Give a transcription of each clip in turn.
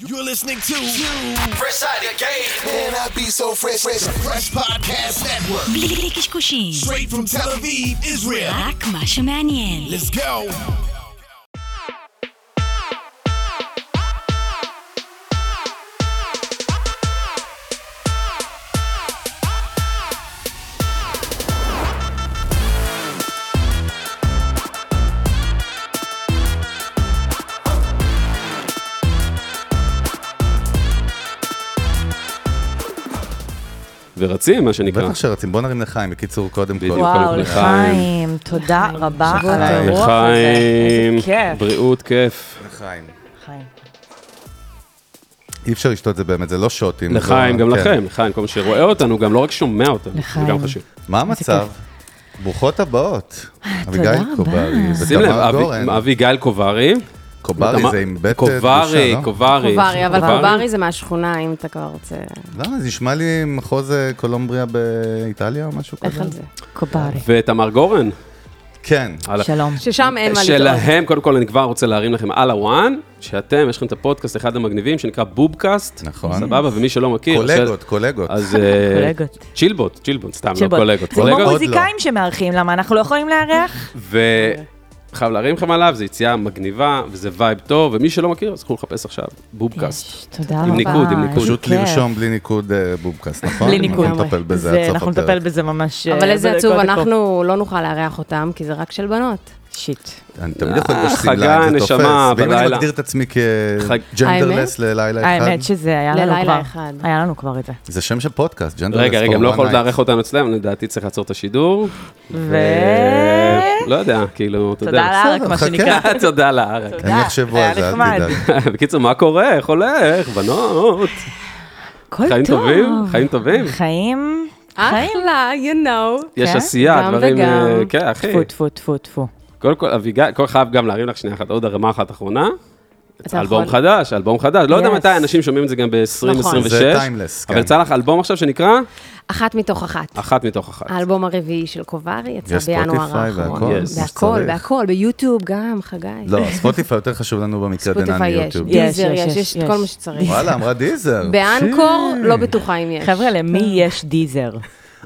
You're listening to Fresh Out of Game. Man, I be so fresh, fresh, Fresh Podcast Network. בלי קשקושים, Straight from Tel Aviv, Israel. רק מה שמעניין. Let's go. ורצים, מה שנקרא. בטח שרצים, בוא נרים לחיים, בקיצור, קודם כל. כן. בדיוק, וואו, קודם כל לחיים. לחיים, תודה רבה שבוע על טוב. האירוח הזה. לחיים, איזה כיף. בריאות, כיף. לחיים. לחיים. אי אפשר לשתות את זה באמת, זה לא שוטים. זה לחיים, לא- גם כן. לכם, לחיים, כל מי שרואה אותנו, גם לא רק שומע אותנו, זה לחיים. גם חשוב. מה המצב? ברוכות הבאות. רבה. קוברי שים לב, ותמר אבי- גורן. אבי גל קוברי. קוברי זה עם בטן. לא? קוברי, קוברי. קוברי, אבל קוברי זה מהשכונה, אם אתה כבר רוצה... למה? זה לא, נשמע לי מחוז אה, קולומבריה באיטליה או משהו כזה. לך נכון. על זה. קוברי. ותמר גורן. כן. הלאה. שלום. ששם אין מה לטעון. שלהם, קודם כל אני כבר רוצה להרים לכם על הוואן, שאתם, יש לכם את הפודקאסט, אחד המגניבים, שנקרא בובקאסט. נכון. סבבה, ומי שלא מכיר. קולגות, של- קולגות. אה, אז אה, קולגות. צ'ילבוט, צ'ילבוט, סתם, לא שבו- קולגות. זה כמו קולגות. עוד מוזיקאים שמארחים, למה אנחנו לא יכולים לארח? וחייב להרים לכם עליו, זו יציאה מגניבה, וזה וייב טוב, ומי שלא מכיר, אז יכולו לחפש עכשיו, בובקאסט. יש, תודה רבה. עם ניקוד, עם ניקוד. איזה פשוט כיף. לרשום בלי ניקוד אה, בובקאסט, נכון? בלי ניקוד. אנחנו נטפל בזה זה- עד סוף אנחנו הפרק. נטפל בזה ממש... אבל אה, איזה בדקות עצוב, הקרובות. אנחנו לא נוכל לארח אותם, כי זה רק של בנות. שיט. אני תמיד יכול אה, לגוש חגה, סיליים, זה תופס. נשמה, ואם אני בלילה. מגדיר את עצמי חג- כג'נדרלס ללילה אחד. האמת שזה היה לנו ללילה כבר. אחד. היה לנו כבר את זה. זה שם של פודקאסט, ג'נדרלס. רגע, רגע, הם לא יכולות לארח אותנו אצלם, לדעתי צריך לעצור את השידור. ו... אה, לא יודע, כאילו, אתה תודה יודע. כן, לארק, מה חכה. שנקרא. תודה לארץ. אה, הם יחשבו היה על זה, אל נחמד. תדאג. בקיצור, מה קורה? איך הולך? בנות? הכל חיים טוב. טובים? חיים טובים? חיים... חיים. אחלה, you know. יש כן? עשייה, גם דברים... וגם. אה, כן, אחי. טפו, טפו, טפו, טפו. קודם כל, אביגיל, כל חייב גם להרים לך שנייה אחת, עוד הרמה אחת אחרונה. אתה אלבום יכול- חדש, אלבום חדש. לא יודע Yes. נכון. מתי אנשים שומעים את זה גם ב-2026. זה timeless, אבל כן. יצא לך אלבום עכשיו שנקרא אחת מתוך אחת. אחת מתוך אחת. אה, האלבום הרביעי של קוברי יצא יש בינואר ספוטיפיי האחרון. והכל, Yes. מה בהכל, שצריך. בהכל, ביוטיוב גם, חגי. לא, ספוטיפיי יותר חשוב לנו במקרה דנן ספוטיפיי יש, מיוטיוב. דיזר יש, יש, יש, יש את כל יש. מה שצריך. וואלה, אוקיי. אמרה דיזר. באנקור, לא בטוחה אם יש. חבר'ה, למי אה. יש דיזר?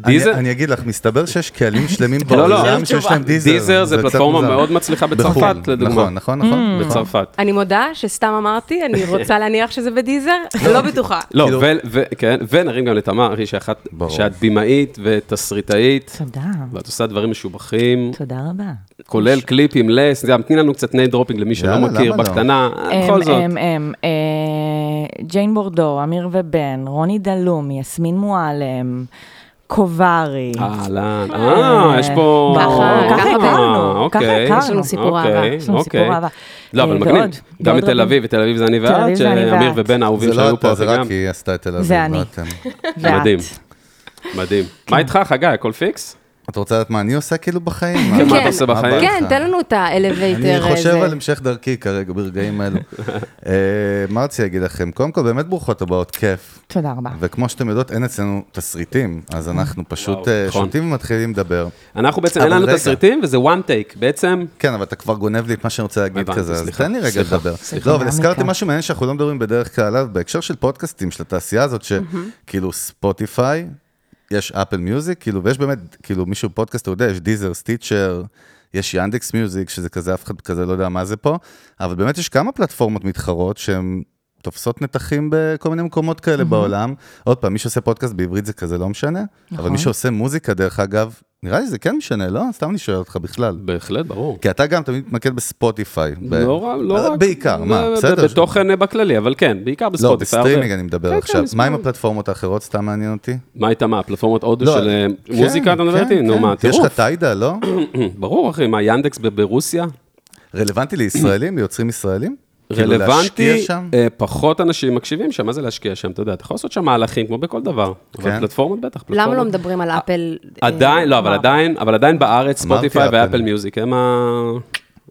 אני- דיזר? אני אגיד לך, מסתבר שיש קהלים שלמים לא, לא. בעולם שיש להם דיזר. דיזר זה קצת פלטפורמה מוזר. מאוד מצליחה בחו"ל, בצרפת, לדוגמה. נכון, נכון, Mm. נכון. נכון. בצרפת. אני מודה שסתם אמרתי, אני רוצה להניח שזה בדיזר, לא בטוחה. לא, כאילו- ו- ו- כן, ונרים גם לתמר, אחי, שאחת- ברור. שאת בימאית ותסריטאית, תודה. ואת עושה דברים משובחים, תודה רבה. כולל קליפ עם לס, גם תני לנו קצת נייד דרופינג למי שלא יאללה, מכיר, למה לא? בקטנה, אה, בכל זאת. הם, הם, אה, ג'יין בורדו, אמיר ובן, רוני דלום, יסמין מועלם, קוברי. אהלן, אה, יש פה... ככה, אה, ככה הכרנו, ככה אוקיי. הכרנו. יש לנו סיפור אוקיי, אהבה. יש לנו סיפור אוקיי. אהבה. לא, אבל אה, מגניב, ועוד, גם ועוד בתל רבים. אביב, ותל אביב זה אני תל ואת, אביב זה אני שאמיר ואת. ובן האהובים זה לא שהיו פה, אתה, זה רק וגם... היא עשתה את תל אביב. זה לא אני. אתם. ואת. מדהים, מדהים. מה איתך, חגי, הכל פיקס? את רוצה לדעת מה אני עושה כאילו בחיים? כן, מה- מה אתה עושה מה בחיים? בא כן, לך? תן לנו את האלווייטר. אה, אני חושב הזה. על המשך דרכי כרגע, ברגעים האלו. אה, מה רציתי להגיד לכם? קודם כל, באמת ברוכות הבאות, כיף. תודה רבה. וכמו שאתם יודעות, אין אצלנו תסריטים, אז אנחנו פשוט וואו, אה, נכון. שותים ומתחילים לדבר. אנחנו בעצם, אין אבל לנו רגע. תסריטים, וזה one take, בעצם. כן, אבל אתה כבר גונב לי את מה שאני רוצה להגיד הבנתי, כזה, אז סליחה, תן לי רגע סליחה, לדבר. סליחה. לא, אבל הזכרתי מעמיקה. משהו מעניין שאנחנו לא מדברים בדרך כלל עליו, בהקשר של פודקאסטים, של התעשייה הזאת, שכאילו ספוטיפיי, יש אפל מיוזיק, כאילו, ויש באמת, כאילו, מישהו פודקאסט, אתה יודע, יש דיזר, סטיצ'ר, יש ינדקס מיוזיק, שזה כזה, אף אחד כזה לא יודע מה זה פה, אבל באמת יש כמה פלטפורמות מתחרות שהן... תופסות נתחים בכל מיני מקומות כאלה בעולם. עוד פעם, מי שעושה פודקאסט בעברית זה כזה לא משנה, אבל מי שעושה מוזיקה, דרך אגב, נראה לי זה כן משנה, לא? סתם אני שואל אותך בכלל. בהחלט, ברור. כי אתה גם תמיד מתמקד בספוטיפיי. כן, ב- אה, לא רע- לא רק... בעיקר, מה, ב- בסדר. בתוכן אה, בכללי, אבל כן, בעיקר לא, בספוטיפיי. הרבה. כן, בסטרימינג אני מדבר עכשיו. מה עם הפלטפורמות האחרות? סתם מעניין אותי. מה איתה, מה, הפלטפורמות הודו לא, לא, של אה, כן, מוזיקה, אתה מדבר כן, איתי? נו, כן. מה, יש טירוף. לך טיידה, לא? ברור, אחי, מה, ינדקס ב- ברוסיה? רלוונטי לישראלים, ליוצרים ישראלים? כאילו להשקיע רלוונטי, שם? אה, פחות אנשים מקשיבים שם, מה זה להשקיע שם? אתה יודע, אתה יכול לעשות שם מהלכים כמו בכל דבר. אבל כן. פלטפורמות בטח, למה לא פלטפורמות. מדברים על אפל? אה, עדיין, לא, אבל עדיין, אבל עדיין בארץ, אמרתי ספוטיפיי אפל. ואפל מיוזיק הם ה-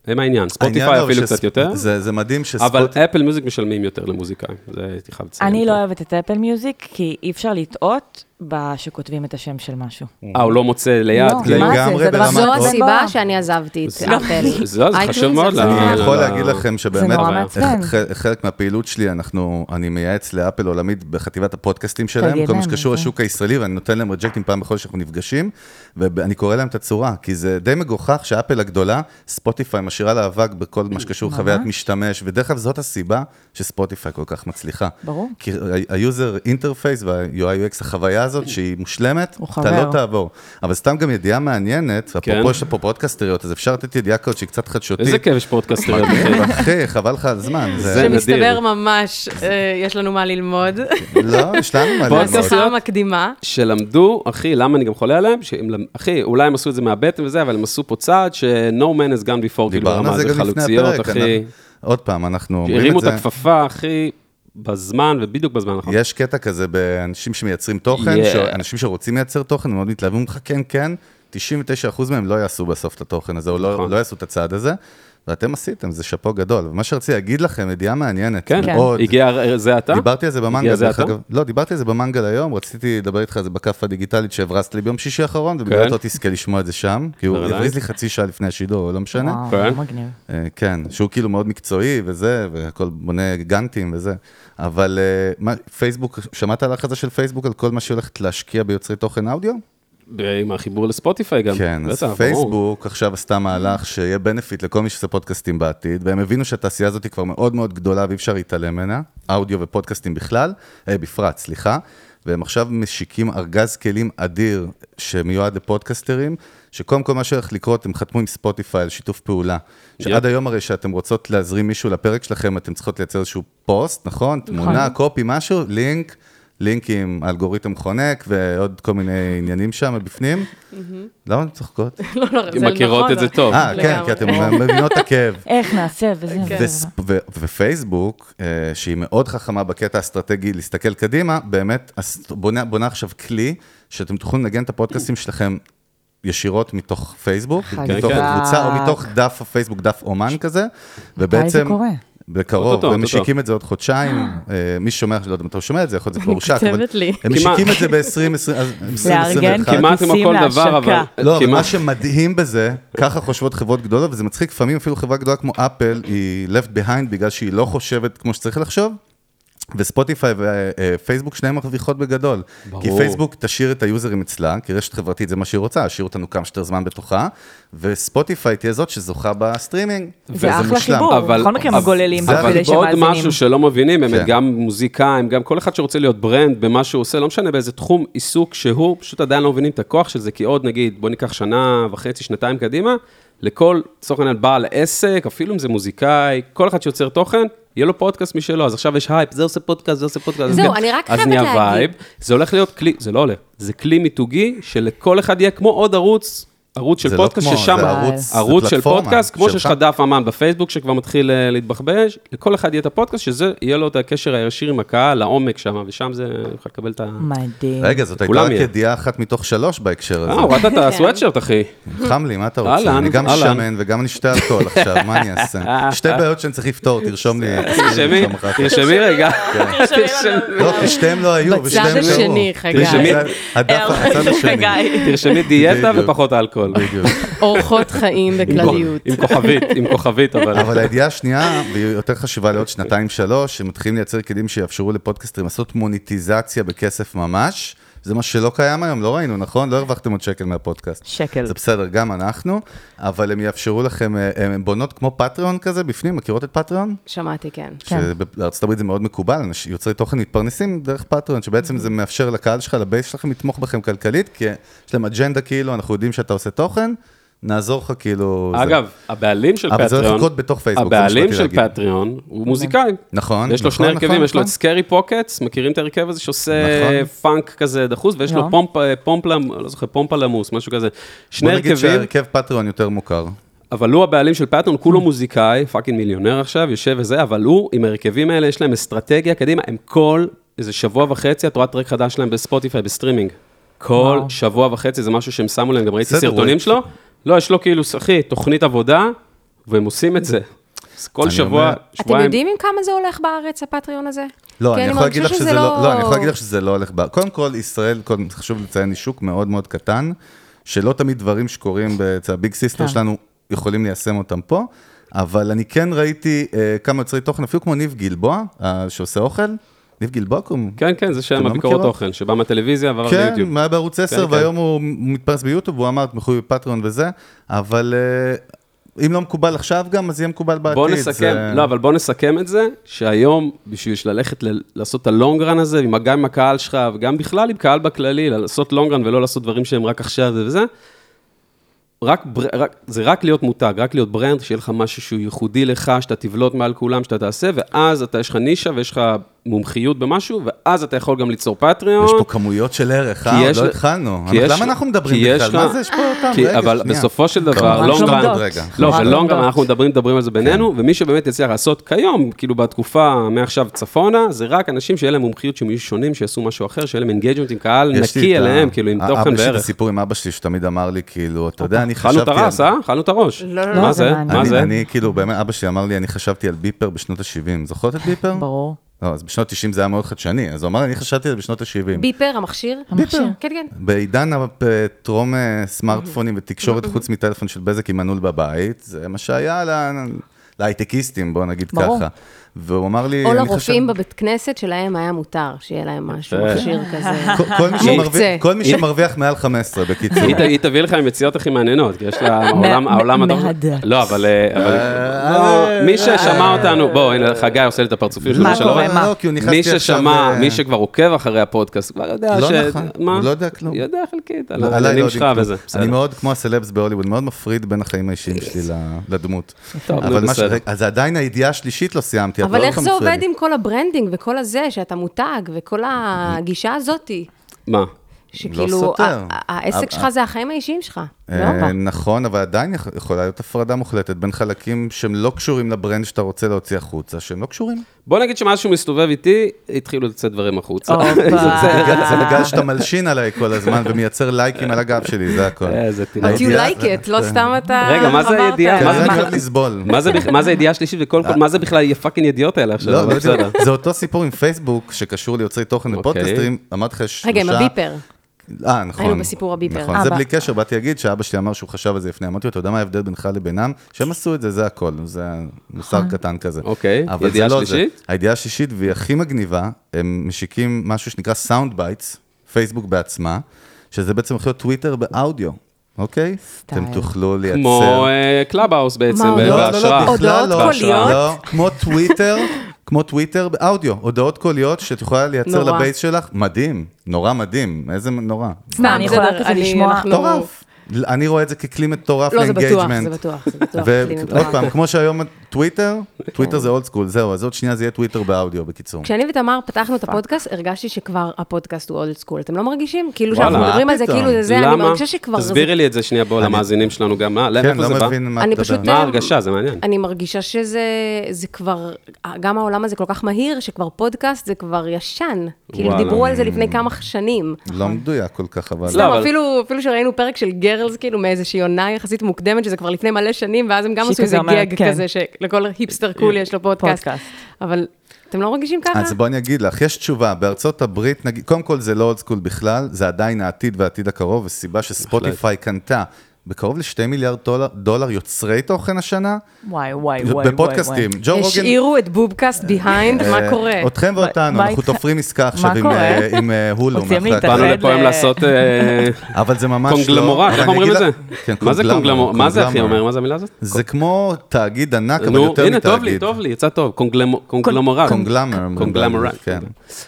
הם העניין. העניין ספוטיפיי אבל אפילו שס- קצת יותר, זה זה מדהים שספוטיפיי... אבל אפל לא מיוזיק משלמים יותר למוזיקאים, זה הייתי חייב לציין. אני פה. לא אוהבת את אפל מיוזיק, כי אי אפשר לטעות ב- שכותבים את השם של משהו. אה, הוא לא מוצא ליד? לא, כי- מה זה? לגמרי זה דבר ברמת זו שלא זו עוד- עושים הסיבה בעולם. שאני עזבתי את אפל. זה- זה חשוב iTunes, מאוד זה- לה- אני לא, יכול לא. להגיד לכם זה שבאמת, נורא אבל- מעצבן. ח- חלק מהפעילות שלי, אנחנו, אני מייעץ לאפל עולמית בחטיבת הפודקאסטים שלהם, תגיד כל מה להם, שקשור זה. לשוק הישראלי, ואני נותן להם רג'קטים פעם בחודש שאנחנו נפגשים, ואני קורא להם את הצורה, כי זה די מגוחך שאפל הגדולה, ספוטיפיי משאירה לה אבק בכל מה שקשור לחוויית משתמש, ודרך אגב זאת הסיבה שספוטיפיי כל כך מצליחה. ברור. כי היוזר אינטרפייס וה-UI UX, החוויה הזאת שהיא מושלמת, הוא אתה לא חבר. תעבור. אבל סתם גם ידיעה מעניינת, אפרופו יש פה פודקאסטריות, אז אפשר לתת ידיעה כזאת שהיא קצת חדשותית. איזה כיף יש פודקאסטריות. אחי, חבל לך על זמן. זה- זה נדיר. שמסתבר ממש, אה, יש לנו מה ללמוד. לא, יש לנו מה ללמוד. פודקאסט- שיחה מקדימה. שלמדו, אחי, למה אני גם חולה עליהם? שהם, למ- אחי, אולי הם עשו את זה מהבטן וזה, אבל הם עשו פה צעד ש-No man has gone before, כאילו דיברנו ברמה על זה זה גם לפני חלוציות, הפרק. אחי. אנחנו- עוד פעם, אנחנו אומרים הרימו את את זה. הכפפה, אחי, בזמן, ובדיוק בזמן נכון. האחרון. יש קטע כזה באנשים שמייצרים תוכן, Yeah. ש- אנשים שרוצים לייצר תוכן, הם מאוד מתלהבים, אומרים לך, כן, כן, 99% מהם לא יעשו בסוף את התוכן הזה, או לא נכון. לא יעשו את הצעד הזה, ואתם עשיתם, זה שאפו גדול. ומה שרציתי להגיד לכם, ידיעה מעניינת, כן, מאוד. הגיע זה אתה? דיברתי על זה במנגל, הגיע זה דרך אתה? אגב. לא, דיברתי על זה במנגל היום, רציתי לדבר איתך על זה בכף הדיגיטלית שהברזת לי ביום שישי האחרון, ובגלל כן. לא תזכה לשמוע את זה שם, כי הוא בוודאי. הבריז לי חצי שעה לפני השידור, לא משנה. וואו, כן. לא מגניב. אה, כן, שהוא כאילו מאוד מקצועי וזה, והכל בונה גאנטים וזה. אבל אה, מה, פייסבוק, שמעת על ההכרזה של פייסבוק על כל מה שהיא הולכת להשקיע ביוצרי תוכן אודיו? ב- עם החיבור לספוטיפיי גם. כן, אז בטח, ברור. פייסבוק עכשיו עשתה מהלך שיהיה בנפיט לכל מי שעושה פודקאסטים בעתיד, והם הבינו שהתעשייה הזאת היא כבר מאוד מאוד גדולה ואי אפשר להתעלם ממנה, אודיו ופודקאסטים בכלל, אה, בפרט, סליחה, והם עכשיו משיקים ארגז כלים אדיר שמיועד לפודקסטרים, שקודם כל מה שהולך לקרות, הם חתמו עם ספוטיפיי על שיתוף פעולה. שעד היום הרי שאתם רוצות להזרים מישהו לפרק שלכם, אתם צריכות לייצר איזשהו פוסט, נכון? תמונה, קופי, משהו, לינק. לינקים, אלגוריתם חונק ועוד כל מיני עניינים שם בפנים. למה אתן צוחקות? לא, לא, הן זה מכירות נכון, את זה אבל- טוב. אה, כן, כי לגמרי. אתם מבינות את הכאב. איך נעשה וזה כן. כן. וזה. וזה. וספ- ו- ופייסבוק, אה, שהיא מאוד חכמה בקטע האסטרטגי להסתכל קדימה, באמת אז בונה בונה עכשיו כלי שאתם תוכלו לנגן את הפודקאסטים שלכם ישירות מתוך פייסבוק, חזק. מתוך הקבוצה או מתוך דף הפייסבוק, דף אומן כזה, ובעצם... מתי זה קורה? בקרוב, אוטוטו, הם משיקים את זה עוד חודשיים, אה, מי ששומע, לא יודע אם אתה שומע את זה, יכול להיות שזה כבר הושק, אבל כותבת לי. הם כמעט. משיקים את זה ב-2021. לארגן כמעט כמו כרטיסים כל דבר, אבל... להשקה. לא, אבל כמעט- מה שמדהים בזה, ככה חושבות חברות גדולות, וזה מצחיק, לפעמים אפילו חברה גדולה כמו אפל, היא left behind בגלל שהיא לא חושבת כמו שצריך לחשוב, וספוטיפיי ופייסבוק שניהם מרוויחות בגדול. ברור. כי פייסבוק תשאיר את היוזרים אצלה, כי רשת חברתית זה מה שהיא רוצה, להשאיר אותנו כמה שיותר זמן בתוכה, וספוטיפיי תהיה זאת שזוכה בסטרימינג, זה וזה אחלה מושלם. חיבור. אבל- בכל מקרה הם אבל- גוללים תוך אבל כדי עוד שמאזינים. משהו שלא מבינים, באמת, כן. גם מוזיקאים, גם כל אחד שרוצה להיות ברנד במה שהוא עושה, לא משנה באיזה תחום עיסוק שהוא, פשוט עדיין לא מבינים את הכוח של זה, כי עוד נגיד, בוא ניקח שנה וחצי, שנתיים קדימה, לכל, לצורך העניין, בעל עסק, אפילו אם זה מוזיקאי, כל אחד שיוצר תוכן, יהיה לו פודקאסט משלו, אז עכשיו יש הייפ, זה עושה פודקאסט, זה עושה פודקאסט. זהו, אז כן, אני רק אז חייבת נהיה להגיד. וייב, זה הולך להיות כלי, זה לא עולה, זה כלי מיתוגי שלכל אחד יהיה כמו עוד ערוץ. ערוץ זה של לא פודקאסט כמו, ששם, זה ערוץ, זה ערוץ של פלטפורמה פודקאסט, כמו שיש שלך. לך דף אמן בפייסבוק שכבר מתחיל אה, להתבחבש, לכל אחד יהיה את הפודקאסט, שזה יהיה לו את הקשר הישיר עם הקהל, לעומק שם, ושם זה יוכל לקבל את ה... מדהים. רגע, זאת הייתה כולם רק יהיה. ידיעה אחת מתוך שלוש בהקשר אה, הזה. הורדת את הסוואטשרט, אחי. חם לי, מה אתה רוצה? אהלן, אני גם אהלן. שמן וגם אני אשתה אלכוהול עכשיו, מה אני אעשה? שתי בעיות שאני צריך לפתור, תרשום לי. תרשמי, יום אחר כך. תרשמי רגע. כן. לא, כי שתיהם לא היו, בצד ושתיהם קרו. השני, חגי. תרשמי, הדף הצד השני. תרשמי דיאטה בדיוק. ופחות אלכוהול. בדיוק. אורחות חיים עם כוכ- בכלליות. עם כוכבית, עם כוכבית, אבל... אבל הידיעה השנייה, והיא יותר חשובה לעוד שנתיים-שלוש, הם מתחילים לייצר כלים שיאפשרו לפודקאסטרים לעשות מוניטיזציה בכסף ממש. זה מה שלא קיים היום, לא ראינו, נכון? לא הרווחתם עוד שקל מהפודקאסט. שקל. זה בסדר, גם אנחנו, אבל הם יאפשרו לכם, אה, הם בונות כמו פטריון כזה בפנים, מכירות את פטריון? שמעתי, כן. כן. שבארצות הברית זה מאוד מקובל, אנש- יוצרי תוכן מתפרנסים דרך פטריון, שבעצם זה מאפשר לקהל שלך, לבייס שלכם, לתמוך בכם כלכלית, כי יש להם אג'נדה כאילו, אנחנו יודעים שאתה עושה תוכן, נעזור לך כאילו... זה. אגב, הבעלים של אבל זה הולך פטריון, לקרות בתוך פייסבוק, זה מה הבעלים שבאתי של להגיד. פטריון הוא מוזיקאי. נכון, יש לו נכון, שני הרכבים, נכון, יש לו את נכון. סקרי פוקטס, מכירים את ההרכב הזה שעושה נכון. פאנק כזה דחוס, ויש לא. לו פומפ- פומפלם, לא זוכר, פומפלמוס, משהו כזה. שני בוא נגיד הרכבים, שהרכב פטריון יותר מוכר. אבל הוא הבעלים של פטריון, הוא Hmm. כולו מוזיקאי, פאקינג מיליונר עכשיו, יושב וזה, אבל הוא, עם ההרכבים האלה, יש להם אסטרטגיה קדימה, הם כל איזה שבוע וחצי, את רואה טרק חדש שלהם בספוטיפיי, בסטרימינג. כל וואו. שבוע וחצי, זה משהו שהם שמו להם, גם ראיתי בסדר, סרטונים הוא- שלו. לא, יש לו כאילו, אחי, תוכנית עבודה, והם עושים את זה. אז כל אני שבוע, אומר- אתם שבועיים, יודעים עם כמה זה הולך בארץ, הפטריון הזה? לא, כי אני יכול כן, מרגישה להגיד לך שזה לא... לא, אני יכול להגיד לך שזה לא הולך ב... קודם כל, ישראל, קודם, חשוב לציין, היא שוק מאוד מאוד קטן, שלא תמיד דברים שקורים אצל הביג סיסטר כן. שלנו יכולים ליישם אותם פה, אבל אני כן ראיתי אה, כמה יוצרי תוכן, אפילו כמו ניב גלבוע, אה, שעושה אוכל, ניב גלבוע קוראים? כן, כן, זה אתם שם לא הביקורת מכירות? אוכל, שבא מהטלוויזיה ועבר כן, ליוטיוב. הוא היה בערוץ 10, אה, כן. והיום הוא מתפרס ביוטיוב, הוא אמר, תמכו בפטריון וזה, אבל אה, אם לא מקובל עכשיו גם, אז יהיה מקובל בעתיד. בוא נסכם, זה- זה... לא, אבל בוא נסכם את זה, שהיום, בשביל ללכת ל- לעשות את הלונגרן הזה, עם- גם עם הקהל שלך, וגם בכלל עם קהל בכללי, לעשות לונגרן ולא לעשות דברים שהם רק עכשיו וזה, רק, בר- רק, זה רק להיות מותג, רק להיות ברנד, שיהיה לך משהו שהוא ייחודי לך, שאתה תבלוט מעל כולם, שאתה תעשה, ואז אתה, יש לך נישה ויש לך מומחיות במשהו, ואז אתה יכול גם ליצור פטריון. יש פה כמויות של ערך, כי אה? עוד יש- לא התחלנו. כי יש- למה אנחנו מדברים כי בכלל? יש מה לך- זה, יש פה אותם? כי- רגע, אבל שנייה. בסופו של דבר, כמובן לא שלומדות. רן- רגע. לא, חברת ולונגרם, טבעת. אנחנו מדברים, מדברים על זה בינינו, ומי שבאמת יצליח לעשות כיום, כאילו בתקופה מעכשיו צפונה, זה רק אנשים שיהיה להם מומחיות שהם יהיו שונים, שיעשו משהו אחר, שיהיה להם אינגייג'מנט עם קהל יש לי נקי את ה- אליהם, כאילו עם ה- תוכן יש לי את בערך. הסיפור עם אבא שלי שתמיד אמר לי, כאילו, אתה יודע, אני חשבתי... אכלנו את הרס, על- אה? אכלנו את הראש. לא, לא, מה זה זה? מעניין. מה אני- זה? אני, כאילו, באמת, אבא שלי אמר לי, אני חשבתי על ביפר בשנות ה-70. זוכרת את ביפר? ברור. לא, אז בשנות ה-90 זה היה מאוד חדשני, אז הוא אמר, אני חשבתי על זה בשנות ה-70. ביפר, המכשיר? המכשיר. כן, כן. בעידן הטרום אה, סמארטפונים ותקשורת חוץ מטלפון של בזק עם מנעול בבית, זה מה שהיה לה- להייטקיסטים, בוא נגיד ברור. ככה. והוא אמר לי, או אני לרופאים חשב- בבית כנסת שלהם היה מותר, שיהיה להם משהו, יפה. מכשיר כזה. כל- כל מי מוקצה. שמרוויח- כל מי שמרוויח מעל 15, בקיצור. היא ת- היא תביא לך עם יציאות הכי מעניינות, כי יש לה העולם, מה- העולם הדרום. מהדק. לא, אבל... אה, אבל- לא, מי ששמע אותנו, בוא, הנה, חגי עושה לי את הפרצופים שלו. מה שלא- קורה? מה? לא, כי הוא נכנס לי מי עכשיו, ששמע, אה, מי שכבר עוקב אחרי הפודקאסט, כבר יודע לא ש... נכון, מה? הוא לא יודע כלום. יודע חלקית, על עליי לא העניינים יודעים שלך כלום. וזה. אני בסדר. מאוד, כמו הסלבס בהוליווד, מאוד מפריד בין החיים האישיים שלי ל- לדמות. טוב, נו, אבל מה ש- בסדר. אז עדיין הידיעה השלישית לא סיימתי, את אבל לא איך כל כך זה מפריעה עובד לי. עם כל הברנדינג וכל הזה, שאתה מותג, וכל הגישה הזאתי, מה? שכאילו, לא סותר. ה- ה- העסק אבל- שלך זה החיים האישיים שלך, לא? אה, נכון, אבל עדיין יכ- יכולה להיות הפרדה מוחלטת בין חלקים שהם לא קשורים לברנד שאתה רוצה להוציא החוצה, שהם לא קשורים. בוא נגיד שמאז שהוא מסתובב איתי, התחילו לצאת דברים החוצה. הופה. זה יוצא- בגלל- זה בגלל שאתה מלשין עליי כל הזמן ומייצר לייקים על הגב שלי, זה הכל. איזה טינה. But you הידיעה- like it, לא סתם אתה... רגע, מה זה חברת. הידיעה? כן, מה זה אני בכלל- אוהב לסבול. אה. מה זה בכ- מה זה הידיעה השלישית וכל כל, מה זה בכלל הפאקינג ידיעות האלה עכשיו? לא, אבל לא יודע. בסדר. זה אותו סיפור עם פייסבוק שקשור ליוצרי תוכן אוקיי. ופודקאסטרים, אמרתי לך שלושה... רגע, עם הביפר. אה, נכון. היינו בסיפור הביפר. נכון, זה אבא. בלי קשר, באתי להגיד שאבא שלי אמר שהוא חשב על זה לפני, אמרתי לו, אתה יודע מה ההבדל בינך לבינם? שהם עשו את זה, זה הכל, זה מוסר אה. קטן כזה. אוקיי, אבל זה ידיעה לא זה. שלישית? הידיעה השלישית, והיא הכי מגניבה, הם משיקים משהו שנקרא סאונד בייטס, פייסבוק בעצמה, שזה בעצם יכול להיות טוויטר באודיו, אוקיי? סטייל. אתם תוכלו לייצר... כמו קלאב האוס בעצם, מה, אה, לא, לא, לא, בהשראה. לא, בכלל הודעות לא. קוליות? לא, כמו טוויטר, כמו טוויטר באודיו, הודעות קוליות שאת יכולה לייצר נורא. לבייס שלך, מדהים, נורא מדהים, איזה נורא. מה, אני יכולה בסדר, כזה אני- לשמוע- אנחנו- מטורף. אני רואה את זה ככלי מטורף לא, זה בטוח, לאינגייג'מנט. זה בטוח, זה בטוח. כלי ועוד מטורף. כן. פעם, כמו שהיום טוויטר, טוויטר זה אולד סקול, זהו, אז עוד שנייה זה יהיה טוויטר באודיו, בקיצור. כשאני ותמר פתחנו את הפודקאסט, הרגשתי שכבר הפודקאסט הוא אולד סקול. אתם לא מרגישים? כאילו וואלה. שאנחנו מדברים על זה, פתאום. כאילו זה זה, אני למה? מרגישה שכבר... זה- תסבירי לי את זה שנייה, בוא, למאזינים שלנו גם, מה- כן, לאיפה לא זה בא? מבין מה אני את פשוט- מדברת. מה ההרגשה? זה מעניין. אני מרגישה שזה זה כבר, גם העולם הזה כל כך מהיר, שכבר פודקאסט זה כבר ישן. כאילו וואלה. דיברו על זה לפני כמה שנים. לא מדויק כל כך, אבל... לא, נכון. סתם, אבל- אפילו, אפילו שראינו פרק של גרלס, כאילו מאיזושהי עונה יחסית מוקדמת, שזה כבר לפני מלא שנים, ואז הם גם שהיא עשו כזה איזה אומרת, גג כן. כזה, שלכל היפסטר קול יש לו פודקאסט. פודקאסט. אבל אתם לא מרגישים ככה? אז בואי אני אגיד לך, יש תשובה, בארצות הברית, נגיד, קודם כל זה לא אולד סקול בכלל, זה עדיין העתיד והעתיד הקרוב, וסיבה שספוטיפיי קנתה בקרוב לשתי מיליארד דולר, דולר יוצרי תוכן השנה, וואי, וואי, וואי, וואי. בפודקאסטים. ג'ו רוגן... השאירו את בובקאסט ביהיינד, מה אה, קורה? אתכם ואותנו, מה אנחנו איתך? תופרים עסקה עכשיו מה עם, קורה? אה, עם אה, הולו. מוציאים לי מאחורי את הקלעים. באנו ל- לפה היום לעשות אה, אבל זה ממש לא... קונגלמורט, אבל איך אני אומרים את אגיד זה? לך- כן, מה זה קונגלמור? מה זה אחי קונגלמור. אומר? מה זה המילה הזאת? זה כמו תאגיד ענק, אבל נו, יותר מתאגיד. הנה, טוב לי, טוב לי, יצא טוב, קונגלמו- קונגלומרט. קונגלמר. קונגלמרט. כן.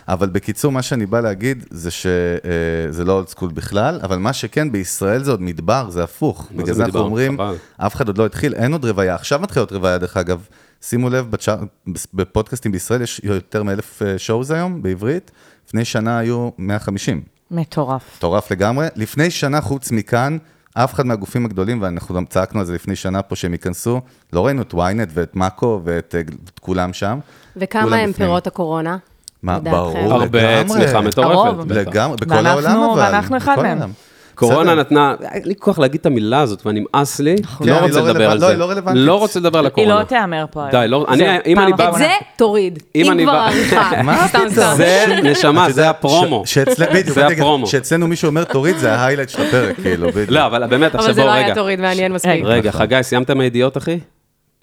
אבל בקיצור, מה שאני בא להגיד זה שזה לא אולד סקול בכלל, אבל מה שכן, בישראל זה עוד מדבר, זה הפוך. בגלל זה אנחנו מדבר? אומרים, חבל. אף אחד עוד לא התחיל, אין עוד רוויה. עכשיו מתחילה עוד רוויה, דרך אגב. שימו לב, בצ'אר- בפודקאסטים בישראל יש יותר מאלף אה, שואוז היום, בעברית. לפני שנה היו 150. מטורף. מטורף לגמרי. לפני שנה, חוץ מכאן, אף אחד מהגופים הגדולים, ואנחנו גם צעקנו על זה לפני שנה פה שהם ייכנסו, לא ראינו את ynet ואת מאקו ואת אה, את כולם שם. וכמה כולם הם בפנים. פירות הקורונה? מה, לדעתכם? ברור. הרבה לגמרי. אה, צמיחה מטורפת. הרוב. בטח. לגמרי, בכל ואנחנו- העולם אבל. ואנחנו אחד בכל מהם. העולם. קורונה בסדר. נתנה, היה לי כוח להגיד את המילה הזאת, כבר נמאס לי, כן, לא היא רוצה לא לדבר רלוונ- על לא, זה. היא לא רלוונטית. לא רוצה לדבר על היא הקורונה. לא תיאמר פה. די, לא, זהו, אני- אם פעם אני בא- את אחרונה. זה תוריד, אם אם אני כבר בא- עריכה. מה סתם, פתאום? סתם. זה, נשמה, זה הפרומו. ש- שאצל- בדיוק, זה בדיוק, הפרומו. שאצלנו מישהו אומר תוריד, זה ההיילייט של הפרק, כאילו, בדיוק. לא, אבל באמת, אבל עכשיו זה בואו לא רגע. היה תוריד מעניין מספיק. רגע, נכון. חגי, סיימת מהידיעות, אחי?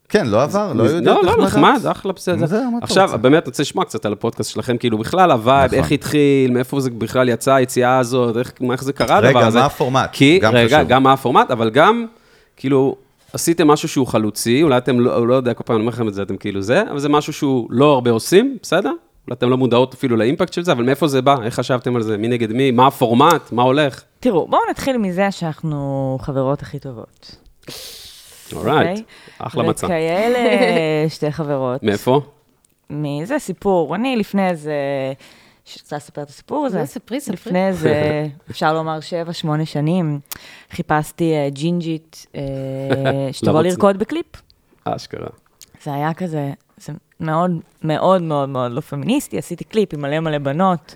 כן, לא עבר, לא יודע. לא, לא, נחמד, אחלה מה זה, בסדר. מה אתה עכשיו, רוצה? נכון. באמת, אני רוצה לשמוע קצת על הפודקאסט שלכם, כאילו, בכלל, הווייב, איך התחיל, מאיפה זה בכלל יצא, היציאה הזאת, איך- מה- איך זה קרה, רגע, הדבר הזה. מה הפורמט? כי, גם רגע, חשוב. גם מה הפורמט, אבל גם, כאילו, עשיתם משהו שהוא חלוצי, אולי אתם לא, לא יודע, כל פעם אני אומר לכם את זה, אתם כאילו זה, אבל זה משהו שהוא לא הרבה עושים, בסדר? אולי אתם לא מודעות אפילו לאימפקט של זה, אבל מאיפה זה בא? איך חשבתם על זה? מי נגד מי? מה הפורמט? מה הולך? תראו, בואו נתחיל מזה שאנחנו חברות הכי טובות. אורייט, אוקיי? אחלה מצע. וכאלה שתי חברות. מאיפה? מזה סיפור. אני לפני איזה... שצריך לספר את הסיפור הזה. לא, ספרי, ספרי. לפני איזה, אפשר לומר, שבע, שמונה שנים, חיפשתי אה, ג'ינג'ית אה, שתבוא לרוץ. לרקוד בקליפ. אשכרה. זה היה כזה, זה מאוד מאוד מאוד מאוד לא פמיניסטי, עשיתי קליפ עם מלא מלא בנות,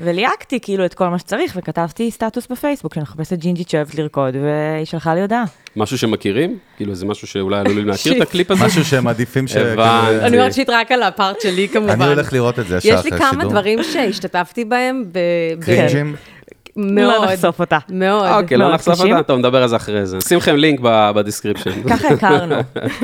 וליהקתי כאילו את כל מה שצריך, וכתבתי סטטוס בפייסבוק, שאני מחפשת ג'ינג'ית שאוהבת לרקוד, והיא שלחה לי הודעה. משהו שמכירים? כאילו, זה משהו שאולי עלולים להכיר את שיט. הקליפ הזה? משהו שהם עדיפים ש... הבנתי. אני אומרת שיט רק על הפארט שלי, כמובן. אני הולך לראות את זה ישר יש לי אחרי כמה השידור. דברים שהשתתפתי בהם, ב- ב- קרינג'ים? מאוד. לא נחשוף אותה. מאוד. אוקיי, לא מאוד נחשוף קשים. אותה, טוב, נדבר על זה אחרי זה. שים לכם לינק ב- בדיסקריפשן. ככה הכרנו,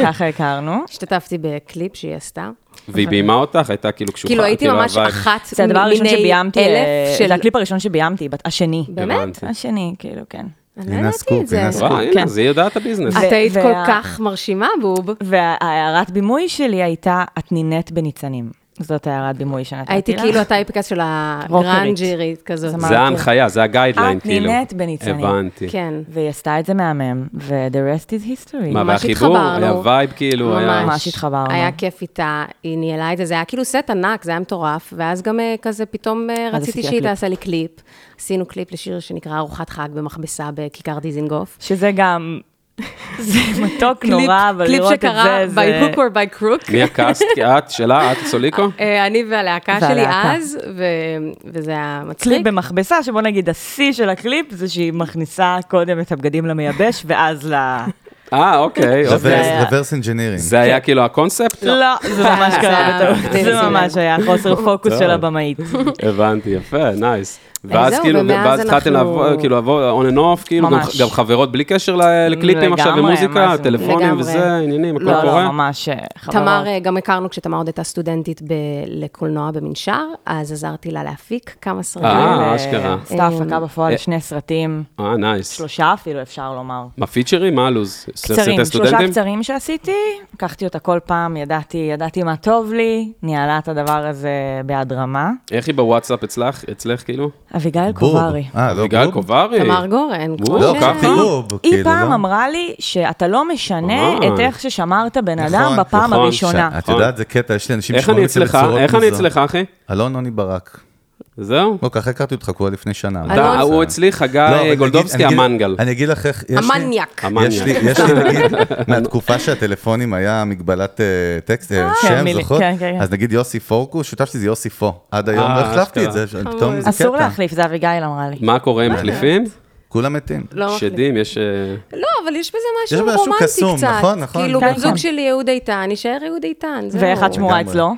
ככה הכרנו. השתתפתי בקליפ שהיא עשתה. והיא ביימה אותך? הייתה כאילו קשוחה. כאילו הייתי ממש הווייב. אחת זה הדבר הראשון מיני שביימתי, אה, אלף של... זה הקליפ הראשון שביימתי, בת- השני. באמת? הבנתי. השני, כאילו, כן. אני לא הנה ידעתי הסקופ, את זה. הנה וואי, הסקופ. הנה, כן. אז היא יודעת את הביזנס. את ו- היית וה- כל כך מרשימה, בוב. וההערת בימוי שלי הייתה, את נינט בניצנים. זאת ההערת בימוי שנתתי לה. הייתי כאילו הטייפקס של הגרנג'רית כזאת. זמרת. זה ההנחיה, זה הגיידליין, את כאילו. נהנית בניצנים. הבנתי. כן. והיא עשתה את זה מהמם, ו-the rest is history. מה, ממש והחיבור? התחברנו. היה וייב, כאילו, היה... ממש התחברנו. היה כיף איתה, היא ניהלה את זה, זה היה כאילו סט ענק, זה היה מטורף, ואז גם אה, כזה פתאום אה, אז רציתי עשית לה שהיא קליפ. תעשה לי קליפ. עשינו קליפ לשיר שנקרא ארוחת חג במכבסה בכיכר דיזינגוף. שזה גם, זה מתוק קליפ- נורא, אבל קליפ לראות את שקרה זה, זה... כן. by hook or by crook. מי הקאסט? את? שלה? את סוליקו? אה, אני והלהקה שלי והלהקה. אז, ו... וזה היה מצחיק. קליפ במכבסה, שבוא נגיד השיא של הקליפ זה שהיא מכניסה קודם את הבגדים למייבש ואז ל... אה, אוקיי, אוקיי. היה- רוורס אינג'ינירינג. זה היה כאילו הקונספט? לא, זה ממש קרה זה בטעות, היה- זה ממש היה חוסר פוקוס טוב. של הבמאית. הבנתי, יפה, אה, נייס. ואז זהו, כאילו, ומאז ואז התחלתם אנחנו- לעבור, כאילו, לעבור on and off, כאילו, גם- ממש. גם חברות בלי קשר ל- לקליפים עכשיו, לגמרי, ומוזיקה, מה זה? טלפונים לגמרי. וזה, עניינים, הכל לא, קורה. לא, ממש אה, חברות. תמר, אה, גם הכרנו כשתמר עוד הייתה סטודנטית ב... לקולנוע במנשר, אז עזרתי לה להפיק כמה סרטים. אה, ו- אשכרה. עשתה הפקה בפועל, אה. שני סרטים, אה, נייס. שלושה אפילו, אפשר לומר. מה פיצ'רים? מה הלו"ז? קצרים, סרטי שלושה סטודנטים? קצרים שעשיתי, לקחתי אותה כל פעם, ידעתי, ידעתי מה טוב לי, ניהלה את הדבר הזה בהד רמה. איך היא בוואטסאפ אצלך, אצלך כאילו? אביגיל בוב. קוברי. אה, לא בגלל בוב? קוברי? תמר גורן, כמו לא, אה, קראתי ככה? בוב. היא כאילו, פעם לא? אמרה לי שאתה לא משנה אה. את איך ששמרת בן אדם נכון, בפעם נכון, הראשונה. את יודעת, זה קטע, יש לי אנשים איך אני את זה אצלך? בצורות איך אני מוזר. אצלך, אחי? אלון עוני ברק. זהו. לא, ככה הכרתי אותך כבר לפני שנה. אתה- בסדר. הוא אצלי, לא, אבל אני חגי אגיד- גולדובסקי, אני אגיד- המנגל. אני אגיד לך איך... יש לי- המניאק. אמ- יש לי, יש לי, נגיד, מהתקופה שהטלפונים היה מגבלת אה, טקסט, אה, כן, שם, מילי, זוכרת? כן, כן, כן. אז נגיד יוסי פורקו, שותף שלי זה יוסי פו. עד היום אה, לא החלפתי את אשכרה. זה, פתאום זה אסור קטע. להחליף, זה אביגיל אמרה לי. מה קורה עם אה, לא מחליפים? כולם מתים. לא שדים, יש... אה, לא, אבל יש בזה יש משהו בזה משהו רומנטי קסום, קצת. נכון, נכון. כאילו, כן, בן זוג כן. שלי אהוד איתן, יישאר אהוד איתן, לא, זהו. ואיך את שמורה לגמרי. אצלו?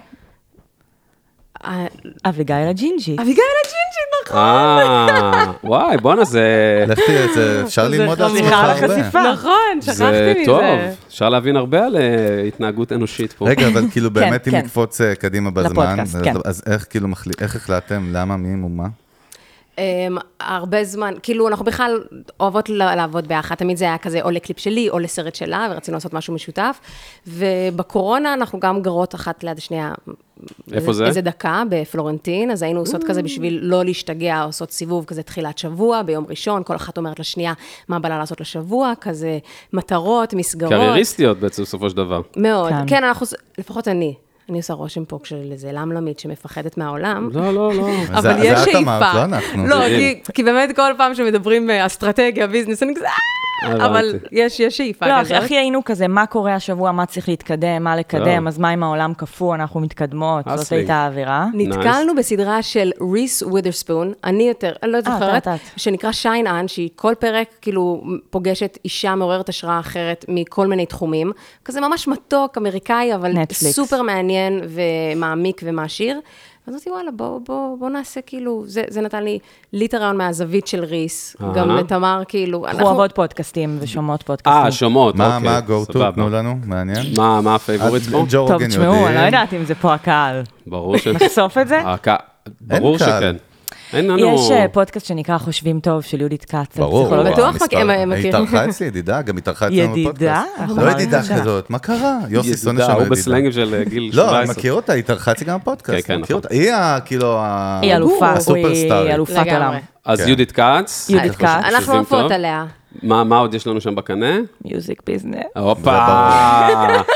אה, אביגיל הג'ינג'י. אביגיל הג'ינג'י, נכון. אה, וואי, בואנה, זה... לך תראה את זה, אפשר ללמוד על עצמך סליחה על הרבה. החשיפה. נכון, זה שכחתי טוב. מזה. אפשר להבין הרבה על אה, התנהגות אנושית פה. רגע, אבל כאילו באמת, אם כן. נקפוץ אה, קדימה בזמן, לפודקאסט, אז- כן. אז איך כאילו, מחלי- איך החלטתם, למה, מי ומה? אמ, הרבה זמן, כאילו, אנחנו בכלל אוהבות ל- לעבוד ביחד, תמיד זה היה כזה או לקליפ שלי או לסרט שלה, ורצינו לעשות משהו משותף. ובקורונה אנחנו גם גרות אחת ליד השנייה. איפה זה? איזה דקה בפלורנטין, אז היינו עושות כזה בשביל לא להשתגע, עושות סיבוב כזה תחילת שבוע, ביום ראשון, כל אחת אומרת לשנייה מה בא לה לעשות לשבוע, כזה מטרות, מסגרות. לא קרייריסטיות בעצם, בסופו של דבר. מאוד. כן. כן, אנחנו, לפחות אני. אני עושה רושם פה של איזה למלמית שמפחדת מהעולם. לא, לא, לא. זה- אבל זה יש את שאיפה. אוקיי, אמרת, לא אנחנו. לא, זה- כי- כי באמת כל פעם שמדברים אה, אסטרטגיה, ביזנס, אני כזה, "אה, אבל יש יש שאיפה לא, הכי- כזאת. הכי היינו כזה, מה קורה השבוע, מה צריך להתקדם, מה לקדם, טוב. אז מה אם העולם קפוא, אנחנו מתקדמות, זאת הסלינג. הייתה האווירה. נתקלנו בסדרה של ריס ווית'רספון, אני יותר, אני לא זוכרת, את, את. שנקרא שיין אן, שהיא כל פרק כאילו פוגשת אישה מעוררת השראה אחרת מכל מיני תחומים. כזה ממש מתוק, אמריקאי, אבל נטפליקס. סופר מעניין ומעמיק ומעשיר. אז אמרתי, וואלה, בואו בוא, בוא נעשה כאילו, זה, זה נתן לי ליטרעון מהזווית של ריס, אהה. גם לתמר, כאילו, אנחנו אוהבות פודקאסטים ושומעות אה, פודקאסטים. שומעות, מה, אוקיי, מה ה-go סבבה. to? תנו לנו, מעניין. מה, מה הפייבוריט אז פה? ג'ו טוב, רוגן תשמעו, אני לא יודעים. יודעת אם זה פה הקהל. ברור ש... נחשוף את זה? הק- ברור קהל. שכן. אין לנו... יש אה, פודקאסט שנקרע חושבים טוב של יהודית כץ. ברור. פסיכולוגית. וואו, בטוח מספר- אוקיי, מכיר- הם היא מכירים. התארחה אצלי, ידידה, גם התארחה אצלנו ידידה? בפודקאסט. אנחנו לא ידידה מעריכים כזאת, מה קרה? יוסי שונא שם ידידה, הוא ידידה. בסלנג של אה, גיל 17. לא, אני מכיר אותה, היא התארחה אצלי גם בפודקאסט. כן, כן, אני מכיר נכון. אותה. היא ה- כאילו ה... אה, היא אלופה, הסופרסטארית. היא אלופת לגמרי. עולם. אז כן. יהודית כץ, יהודית אני חושב- כץ, אנחנו שומעים עפות טוב? אה? עליה. מה מה עוד יש לנו שם בקנה? מיוזיק ביזנס. אה, הופה!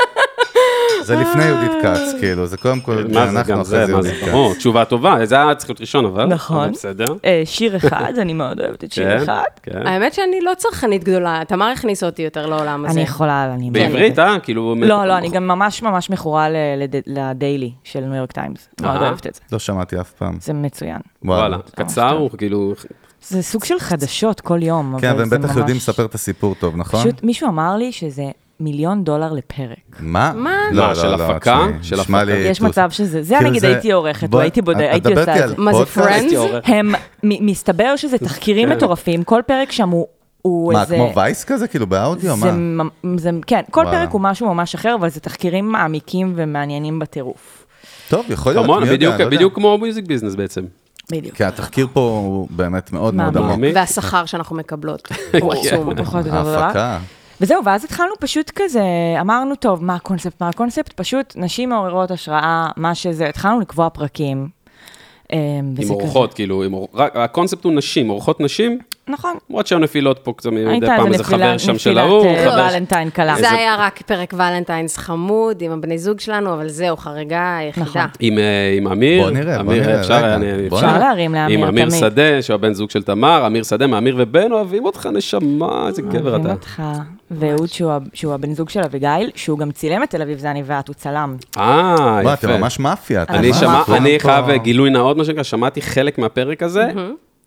זה לפני יהודית כץ, כאילו, זה קודם כל, מה זה אנחנו גם זה, אחרי זה כן. מה זה, נכון. יהודית כץ. ברור, תשובה טובה, זה היה צריך להיות ראשון, אבל... נכון. אבל בסדר. אה, שיר אחד, אני מאוד אוהבת את כן, שיר אחד. אה, כן. האמת שאני לא צרכנית גדולה, תמר הכניסה אותי יותר לעולם הזה. אני יכולה, אני... בעברית, אה? כאילו... לא, לא, אני גם ממש ממש מכורה ל- לד- לדיילי של ניו יורק טיימס. מאוד אהה. אוהבת את זה. לא שמעתי אף פעם. זה מצוין. וואלה, אה, קצר, הוא כאילו... זה סוג של חדשות כל יום, אבל כן, והם זה בטח ממש- יודעים לספר את הסיפור טוב, נכון? פשוט מישהו אמר לי שזה מיליון דולר לפרק. מה? לא, מה, של הפקה? תשמעי, של נשמע הפקה. לי יש טוס. מצב שזה, זה כאילו נגיד הייתי עורכת, בוא- או הייתי בודק, את הייתי מדברת עושה לי את על זה. מה זה, פודקאסט? Friends? הייתי עורך. הם, מ- מסתבר שזה תחקירים כן. מטורפים, כל פרק שם הוא- הוא מה, איזה... כמו וייס כזה? כאילו באודיו? זה, מה? ממ- זה, כן, כל וואלה. פרק הוא משהו ממש אחר, אבל זה תחקירים מעמיקים ומעניינים בטירוף. טוב, יכול להיות, כמונו, מי יודע, בדיוק- לא יודע. בדיוק כמו מיוזיק ביזנס בעצם. בדיוק. כי התחקיר פה הוא באמת מאוד מאוד מעמיק. עמוק. מי? והשכר שאנחנו מקבלות הוא כן. עצום. כן. פחות או יותר רק. ההפקה. וזהו, ואז התחלנו פשוט כזה, אמרנו, טוב, מה הקונספט, מה הקונספט? פשוט נשים מעוררות השראה, מה שזה, התחלנו לקבוע פרקים. אמ, וזה עם כזה- אורחות, כאילו, עם אור- רק- הקונספט הוא נשים, אורחות נשים, נכון. למרות שהיו נפילות פה קצת מדי הייתה פעם, איזה איזה נפילה- חבר שם של נפילת, ההוא, אה, חבר ש- ולנטיין קלה. לא, זה איזה- היה רק פרק ולנטיינס חמוד עם הבני זוג שלנו, אבל זהו, חריגה נכון. היחידה. עם, אה, עם אמיר, בוא נראה, בוא אמיר, נראה, אפשר, רגע, אני- בוא אפשר? נראה. אפשר להרים לאמיר, עם אמיר תמיד. שדה, שהוא הבן זוג של תמר, אמיר שדה, מאמיר ובן אוהבים אותך, נשמה, איזה גבר אה, אוהבים אתה. אותך. ואהוד, שהוא ה- שהוא הבן זוג של אביגיל, שהוא גם צילם את תל אביב, זה אני ואת, הוא צלם. אה, וואי, יפה. אתם ממש מאפיה. אתם אני ממש שמע, פה- אני פה- חייב אה, גילוי נאות, מה שנקרא, שמעתי חלק מהפרק הזה,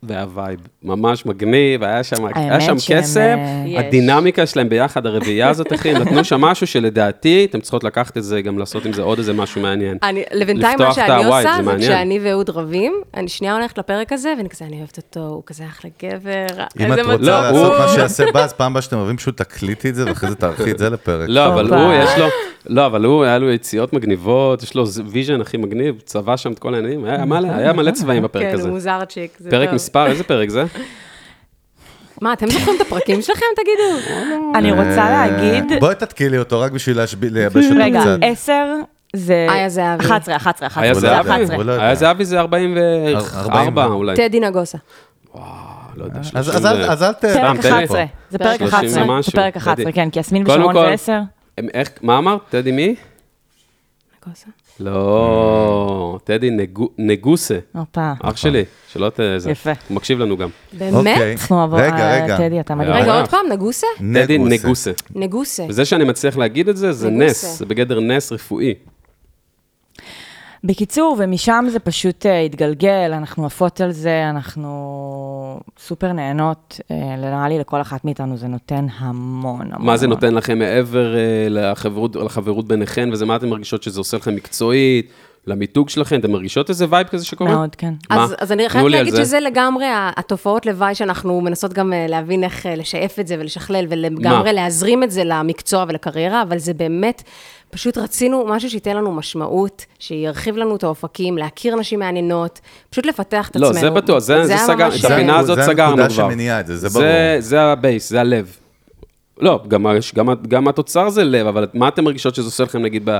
והווייב ממש מגניב, היה שם היה האמת שם שהם, קסם, אה, הדינמיקה שלהם ביחד, הרביעייה הזאת, אחי, הם נתנו שם משהו שלדעתי, אתם צריכות לקחת את זה, גם לעשות עם זה עוד איזה משהו מעניין. אני, לבינתיים מה לפתוח את שאני הווייד, עושה, זה זה מעניין. כשאני ואהוד רבים, אני שנייה הולכת לפרק הזה, ואני כזה, אני אוהבת אותו, הוא כזה אחלה גבר, אם את איזה כן, רוצה לא, לעשות הוא- מה שיעשה באז, פעם הבאה שאתם אוהבים, פשוט תקליטי את זה ואחרי זה תערכי את זה לפרק. לא, אבל הופה. הוא, יש לו, לא, אבל הוא, היה לו יציאות מגניבות, יש לו ויז'ן הכי מגניב, צבע שם את כל העניינים, היה מלא, היה מלא צבעים בפרק כן, הזה. הוא מוזרצ'יק, זה פרק טוב. מספר, איזה פרק זה? מה, אתם זוכרים את הפרקים שלכם? תגידו. אני אה, רוצה להגיד... בואי תתקילי אותו רק בשביל להשב- לייבש אותו רגע, אה, קצת. 10 זה... איה זהבי. 11, 11, 11. היה הוא לא יודע, זהבי, הוא לא יודע. היה זהבי זה 44 ארבעים. אולי. טדי נגוסה. לא יודע, אה, אז- 30 אז אל- ו- אז אל ת... סתם, פרק טדי. 11, זה פרק 30 11, זה ומשהו, פרק טדי. 11, כן, כי יסמין קודם ושרון כל- זה 10. הם- איך, מה אמרת? טדי מי? נגוסה. לא, טדי נגו- נגוסה, הופה, אח שלי, שלא ת... זה- יפה. הוא מקשיב לנו גם. אוקיי. באמת? אנחנו נעבור, רגע, אה, רגע. טדי, אתה מדהים. רגע, אה. עוד פעם, נגוסה? טדי נגוסה. נגוסה. וזה שאני מצליח להגיד את זה, זה נגוסה. נס, זה בגדר נס רפואי. בקיצור, ומשם זה פשוט אה, התגלגל, אנחנו עפות על זה, אנחנו סופר נהנות, אה, נראה לי לכל אחת מאיתנו זה נותן המון, המון. מה זה המון. נותן לכם מעבר אה, לחברות- לחברות ביניכן, וזה מה אתן מרגישות שזה עושה לכם מקצועית, למיתוג שלכם, אתן מרגישות איזה וייב כזה שקורה? מאוד, כן. מה? אז, אז אני תנו חייבת לי על להגיד זה. שזה לגמרי ה- התופעות לוואי שאנחנו מנסות גם אה, להבין איך אה, לשייף את זה ולשכלל מה? ולגמרי להזרים את זה למקצוע ולקריירה, אבל זה באמת, פשוט רצינו משהו שייתן לנו משמעות, שירחיב לנו את האופקים, להכיר נשים מעניינות, פשוט לפתח את לא, עצמנו. זה בטוח, זה, זה היה סגר, ממש- את הפינה זה הזאת הנקודה סגרנו כבר. שמניעה את זה, זה זה, ברור. זה הבייס, זה הלב. לא, גם, ה- גם, ה- גם התוצר זה לב, אבל מה אתן מרגישות שזה עושה לכם, נגיד, ב...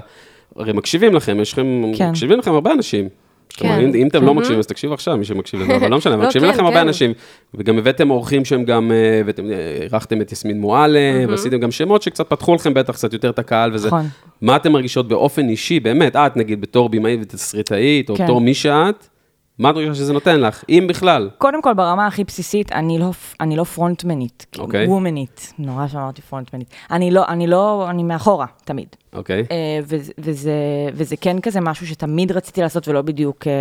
הרי מקשיבים לכם, יש לכם, כן. מקשיבים לכם הרבה אנשים. כן. כלומר, אם, אם אתם לא מקשיבים, אז תקשיב עכשיו, מי שמקשיב לזה, אבל לא משנה, לא, מקשיבים כן, לכם הרבה כן. אנשים. וגם הבאתם אורחים שהם גם, אה, הבאתם, אה, אירחתם את יסמין Mm-hmm. מועלם, ועשיתם גם שמות שקצת פתחו לכם בטח קצת יותר את הקהל וזה. נכון. מה אתם מרגישות באופן אישי, באמת, את נגיד בתור במאית ותסריטאית, או כן. בתור מי שאת, מה הדרישה שזה נותן לך, אם בכלל? קודם כל, ברמה הכי בסיסית, אני לא, אני לא פרונטמנית. אוקיי. וומנית. נורא שאמרתי פרונטמנית. אני לא, אני לא, אני מאחורה, תמיד. אוקיי. אה, וזה, וזה, וזה כן כזה משהו שתמיד רציתי לעשות ולא בדיוק... אה,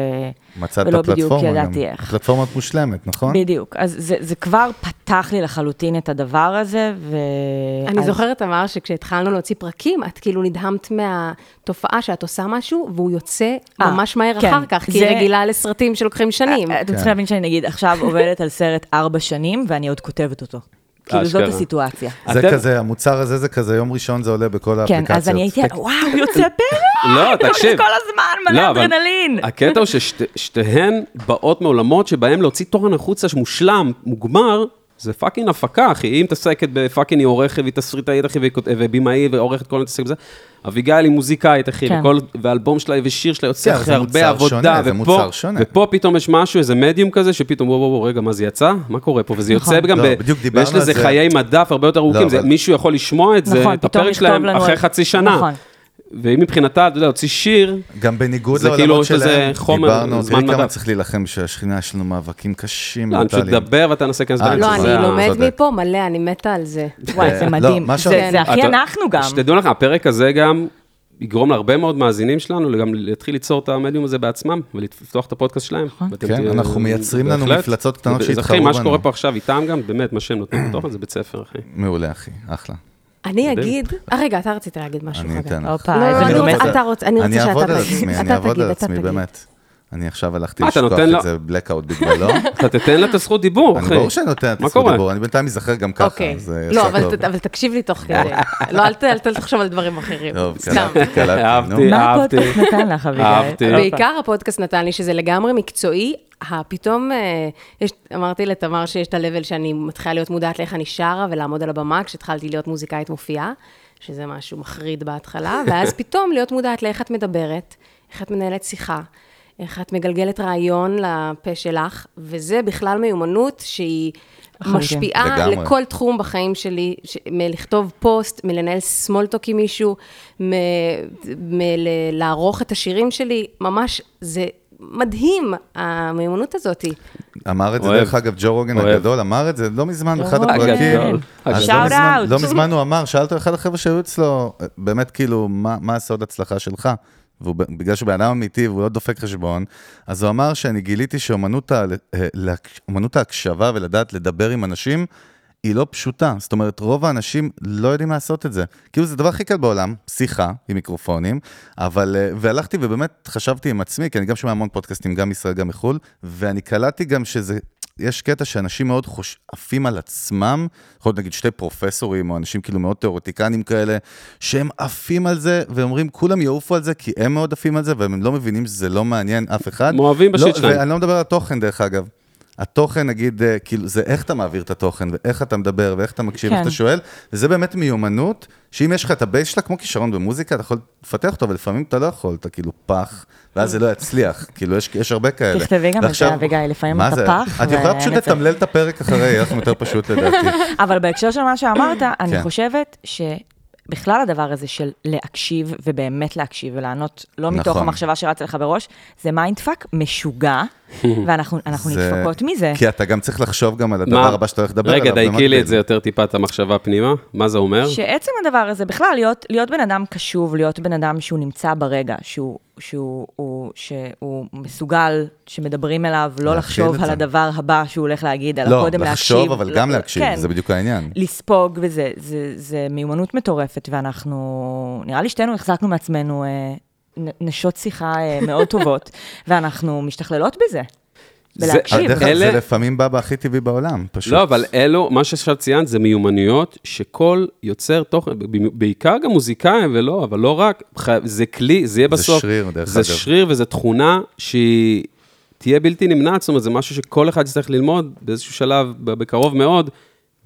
מצאת את ולא הפלטפורמה. בדיוק גם. ידעתי איך. הפלטפורמה את מושלמת, נכון? בדיוק. אז זה, זה כבר פתח לי לחלוטין את הדבר הזה, ו... אני אז- זוכרת, אמר שכשהתחלנו להוציא פרקים, את כאילו נדהמת מהתופעה שאת עושה משהו, והוא יוצא אה, ממש מהר כן. אחר כך, כי זה- אה, היא רגילה לסרטים שלוקחים שנים. כן. אתם צריכים להבין שאני נגיד עכשיו עובדת על סרט ארבע שנים, ואני עוד כותבת אותו. כאילו זאת אשכרה. הסיטואציה. זה אתם- כזה, המוצר הזה זה כזה, יום ראשון זה עולה בכל כן, האפליקציות. אז אני הייתי, וואו, יוצא פרק! לא, תקשיב. כל הזמן, מלא לא, אבל אדרנלין. הקטע הוא ששתיהן באות מעולמות שבהן להוציא תורן החוצה שמושלם, מוגמר, זה פאקינג הפקה, אחי. היא מתעסקת בפאקינג, היא עורכת, והיא תסריטאית, אחי, והיא כות- ובימאי, ועורכת כל מיני מתעסקים בזה. אביגיל היא מוזיקאית, אחי, כן. וכל, ואלבום שלה ושיר שלה יוצא כן, אחרי זה מוצר הרבה עבודה, שונה, זה ופה, מוצר שונה. ופה פתאום יש משהו, איזה מדיום כזה, שפתאום, וואו, וואו, רגע, מה זה יצא? מה קורה פה? וזה יוצא נכון. גם, לא, ב- בדיוק דיברנו ויש על לזה זה. לא, חיי מדף הרבה יותר ארוכים, זה- אבל- מישהו יכול לשמוע את זה, נכון, את פתאום הפרק לכתוב שלהם לנו אחרי את- חצי שנה. נכון. והיא מבחינתה, אתה יודע, הוציא שיר, גם בניגוד זה כאילו לעולמות יש לזה שלהם, חומר, דיברנו, זמן תראי כמה מדף. צריך להילחם שהשכינה יש לנו מאבקים קשים. לא, אני פשוט מנטליים. אדבר ואתה כן ננסה להיכנס אה, באמצע. לא, זה אני היה- לומדת צודק. מפה מלא, אני מתה על זה. וואי, זה לא, מדהים. מה זה- שאתה- זה הכי אתה- אנחנו גם. שתדעו לכם, הפרק הזה גם יגרום להרבה מאוד מאזינים שלנו גם להתחיל ליצור את המדיום הזה בעצמם ולפתוח את הפודקאסט שלהם. נכון. ואתם כן, תהיו- אנחנו מייצרים לנו בהחלט. מפלצות קטנות וזה, שיתחרו אחי, מה בנו. שקורה פה עכשיו איתם גם, באמת, מה שהם נותנים בתוכן זה בית ספר, אחי. מעולה, אחי, אחלה. אני אגיד, אה, רגע, אתה רצית להגיד משהו אני אחר כך. אתן לך. הופה, לא, איזה לא, אני מלומדת. רוצה- אתה רוצה, אני רוצה אני שאתה אעבוד על תגיד. עצמי, אתה אני אעבוד תגיד, על אתה עצמי, תגיד. באמת. אני עכשיו הלכתי מה, אתה לשכוח נותן לו- את זה, blackout בגללו. אתה תתן לה את הזכות דיבור, אני אחי. ברור שאני נותן את מה הזכות קורה? דיבור, אני בינתיים אזכר גם ככה. אוקיי. זה לא, יצא אבל טוב. ת- אבל תקשיב לי תוך כדי. לא, אל ת- אל תחשוב על דברים אחרים. טוב, כן. סתם. קלטתי, קלטתי, נו. אהבתי. מה אהבתי. הפודקאסט נתן לך, אביגיל? אוקיי. אהבתי. הופה. אה, בעיקר הפודקאסט נתן לי שזה לגמרי מקצועי. ה- פתאום, אה, יש, אמרתי לתמר שיש את ה-level שאני מתחילה להיות מודעת לאיך אני שרה ולעמוד על הבמה, כשהתחלתי להיות מוזיקאית מופיעה, שזה משהו מחריד בהתחלה, ואז פתאום להיות מודעת לאיך את מדברת, איך את מנהלת שיחה, איך את מגלגלת רעיון לפה שלך, וזה בכלל מיומנות שהיא לחלוטין. משפיעה לגמרי. אה, לכל תחום בחיים שלי, ש- מלכתוב פוסט, מלנהל סמולטוק עם מישהו, מלערוך את השירים שלי, ממש, זה מדהים, המיומנות הזאת. אמר את זה, אוהב. דרך אגב, ג'ו רוגן אוהב. הגדול אמר את זה לא מזמן באחד רוגן. הפרקים. הגדול. אז הגדול. לא מזמן- אוקיי. Shout out. לא מזמן הוא אמר, שאלת אחד החבר'ה שהיו אצלו, באמת כאילו, מה מה הסוד הצלחה שלך? ובגלל שהוא בן אדם אמיתי והוא לא דופק חשבון, אז הוא אמר שאני גיליתי שאומנות ה- אה, להק- אומנות ההקשבה ולדעת לדבר עם אנשים, היא לא פשוטה. זאת אומרת, רוב האנשים לא יודעים לעשות את זה. כאילו, זה הדבר הכי קל בעולם, שיחה עם מיקרופונים, אבל... אה, והלכתי ובאמת חשבתי עם עצמי, כי אני גם שומע המון פודקאסטים, גם מישראל, גם מחו"ל, ואני קלטתי גם שזה... יש קטע שאנשים מאוד חוש... עפים על עצמם, יכול להיות נגיד שתי פרופסורים, או אנשים כאילו מאוד תיאורטיקנים כאלה, שהם עפים על זה, ואומרים, כולם יעופו על זה, כי הם מאוד עפים על זה, והם לא מבינים שזה לא מעניין אף אחד. מאוהבים בשיט לא, שלהם. ואני לא מדבר על התוכן, דרך אגב. התוכן, נגיד, אה, כאילו, זה איך אתה מעביר את התוכן, ואיך אתה מדבר, ואיך אתה מקשיב, כן. ואיך אתה שואל, וזה באמת מיומנות, שאם יש לך את הבייס שלה, כמו כישרון במוזיקה, אתה יכול לפתח אותו, ולפעמים אתה לא יכול, אתה כאילו פח, ואז זה לא יצליח, כאילו, יש, יש הרבה כאלה. תכתבי גם את זה, ועכשיו- אביגיל, לפעמים מה אתה זה? פח, את יכולה ואין פשוט את זה. לתמלל את הפרק אחרי, יהיה לך יותר פשוט לדעתי. אבל בהקשר של מה שאמרת, אני כן. חושבת שבכלל הדבר הזה של להקשיב, ובאמת להקשיב ולענות, לא מתוך נכון. המחשבה שרצה לך בראש, זה מיינדפאק משוגע, ואנחנו אנחנו זה- נדפקות מזה. כי אתה גם צריך לחשוב גם על מה- הדבר הבא שאתה הולך לדבר עליו. כן. רגע, דייקי לי במקביל. את זה יותר טיפה, את המחשבה פנימה, מה זה אומר? שעצם הדבר הזה, בכלל, להיות, להיות בן אדם קשוב, להיות בן אדם שהוא נמצא ברגע, שהוא, שהוא, הוא, שהוא מסוגל, שמדברים אליו, לא להכיל לחשוב את על זה. הדבר הבא שהוא הולך להגיד, אלא לא, קודם להקשיב. לחשוב, אבל גם לא- להקשיב, כן. זה בדיוק העניין. לספוג, וזה זה, זה מיומנות מטורפת, ואנחנו, נראה לי שתינו החזקנו מעצמנו אה, נ- נשות שיחה אה, מאוד טובות, ואנחנו משתכללות בזה. זה- ולהקשיב. דרך אגב, זה אלה- לפעמים בא בהכי טבעי בעולם, פשוט. לא, אבל אלו, מה שעכשיו ציינת זה מיומנויות שכל יוצר תוכן, ב- בעיקר גם מוזיקאים ולא, אבל לא רק, חי- זה כלי, זה יהיה זה בסוף. שריר, דרך זה אגב. שריר וזו תכונה שהיא תהיה בלתי נמנעת, זאת אומרת, זה משהו שכל אחד יצטרך ללמוד באיזשהו שלב, ב- בקרוב מאוד,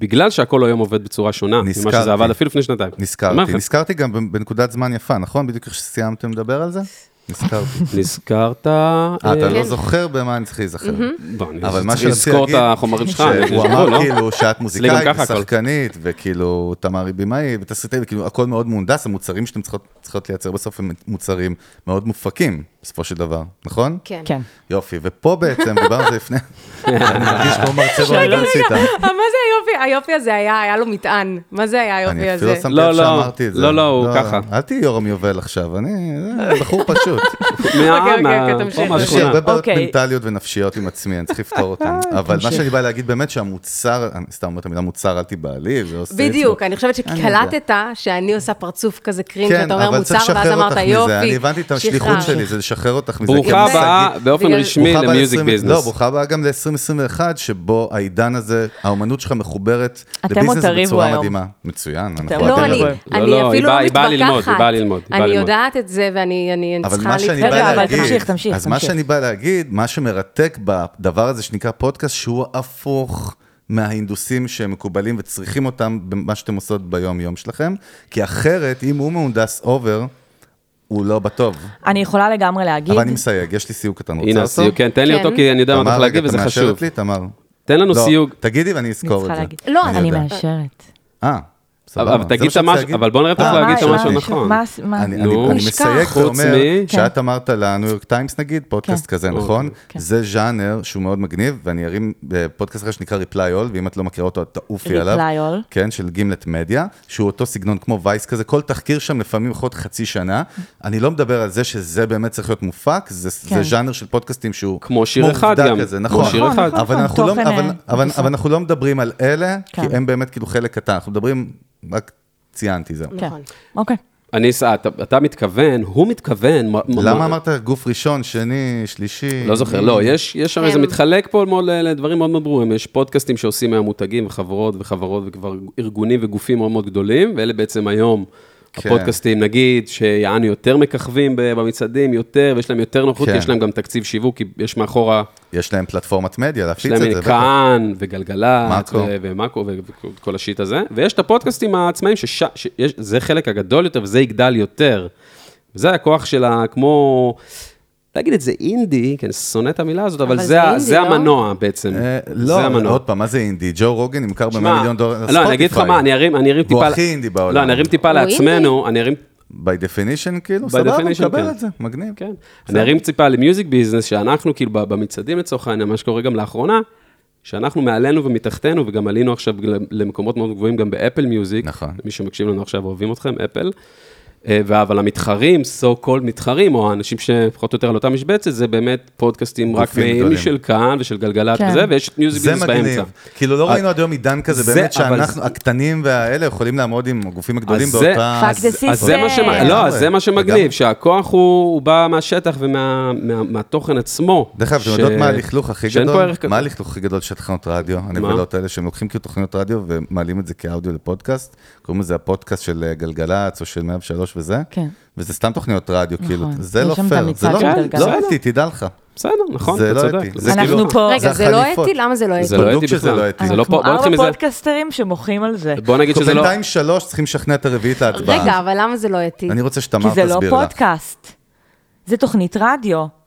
בגלל שהכל היום עובד בצורה שונה, ממה שזה נזכרתי. עבד אפילו לפני שנתיים. אומר נזכרתי, לכם, נזכרתי גם בנ- בנקודת זמן יפה, נכון? בדיוק איך שסיימתם לדבר על זה? נזכרתי. נזכרת... אה, אתה אה, כן. לא זוכר במה אני צריך להיזכר. בוא, אני אבל מה צריך שרציתי לזכור את להגיד, החומרים שלך. אני- שהוא לא, לא? אמר כאילו שאת אצלי גם מוזיקאית ככה הכל. ושחקנית, וכאילו תמרי בימאי כאילו, ותסריטאית, וכאילו הכל מאוד מהונדס, המוצרים שאתם צריכות- צריכות לייצר בסוף הם מוצרים מאוד מופקים. בסופו של דבר, נכון? כן. כן. יופי, ופה בעצם, דיברנו על זה לפני, אני מרגיש כמו מרצה באוניברסיטה. מה זה היופי? היופי הזה היה, היה לו מטען. מה זה היה היופי אני אפילו הזה? לא שמתי לא, לב לא, שאמרתי את זה. לא, לא, הוא ככה. אל תהיי יורם יובל עכשיו, אני אה, בחור פשוט. מהעם, אוקיי, אוקיי, ה- תמשיך. פה יש לי מהשכונה. הרבה בעיות אוקיי. מנטליות ונפשיות עם עצמי, אני צריך לפתור אותן. אה, אבל מה שאני בא להגיד באמת שהמוצר, אני סתם אומר את המילה מוצר, אל תיבהלי. זה עושה בדיוק, עצמו. אני חושבת אני יודע. שקלטת שאני עושה פרצוף כזה קרים, כן, שאתה אומר אבל מוצר, צריך ואז לשחרר אמרת אותך מזה, יופי, אני הבנתי את השליחות שחררנו." שלי, זה לשחרר אותך מזה. כי ברוכה המושג- הבאה באופן בגלל- רשמי ברוכה הבאה למיוזיק ל- לא, ביזנס. ברוכה הבאה גם ל-2021, שבו העידן הזה, האמנות שלך מחוברת אתם עוד לביזנס תריבו בצורה היום. מדהימה. מצוין, אנחנו עוד לא, אוהבים אני, את זה. לא, אני לא, היא אפילו באה- לא היא באה ללמוד, מתווכחת. היא באה ללמוד, היא באה אני ללמוד. יודעת את זה, ואני אני- אני אבל צריכה מה שאני בא לא, להתמודד. רגע, להגיד, אבל תמשיך, תמשיך, אז מה תמשיך. שאני בא להגיד, מה שמרתק בדבר הזה שנקרא פודקאסט, שהוא הפוך מההינדוסים שמקובלים וצריכים אותם במה שאתם עושות ביום-יום שלכם, כי אחרת, אם הוא מהונדס אובר, הוא לא בטוב. אני יכולה לגמרי להגיד, אבל אני מסייג, יש לי סיוג קטן, רוצה הנה, אותו? הסיוג, כן, תן לי כן. אותו, כי אני יודע מה אתה תמר, הולך רגע, להגיד, אתה וזה חשוב. מאשרת לי, תמר? תן לנו לא, סיוג. תגידי ואני אני אזכור את צריכה זה. להגיד. לא, אני יודע. מאשרת. אה, סבבה. אבל זה מה תגיד את שרציתי המש- להגיד. אבל בוא נראה אותך אה, להגיד את אה, המשהו נכון. אה, הנכון. מה- מה- אני, נו. אני, אני נשכח. מסייג חוץ ואומר מ- שאת אמרת לניו יורק טיימס נגיד, פודקאסט כן. כזה, נכון? זה ז'אנר שהוא מאוד מגניב, ואני ארים אה, פודקאסט אחר שנקרא Reply All, ואם את לא מכירה אותו, את תעופי Reply עליו. All. כן, של גימלט מדיה, שהוא אותו סגנון כמו וייס כזה, כל תחקיר שם לפעמים יכול להיות חצי שנה. אני לא מדבר על זה שזה באמת צריך להיות מופק, זה, כן. זה ז'אנר של פודקאסטים שהוא... כמו שיר אחד עובדה גם. כזה, כמו נכון. שיר אחד. אבל נכון, אנחנו לא- תוכן, אבל- אה, אבל- מבוסס. אבל אנחנו לא מדברים על אלה, כי כן. הם באמת כאילו חלק קטן, אנחנו מדברים, רק ציינתי, זהו. כן. אוקיי. אני אסע, אתה- אתה מתכוון, הוא מתכוון. מה- למה מה- אמרת גוף ראשון, שני, שלישי? לא זוכר, לא, יש, יש הרי זה הם- מתחלק פה מאוד ל- לדברים מאוד מאוד ברורים. יש פודקאסטים שעושים היום מותגים וחברות וחברות וכבר ארגונים וגופים מאוד מאוד גדולים, ואלה בעצם היום כן. הפודקאסטים, נגיד, שיענו יותר מככבים ב- במצעדים, יותר, ויש להם יותר נוחות, כן. כי יש להם גם תקציב שיווק, כי יש מאחורה, יש להם פלטפורמת מדיה יש להפיץ את להם זה. בטח. כאן וגלגלצ מאקו. ו- ומאקו ו- וכל השיט הזה, ויש את הפודקאסטים העצמאיים, שש- שיש- זה חלק הגדול יותר וזה יגדל יותר. וזה הכוח של ה... כמו... להגיד את זה אינדי, כי אני שונא את המילה הזאת, אבל, אבל זה, זה ה- אינדי, זה לא? המנוע בעצם. אה, זה לא, המנוע. עוד פעם, מה זה אינדי? ג'ו רוגן נמכר שמע, במאה מיליון דולר לא, אני אגיד לך מה, אני ארים, אני ארים טיפה... הוא ל- הכי אינדי בעולם. לא, אני ארים טיפה הוא לעצמנו, אני ארים... by definition, כאילו, By סבבה, הוא definition, כן. מקבל את זה, מגניב. כן. אני ארים טיפה למיוזיק ביזנס, שאנחנו, כאילו, ב- במצעדים לצורך העניין, מה שקורה גם לאחרונה, שאנחנו מעלינו ומתחתנו, וגם עלינו עכשיו ל- למקומות מאוד גבוהים גם באפל מיוזיק. נכון. מי שמקשיב לנו עכשיו, אוהבים אתכם, אפל. אה, ו- אבל המתחרים, so called מתחרים, או האנשים שפחות או יותר על אותה משבצת, זה באמת פודקאסטים רק גופים מאים גדולים. של כאן ושל גלגלת כן. וזה, ויש את מיוזיק זה ביזנס באמצע. אה, מגניב. כאילו, לא ראינו עד היום עידן זה- כזה, באמת אבל שאנחנו, זה- הקטנים והאלה, יכולים לעמוד עם הגופים הגדולים אז זה- באותה... Fuck the אז זה מה, שמ... כן. לא, אז זה מה לגמרי. שמגניב, שהכוח הוא, הוא בא מהשטח ומהתוכן מה, מהתוכן עצמו. דרך אגב, אתם ש- יודעות מה הלכלוך הכי שאין פה גדול? ערך כזה. מה הלכלוך הכי גדול של תחנות רדיו? הנבלות האלה שהם לוקחים כאילו תוכניות רדיו ומעלים את זה כאודיו לפודקאסט, קוראים לזה הפודקאסט של אה, גלגלצ או של 103 וזה, כן. וזה סתם תוכניות רדיו, כאילו, נכון. זה יש לא שם את פייר, המצעד זה לא של לא גלגלצ. אתי, תדע לך. בסדר, נכון, זה אתה לא צודק. אתי. זה אנחנו כאילו... פה- רגע, זה זה לא החליפות. אתי? למה זה לא אתי? זה לא בדוק אתי שזה בכלל. לא אתי. זה לא פה, בוא ארבע נתחיל מזה. פודקאסטרים שמוחים על זה. בוא נגיד שזה לא... בינתיים שלוש צריכים לשכנע את הרביעית להצבעה. רגע, אבל למה זה לא אתי? אני רוצה שתמר כי זה תסביר לא לה. פודקאסט. זה תוכנית רדיו.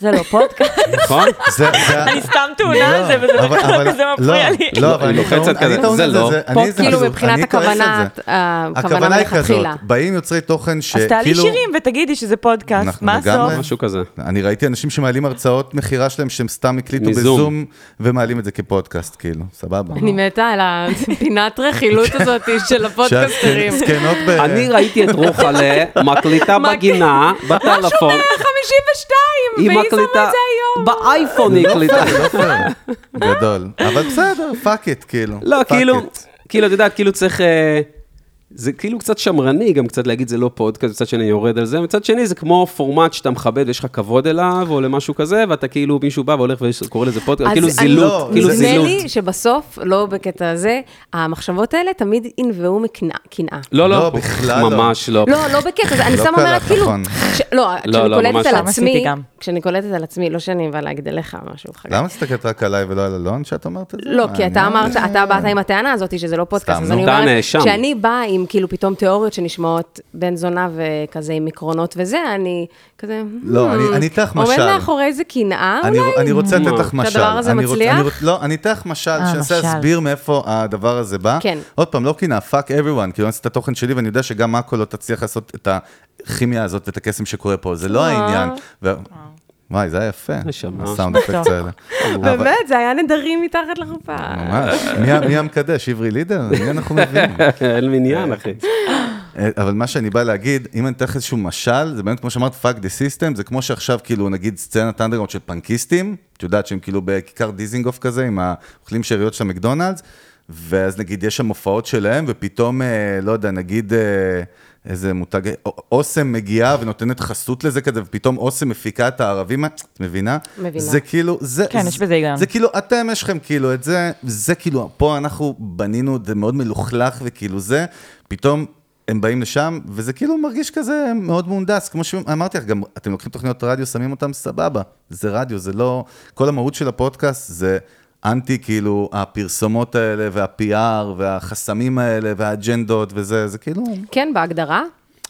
זה לא פודקאסט. נכון? זה- זה- אני סתם טעונה על זה, לא, וזה אבל- בכלל אבל- לא כזה מפריע לא, לי. לא, אבל היא אני לוחצת טעון- כזה, אני טעון זה את לא. זה, אני- פה זה- כאילו אני מבחינת כועס על זה. הכוונה, אה, הכוונה הכוונה היא כזאת, מלכתחילה. באים יוצרי תוכן שכאילו... אז תעלי שירים ותגידי שזה פודקאסט. אנחנו מה לגמרי- הסוף? משהו כזה. אני ראיתי אנשים שמעלים הרצאות מכירה שלהם שהם סתם הקליטו מזום. בזום ומעלים את זה כפודקאסט, כאילו, סבבה. אני מתה על הפינת רכילות הזאת של הפודקאסטרים. שאת כן, זקנות ב... אני ראיתי את רוחלה מקליטה מה- בגינה, בטלפון. מה היא שומע 52? והיא שמה מקליטה... את זה היום. באייפון היא הקליטה. לא פייר, גדול. אבל בסדר, פאק איט, כאילו. לא, fuck כאילו, it. כאילו, את יודעת, כאילו צריך... אה, זה כאילו קצת שמרני גם קצת להגיד זה לא פודקאסט, מצד שני יורד על זה, מצד שני זה כמו פורמט שאתה מכבד ויש לך כבוד אליו או למשהו כזה, ואתה כאילו מישהו בא והולך וקורא לזה פודקאסט, אז כאילו אני- זילות, לא, כאילו זה- נדמה זילות. לי שבסוף, לא בקטע הזה, המחשבות האלה תמיד ינבעו מקנאה. קנאה. לא, לא, לא, בכלל לא. ממש לא. לא, לא בקטע, זה- אני לא סתם אומרת, קלט, כאילו, נכון. כש- לא, כשאני לא, ממש קולטת על לא. עשיתי עצמי, גם. כשאני קולטת על עצמי, לא שאני באה להגיד עליך משהו אחר. למה הסתכלת רק עליי ולא על אלון שאת אמרת את זה? לא, כי אתה מעניין. אמרת, אתה באת עם הטענה הזאת שזה לא פודקאסט, סתם, אז נו. אני אתה אומרת, הנאשם. כשאני באה עם כאילו פתאום תיאוריות שנשמעות בן זונה וכזה עם עקרונות וזה, אני כזה... לא, אני- "Hmm, אני אתן לך משל." עומד מאחורי זה קנאה אני, אולי? אני רוצה לתת לך משל. שהדבר הזה אני רוצ- מצליח? אני רוצ- לא, אני אתן לך משל, אה, שאנסה משל. להסביר מאיפה הדבר הזה בא. כן. עוד פעם, לא קינא, פאק everyone, כאילו אני עושה את התוכן שלי, ואני יודע שגם מאקו לא תצליח לעשות את הכימיה הזאת ואת הקסם שקורה פה, זה לא העניין. ו- וואי, זה היה יפה, נשמה. הסאונד אפקט האלה. אבל- באמת, זה היה נדרים מתחת לחופה. ממש, מי ה- מי המקדש, עברי לידר? מי אנחנו מבינים? אל מניין, אחי. אה, אבל מה שאני בא להגיד, אם אני אתן לך איזשהו משל, זה באמת כמו שאמרת, fuck the system, זה כמו שעכשיו כאילו נגיד סצנת אנדרגרונד של פנקיסטים, את יודעת שהם כאילו בכיכר דיזינגוף כזה, עם האוכלים שאריות של המקדונלדס, ואז נגיד יש שם הופעות שלהם, ופתאום, אה, לא יודע, נגיד אה, איזה מותג, א- אוסם מגיעה ונותנת חסות לזה כזה, ופתאום אוסם מפיקה את הערבים, את מבינה? מבינה. זה כאילו, זה... כן, יש בזה היגיון. זה כאילו, אתם, יש לכם כאילו את זה, זה כאילו, פה אנחנו בנינו, את זה מאוד מלוכלך וכאילו זה, פתאום הם באים לשם, וזה כאילו מרגיש כזה מאוד מהונדס, כמו שאמרתי לך, גם אתם לוקחים תוכניות רדיו, שמים אותם סבבה, זה רדיו, זה לא, כל המהות של הפודקאסט זה אנטי, כאילו, הפרסומות האלה, וה-PR, והחסמים האלה, והאג'נדות, וזה, זה כאילו... כן, בהגדרה, או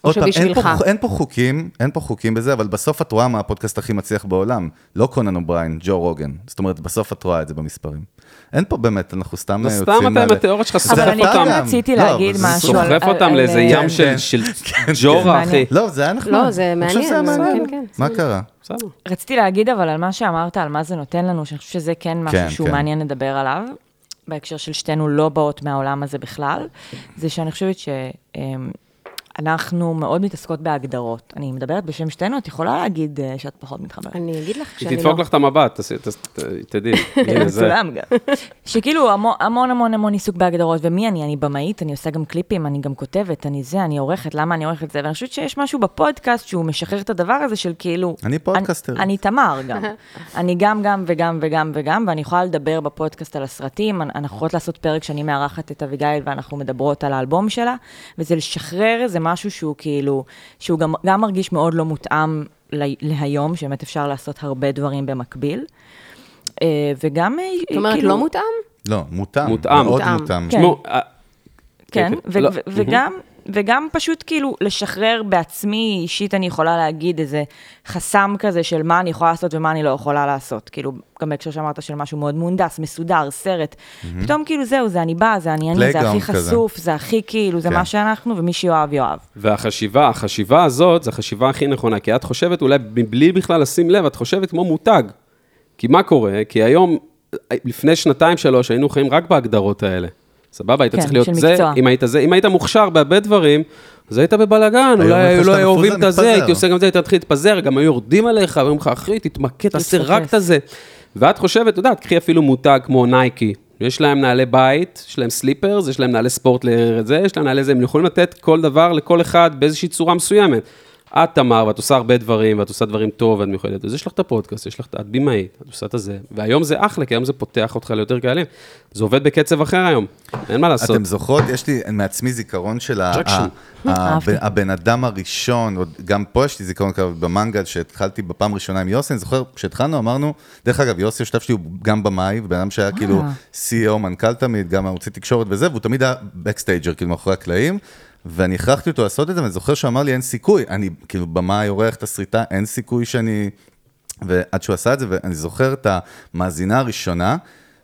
עוד פעם, אין שבשבילך. פה, אין פה חוקים, אין פה חוקים בזה, אבל בסוף את רואה מה הפודקאסט הכי מצליח בעולם. לא קונן אובריין, ג'ו רוגן. זאת אומרת, בסוף את רואה את זה במספרים. אין פה באמת, אנחנו סתם זה יוצאים... סתם אתה עם מהלב. התיאוריות שלך, זה סוחף אבל אני סתם. כן גם. רציתי לא, להגיד אבל זה משהו סוחף על... סוחף על- אותם על- לאיזה על- ים של- כן. של ג'ורה, אחי. מעניין. לא, זה היה נחמד. לא, זה אני חושב שזה היה מעניין, מעניין. כן, כן, מה קרה? בסדר. רציתי להגיד אבל על מה שאמרת, על מה זה נותן לנו, שאני חושבת שזה כן משהו כן, שהוא כן. מעניין לדבר עליו, בהקשר של שתינו לא באות מהעולם הזה בכלל, זה שאני חושבת שאנחנו מאוד מתעסקות בהגדרות. אני מדברת בשם שתינו, את יכולה להגיד אה, שאת פחות מתחברת. אני אגיד לך היא כשאני לא... תדפוק לך את המבט, תעשי- תעשי- ת- תדעי. הנה, זה. מצולם גם. שכאילו המון המון המון המון עיסוק בהגדרות, ומי אני? אני במאית, אני עושה גם קליפים, אני גם כותבת, אני זה, אני עורכת, למה אני עורכת זה? ואני חושבת שיש משהו בפודקאסט שהוא משחרר את הדבר הזה של כאילו... אני פודקאסטר. אני- אני תמר גם. אני גם, גם וגם וגם וגם, ואני יכולה לדבר בפודקאסט על הסרטים, אנ- אנחנו יכולות לעשות פרק שאני מארחת את אביגיל ואנחנו מדברות על האלבום שלה, וזה לשחרר איזה משהו שהוא כאילו, שהוא גם, גם מרגיש מאוד לא מותאם ל- להיום, שבאמת אפשר לעשות הרבה דברים במקביל. אה, וגם, אה, זאת אומרת, כאילו, לא מותאם? לא, מותאם. מותאם. מאוד מותאם. מותאם. כן. תשמעו, אה, כן, כן, כן. ו- לא, ו- וגם, וגם פשוט כאילו לשחרר בעצמי, אישית אני יכולה להגיד איזה חסם כזה של מה אני יכולה לעשות ומה אני לא יכולה לעשות. כאילו, גם בהקשר שאמרת של משהו מאוד מהונדס, מסודר, סרט. פתאום כאילו זהו, זה אני באה, זה אני אני, זה הכי Playground כזה. חשוף, זה הכי כאילו, זה כן. מה שאנחנו, ומי שיאהב, יאהב. והחשיבה, החשיבה הזאת, זו החשיבה הכי נכונה, כי את חושבת אולי מבלי בכלל לשים לב, את חושבת כמו מותג. כי מה קורה? כי היום, לפני שנתיים, שלוש, היינו חיים רק בהגדרות האלה. סבבה, היית כן, צריך להיות של זה, מקצוע. אם היית זה, אם היית מוכשר בהרבה דברים, אז היית בבלאגן, אומרים אולי לך לא שאתה אוהבים את מפוזר, הזה, מתפזר. הייתי עושה גם זה, היית מתחיל להתפזר, גם היו יורדים עליך, ואומרים לך, אחי, תתמקד, תעשה רק תסתפס. את הזה. ואת חושבת, אתה יודע, קחי אפילו מותג כמו נייקי. יש להם נעלי בית, יש להם סליפרס, יש להם נעלי ספורט לזה, יש להם נעלי זה, הם יכולים לתת כל דבר לכל אחד באיזושהי צורה מסוימת. את תמר, ואת עושה הרבה דברים, ואת עושה דברים טוב, ואת מיוחדת, אז יש לך את הפודקאסט, יש לך, את- את במאית, את עושה את הזה, והיום זה אחלה, כי היום זה פותח אותך ליותר קהלים. זה עובד בקצב אחר היום, אין מה לעשות. אתם זוכרות, יש לי מעצמי זיכרון של ה- ג'קשן. ה- ה- אהבתי. אה, הבן אדם הראשון, עוד- גם פה יש לי זיכרון כזה במנגל שהתחלתי בפעם הראשונה עם יוסי, אני זוכר, כשהתחלנו אמרנו, דרך אגב, יוסי השותף שלי הוא גם במאי, ובן אדם שהיה כאילו CEO, מנכ"ל תמיד, גם ערוצי תקשורת וזה, והוא תמיד היה בקסטייג'ר, כאילו מאחורי הקלעים. ואני הכרחתי אותו לעשות את זה, ואני זוכר שאמר לי, אין סיכוי, אני כאילו במאי, עורך, תסריטה, אין סיכוי שאני ועד שהוא עשה את זה, ואני זוכר את המאזינה הראשונה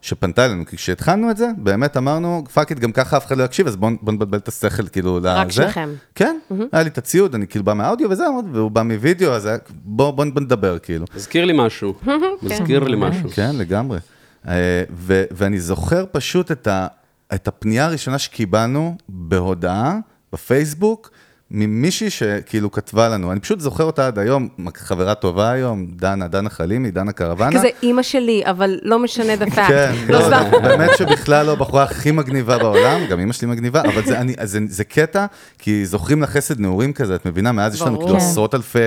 שפנתה אלינו, כי כשהתחלנו את זה, באמת אמרנו, פאק איט, גם ככה אף אחד לא יקשיב, אז בואו בוא נבלבל את השכל, כאילו, לזה. רק שלכם. כן, היה לי את הציוד, אני כאילו בא מהאודיו וזהו, והוא בא מווידאו, אז היה- בוא, בוא נדבר, כאילו. מזכיר לי משהו, מזכיר לי משהו. כן, לגמרי. אה, ו- ואני זוכר פשוט את, ה- את הפנייה הראשונה שקיבלנו בהודעה בפייסבוק, ממישהי שכאילו כתבה לנו, אני פשוט זוכר אותה עד היום, חברה טובה היום, דנה, דנה חלימי, דנה קרבנה. כזה אימא שלי, אבל לא משנה דה פאק. כן, לא לא, סתם. באמת שבכלל לא הבחורה הכי מגניבה בעולם, גם אימא שלי מגניבה, אבל זה, אני, זה, זה קטע, כי זוכרים לה חסד נעורים כזה, את מבינה? מאז יש לנו ברור. כאילו כן. עשרות אלפי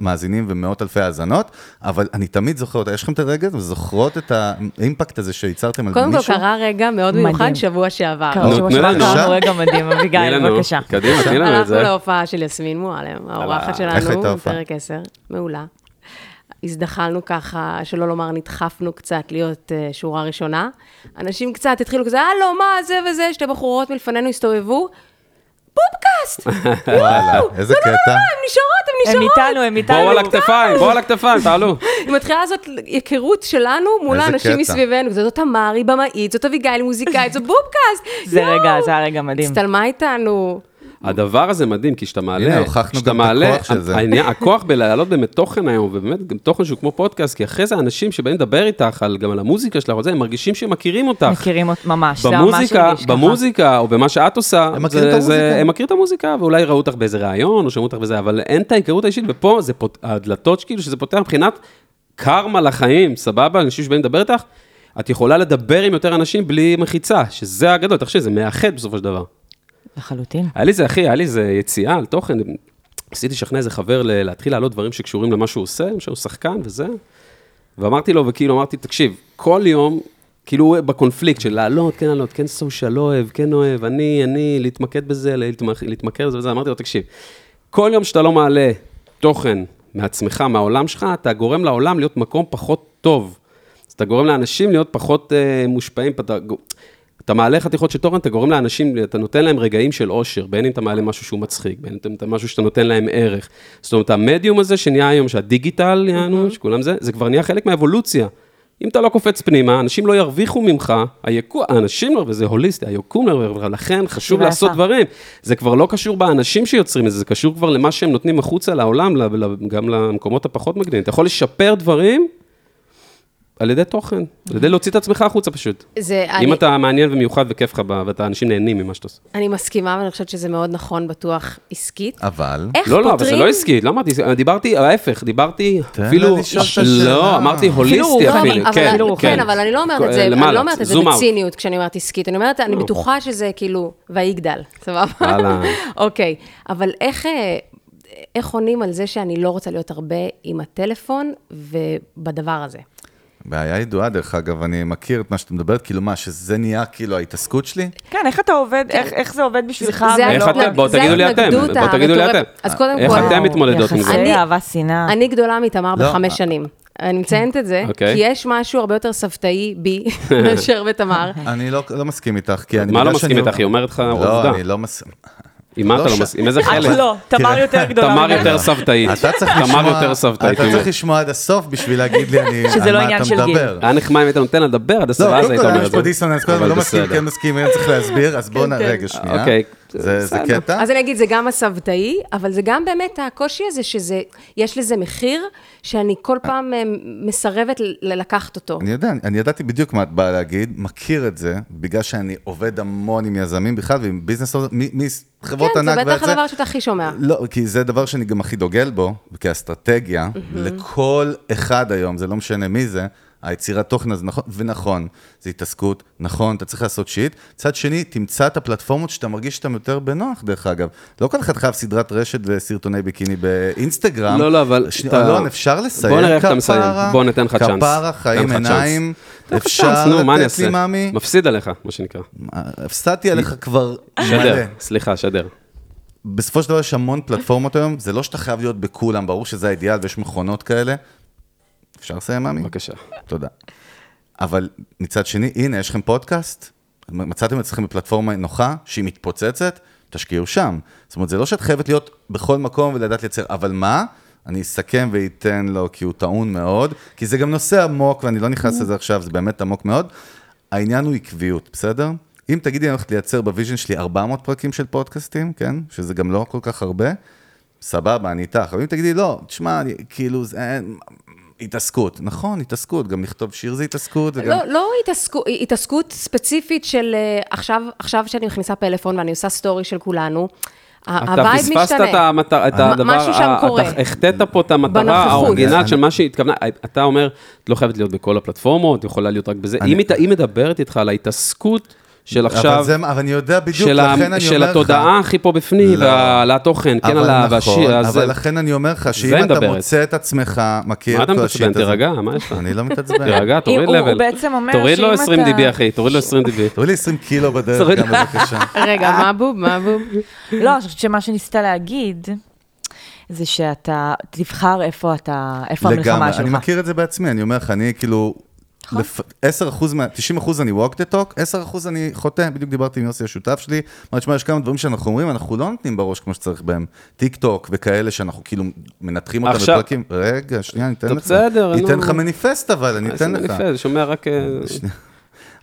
מאזינים ומאות אלפי האזנות, אבל אני תמיד זוכר אותה, יש לכם את הרגע, הזה? זוכרות את האימפקט הזה שייצרתם על קודם כל מישהו? קרה רגע מאוד מדהים. מיוחד שבוע שעבר. קראנו שבוע תני שעבר, לנו. קראנו רגע מדהים, תני אביגיל, לנו. כן. בבקשה. קדימה, תני לנו את הלכנו זה. להופעה של יסמין מועלם, איך האורחת הייתה שלנו, ההופעה? פרק 10, מעולה. הזדחלנו ככה, שלא לומר נדחפנו קצת להיות אה, שורה ראשונה. אנשים קצת התחילו כזה, הלו, מה זה וזה, שתי בחורות מלפנינו הסתובבו. פופקאסט! "לא, וואלה, איזה קטע. הן נשארות, הן הם נשארות. איתנו, הם איתנו. בואו על הכתפיים, בואו על הכתפיים, תעלו. היא מתחילה לעשות היכרות שלנו מול איזה האנשים קטע. מסביבנו. זאת תמר, היא במאית, זאת אביגיל, מוזיקאית, זאת בופקאסט. זה יואו! רגע, זה היה רגע מדהים. הצטלמה איתנו. הדבר הזה מדהים, כי כשאתה מעלה, הנה, הוכחנו כשאתה גם את מעלה, הכוח של זה. העניין- הכוח בלהעלות באמת תוכן היום, ובאמת גם תוכן שהוא כמו פודקאסט, כי אחרי זה האנשים שבאים לדבר איתך, על- גם על המוזיקה שלך, או זה, הם מרגישים שהם מכירים אותך. מכירים אות- ממש, זה ממש במוזיקה, הרגיש ככה. במוזיקה, או במה שאת עושה, הם מכירים את זה- המוזיקה. הם מכירים את המוזיקה, ואולי ראו אותך באיזה ראיון, או שמעו אותך בזה, אבל אין את ההיכרות האישית, ופה זה פות... הדלתות, כאילו, שזה פותח מבחינת קרמה לחיים, סבבה? אנשים שבאים לדבר איתך, את יכולה לדבר עם יותר אנשים בלי מחיצה, שזה הגדול, תחשבי, זה מאחד בסופו של דבר. לחלוטין. היה לי זה, אחי, היה לי איזה יציאה על תוכן, ניסיתי לשכנע איזה חבר ל- להתחיל להעלות דברים שקשורים למה שהוא עושה, למשל הוא שחקן וזה, ואמרתי לו, וכאילו אמרתי, תקשיב, כל יום, כאילו הוא בקונפליקט של לעלות, כן לעלות, כן סושיאל, לא אוהב, כן אוהב, אני, אני, להתמקד בזה, להתמח- להתמכר לזה וזה, אמרתי לו, תקשיב, כל יום שאתה לא מעלה תוכן מעצמך, מהעולם שלך, אתה גורם לעולם להיות מקום פחות טוב. אז אתה גורם לאנשים להיות פחות אה, מושפעים, אתה, אתה מעלה חתיכות של תוכן, אתה גורם לאנשים, אתה נותן להם רגעים של אושר, בין אם אתה מעלה משהו שהוא מצחיק, בין אם אתה משהו שאתה נותן להם ערך. זאת אומרת, המדיום הזה שנהיה היום, שהדיגיטל, יענו, שכולם זה, זה כבר נהיה חלק מהאבולוציה. אם אתה לא קופץ פנימה, אנשים לא ירוויחו ממך, היקו, האנשים לא, וזה הוליסטי, היקום לא ירוויח, לכן חשוב יפה. לעשות דברים. זה כבר לא קשור באנשים שיוצרים את זה, זה קשור כבר למה שהם נותנים החוצה לעולם, ל- ל- גם למקומות הפחות מגניבים. אתה יכול לשפר דברים על ידי תוכן, על ידי להוציא את עצמך החוצה פשוט. זה, אם אני- אתה מעניין ומיוחד וכיף לך, ב- ואתה אנשים נהנים ממה שאתה עושה. אני מסכימה, ואני חושבת שזה מאוד נכון, בטוח, עסקית. אבל... איך לא, פותרים... לא, אבל זה לא עסקי, לא אמרתי, עסקי, דיברתי, ההפך, דיברתי תן אפילו, לה לשאול את השאלה. לא, אמרתי לא, הוליסטי אבל- אפילו, אבל- כן, אה, כן, אבל אני לא אומרת את זה, למעלה, אני לא אומרת את זה zoom out. בציניות כשאני אומרת עסקית, אני אומרת, אני בטוחה שזה כאילו, ויגדל, סבבה? וואלה. אוקיי, אבל איך... אה, איך עונים על זה שאני לא רוצה להיות הרבה עם הטלפון ובדבר הזה? בעיה ידועה, דרך אגב, אני מכיר את מה שאת מדברת, כאילו מה, שזה נהיה כאילו ההתעסקות שלי? כן, איך אתה עובד, איך- איך זה עובד בשבילך? זה לא איך ההתנג- אתם? בואו זה תגידו לי אתם, ההתנגדות בואו תגידו לי אתם. המטורפת. אז קודם איך כל, אתם מתמודדות עם זה? יחסי אני- אהבה, שנאה. אני גדולה מתמר לא, בחמש שנים. אני מציינת את זה, אוקיי. כי יש משהו הרבה יותר סבתאי בי מאשר בתמר. אני לא לא מסכים איתך, כי אני... מה לא בגלל שאני- מסכים איתך? היא אומרת לך לא, עובדה. אני לא מסכים. עם מה אתה לא ש- מסכים? עם אה, איזה את חלק? לא, תמר תראה, יותר גדולה. תמר ממך. יותר סבתאית. אתה צריך לשמוע... תמר יותר סבתאית. אתה צריך לשמוע עד הסוף בשביל להגיד לי אני... שזה על לא מה עניין אתה של גיל. מדבר. היה נחמד אם היית נותן לה לדבר, עד לא, הסוף אז קודם היית כל אומר יש את זה. פה דיסוננס, כל הזמן אבל לא מסכים, בסדר. כן מסכים, אין צריך להסביר, אז בואו נ... רגע, שנייה. אוקיי. זה זה בסדר. קטע? אז אני אגיד, זה גם הסבתאי, אבל זה גם באמת הקושי הזה שזה, יש לזה מחיר, שאני כל פעם אה, מסרבת ל- לקחת אותו. אני יודע, אני- אני ידעתי בדיוק מה את באה להגיד, מכיר את זה, בגלל שאני עובד המון עם יזמים בכלל ועם ביזנס, מחברות כן, זה ענק בטח הדבר שאתה הכי שומע. לא, כי זה דבר שאני גם הכי דוגל בו, כאסטרטגיה, לכל אחד היום, זה לא משנה מי זה, היצירת תוכן הזה נכון, ונכון, זה התעסקות, נכון, אתה צריך לעשות שיט. מצד שני, תמצא את הפלטפורמות שאתה מרגיש שאתה יותר בנוח, דרך אגב. לא כל אחד חייב סדרת רשת וסרטוני ביקיני באינסטגרם. לא, לא, אבל שני, אתה- אלון, אפשר לסיים בוא נראה איך אתה כפרה? מסיים. בוא, ניתן לך צ'אנס. כפרה, חיים, ניתן לך צ'אנס. עיניים, טוב, אפשר צ'אנס, נו, מה אני לתת לי אעשה? מאמי? מפסיד עליך, מה שנקרא. הפסדתי עליך כבר מלא. שדר, סליחה, שדר. בסופו של דבר יש המון פלטפורמות היום, זה לא שאתה חייב להיות בכולם, ברור שזה האידיאל ויש מכונות כאלה. אפשר לסיים, עמי? בבקשה. תודה. אבל מצד שני, הנה, יש לכם פודקאסט, מצאתם את עצמכם בפלטפורמה נוחה, שהיא מתפוצצת, תשקיעו שם. זאת אומרת, זה לא שאת חייבת להיות בכל מקום ולדעת לייצר, אבל מה? אני אסכם ואתן לו, כי הוא טעון מאוד, כי זה גם נושא עמוק, ואני לא נכנס לזה עכשיו, זה באמת עמוק מאוד. העניין הוא עקביות, בסדר? אם תגידי, אני הולכת לייצר בוויז'ן שלי 400 פרקים של פודקאסטים, כן? שזה גם לא כל כך הרבה, סבבה, אני איתך. אבל אם תגידי, לא, תשמע, אני, כאילו, זה... התעסקות, נכון, התעסקות, גם לכתוב שיר זה התעסקות, זה גם... לא, לא התעסקו, התעסקות ספציפית של אה, עכשיו, עכשיו שאני מכניסה פלאפון ואני עושה סטורי של כולנו, ה- אתה הווייב משתנה. פספסת את המטרה, את אה? מה- הדבר, משהו שם ה- קורה. אתה החטאת פה את המטרה בנוכחות. האורגינלית אני- של מה שהתכוונה, אתה אומר, את לא חייבת להיות בכל הפלטפורמות, יכולה להיות רק בזה. אני- אם היא- היא מדברת איתך על ההתעסקות של אבל, עכשיו, זה, אבל אני יודע בדיוק, של, ה- לכן אני של אומר התודעה לך... הכי פה בפנים, לא. והעלאת תוכן, כן, אבל עלה, נכון, והשיר, אז אבל לכן אני אומר לך, שאם אתה מדברת. מוצא את עצמך, מכיר מה את אתה כל מתעצבן? השיט הזה... תירגע, מה יש לך? אני לא מתעצבן. תירגע, תוריד הוא- הוא לבל. בעצם אומר תוריד לו שאם 20 אתה- dB, אחי, תוריד לו 20 dB. תוריד לי 20 קילו בדרך תוריד. גם, בבקשה. רגע, מה בוב? מה בוב? לא, אני חושבת שמה שניסית להגיד, זה שאתה תבחר איפה אתה, איפה המלחמה לגמרי, שלך. אני מכיר את זה בעצמי, אני אומר לך, אני כאילו... לפ- 10%, מה- 90% אני walk the talk, 10% אני חוטא, בדיוק דיברתי עם יוסי השותף שלי, אמרתי, שמע, יש כמה דברים שאנחנו אומרים, אנחנו לא נותנים בראש כמו שצריך בהם, טיק טוק וכאלה שאנחנו כאילו מנתחים אותם עכשיו- בפרקים, רגע, שנייה, ניתן טוב, לך, בסדר, אני אתן נו. לך מניפסט אבל, אני אתן לך, יפה, זה שומע רק... אה,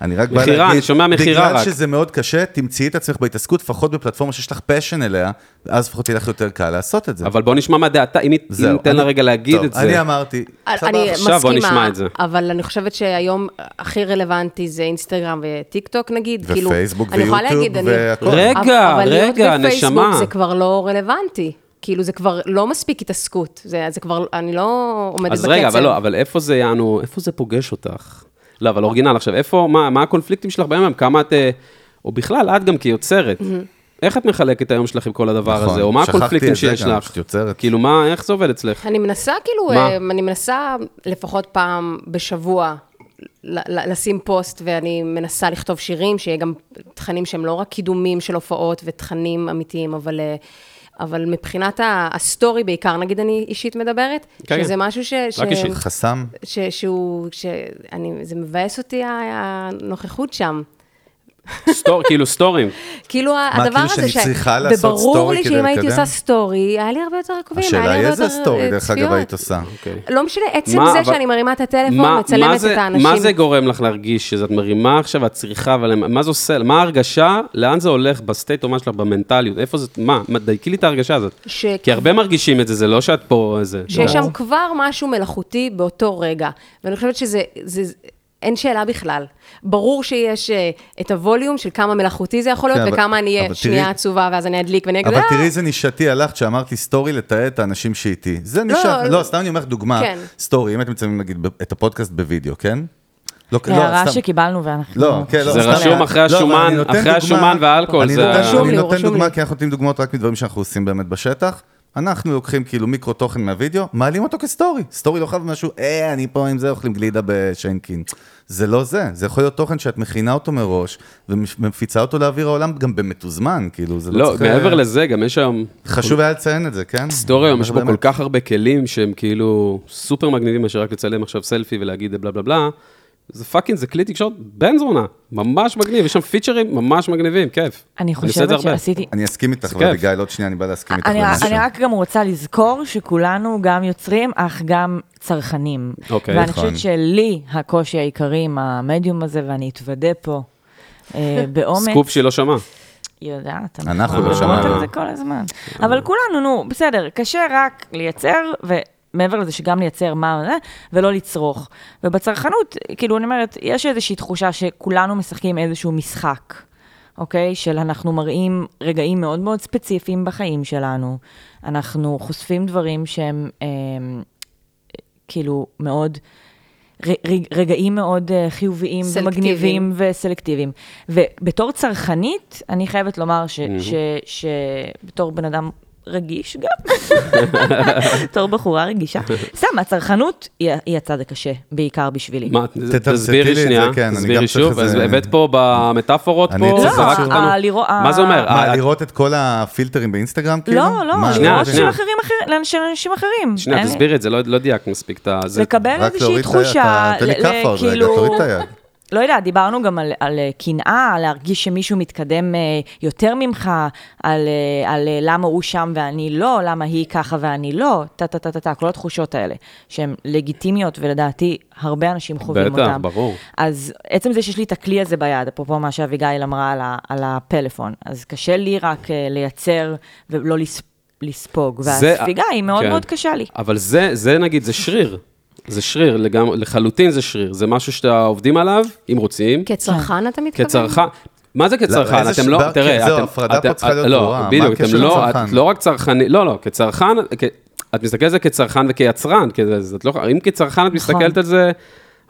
אני רק בא להגיד, מכירה, אני שומע מכירה בגלל רק. שזה מאוד קשה, תמצאי את עצמך בהתעסקות, לפחות בפלטפורמה שיש לך פשן אליה, אז לפחות יהיה לך יותר קל לעשות את זה. אבל בוא נשמע מה דעתה, אם היא- זהו, אם ניתן לה אני- רגע להגיד טוב, את זה. אני אמרתי, אני סבבה. עכשיו בוא מסכימה, נשמע את זה. אבל אני חושבת שהיום הכי רלוונטי זה אינסטגרם וטיק טוק נגיד. כאילו, ופייסבוק אני יכולה ויוטיוב להגיד, אני- והכל. רגע, אבל להיות רגע, בפייסבוק נשמה. זה כבר לא רלוונטי. כאילו, זה כבר לא מספיק התעסקות. זה זה כבר, אני לא עומדת בקצב. אז רגע, אבל לא, אבל איפה זה, יענו, איפה זה פוגש אותך? לא, אבל אורגינל עכשיו, איפה, מה, מה הקונפליקטים שלך ביום היום? כמה את, אה, או בכלל, את גם כיוצרת. איך את מחלקת את היום שלך עם כל הדבר נכון, הזה? או מה שכחתי הקונפליקטים את זה שיש גם, לך? שאת יוצרת. כאילו, מה, איך זה עובד אצלך? אני מנסה, כאילו, מה? אה, אני מנסה לפחות פעם בשבוע ל- ל- לשים פוסט, ואני מנסה לכתוב שירים, שיהיה גם תכנים שהם לא רק קידומים של הופעות ותכנים אמיתיים, אבל... אה, אבל מבחינת ה- הסטורי בעיקר, נגיד אני אישית מדברת, כן, שזה כן. משהו ש... ש- רק אישית. חסם, ש, שהוא, שאני, זה מבאס אותי ה- הנוכחות שם. סטור, כאילו, סטורים. כאילו ה- מה, הדבר כאילו הזה, שאני צריכה לעשות וברור סטורי לי כדי שאם הייתי לקדם? עושה סטורי, היה לי הרבה יותר עקובים, היה השאלה לי הרבה היא יותר איזה סטורי, אה, דרך אגב, צפיות. היית עושה. אוקיי. לא משנה, עצם מה, זה אבל- שאני מרימה את הטלפון, מה- מצלמת מה זה- את האנשים. מה זה גורם לך להרגיש? שאת מרימה עכשיו, את צריכה, אבל מה זה עושה? מה ההרגשה? לאן זה הולך בסטייט או מה שלך, במנטליות? איפה זה, מה? מה, דייקי לי את ההרגשה הזאת. ש- כי הרבה מרגישים את זה, זה אה, לא שאת פה איזה... שיש שם אה. כבר משהו מלאכותי באותו רגע. ואני חושבת שזה, זה, זה- אין שאלה בכלל. ברור שיש אה, את הווליום של כמה מלאכותי זה יכול כן, להיות, אבל- וכמה אני אבל אהיה שנייה תראי- עצובה, ואז אני אדליק ואני אגיד, אבל "אה, תראי איזה נישתי הלכת שאמרתי סטורי לתעד את האנשים שאיתי. זה נישה, לא. לא, סתם אני אומר לך דוגמה, כן. סטורי, אם אתם מצלמים נגיד ב- את הפודקאסט בווידאו, כן? לא, לא, הערה סתם. שקיבלנו ואנחנו... לא, כן, לא, זה סתם רשום אני- אחרי לא, אבל אני השומן- נותן אחרי דוגמה- השומן והאלכול, אני זה- נותן- רשום אני לי, הוא נותן רשום דוגמה, לי. כי אנחנו נותנים דוגמאות רק מדברים שאנחנו עושים באמת בשטח. אנחנו לוקחים כאילו מיקרו תוכן מהווידאו, מעלים אותו כסטורי. סטורי לא חייב משהו, אה, אני פה עם זה, אוכלים גלידה בשיינקין. זה לא זה, זה יכול להיות תוכן שאת מכינה אותו מראש, ומפיצה אותו לאוויר העולם גם במתוזמן, כאילו, זה לא, לא, צריך... מעבר לזה, גם יש היום... חשוב היה לציין את זה, כן? היסטוריה היום, יש אבל בו כל באמת. כך הרבה כלים שהם כאילו סופר מגניבים, מאשר רק לצלם עכשיו סלפי ולהגיד בלה בלה בלה. זה פאקינג, זה כלי תקשורת בן זונה, ממש מגניב, יש שם פיצ'רים ממש מגניבים, כיף. אני עושה את זה חושבת הרבה. שעשיתי... אני אסכים זה איתך, כיף. אביגיל, עוד שנייה אני בא להסכים איתך אני, במשהו. אני רק גם רוצה לזכור שכולנו גם יוצרים, אך גם צרכנים. אוקיי, ואני נכון. חושבת שלי הקושי העיקרי עם המדיום הזה, ואני אתוודה פה אה, באומץ. סקופ שהיא לא שמעה. יודעת. אנחנו לא אומרות שמענו. את זה כל הזמן. אבל כולנו, נו, בסדר, קשה רק לייצר, ומעבר לזה שגם לייצר מה זה, ולא לצרוך. ובצרכנות, כאילו, אני אומרת, יש איזושהי תחושה שכולנו משחקים איזשהו משחק, אוקיי? של אנחנו מראים רגעים מאוד מאוד ספציפיים בחיים שלנו. אנחנו חושפים דברים שהם אה, כאילו מאוד... ר- רג- רגעים מאוד אה, חיוביים סלקטיביים. ומגניבים וסלקטיביים. ובתור צרכנית, אני חייבת לומר ש- ש- שבתור בן אדם רגיש גם, בתור בחורה רגישה, סתם, הצרכנות היא ה- היא הצד הקשה, בעיקר בשבילי. מה, תתמצתי תסבירי לי את שנייה, זה, כן, אני תסבירי גם צריך שוב, אז איזה- הבאת פה במטאפורות אני פה, צריך זרקת משהו. אותנו. אה, לראות- מה זה אומר? מה, אה, לראות את כל הפילטרים באינסטגרם, כאילו? לא, לא, מה, שנייה, לראות של שנייה. אחרים אחרים, לאנשי- לאנשים אחרים. שנייה, אין לי- תסבירי את זה, לא לא דייקת מספיק את ה... זה- אה, לקבל רק איזושהי להוריד את היד, תחושה, אתה- תן לי ל- ל- כאפה עוד רגע, כאילו- תוריד את היד. לא יודעת, דיברנו גם על- על אה, קנאה, על להרגיש שמישהו מתקדם אה, יותר ממך, על אה, על, אה, למה הוא שם ואני לא, למה היא ככה ואני לא, טה-טה-טה-טה, כל התחושות האלה, שהן לגיטימיות, ולדעתי, הרבה אנשים חווים בטח, אותן. ברור. אז עצם זה שיש לי את הכלי הזה ביד, אפרופו מה שאביגיל אמרה על ה- על הפלאפון, אז קשה לי רק אה, לייצר ולא לס- לספוג, זה- והספיגה היא מאוד כן. מאוד קשה לי. אבל זה, זה נגיד, זה שריר. זה שריר, לגמרי, לחלוטין זה שריר. זה משהו שאתה עובדים עליו, אם רוצים. כן. כן. כצרכן אתה מתכוון? כצרכן. מה זה לא, כצרכן? איזה אתם ש- לא, בר- תראה, כן, זהו, אתם... ההפרדה אתם- פה צריכה להיות לא, ברורה. מה בדיוק, הקשר אתם לא, לצרכן? את לא רק צרכנית, לא, לא, כצרכן, כ- את מסתכלת על זה כצרכן וכיצרן, כזה, אז את לא- אם כצרכן נכון. את מסתכלת על זה,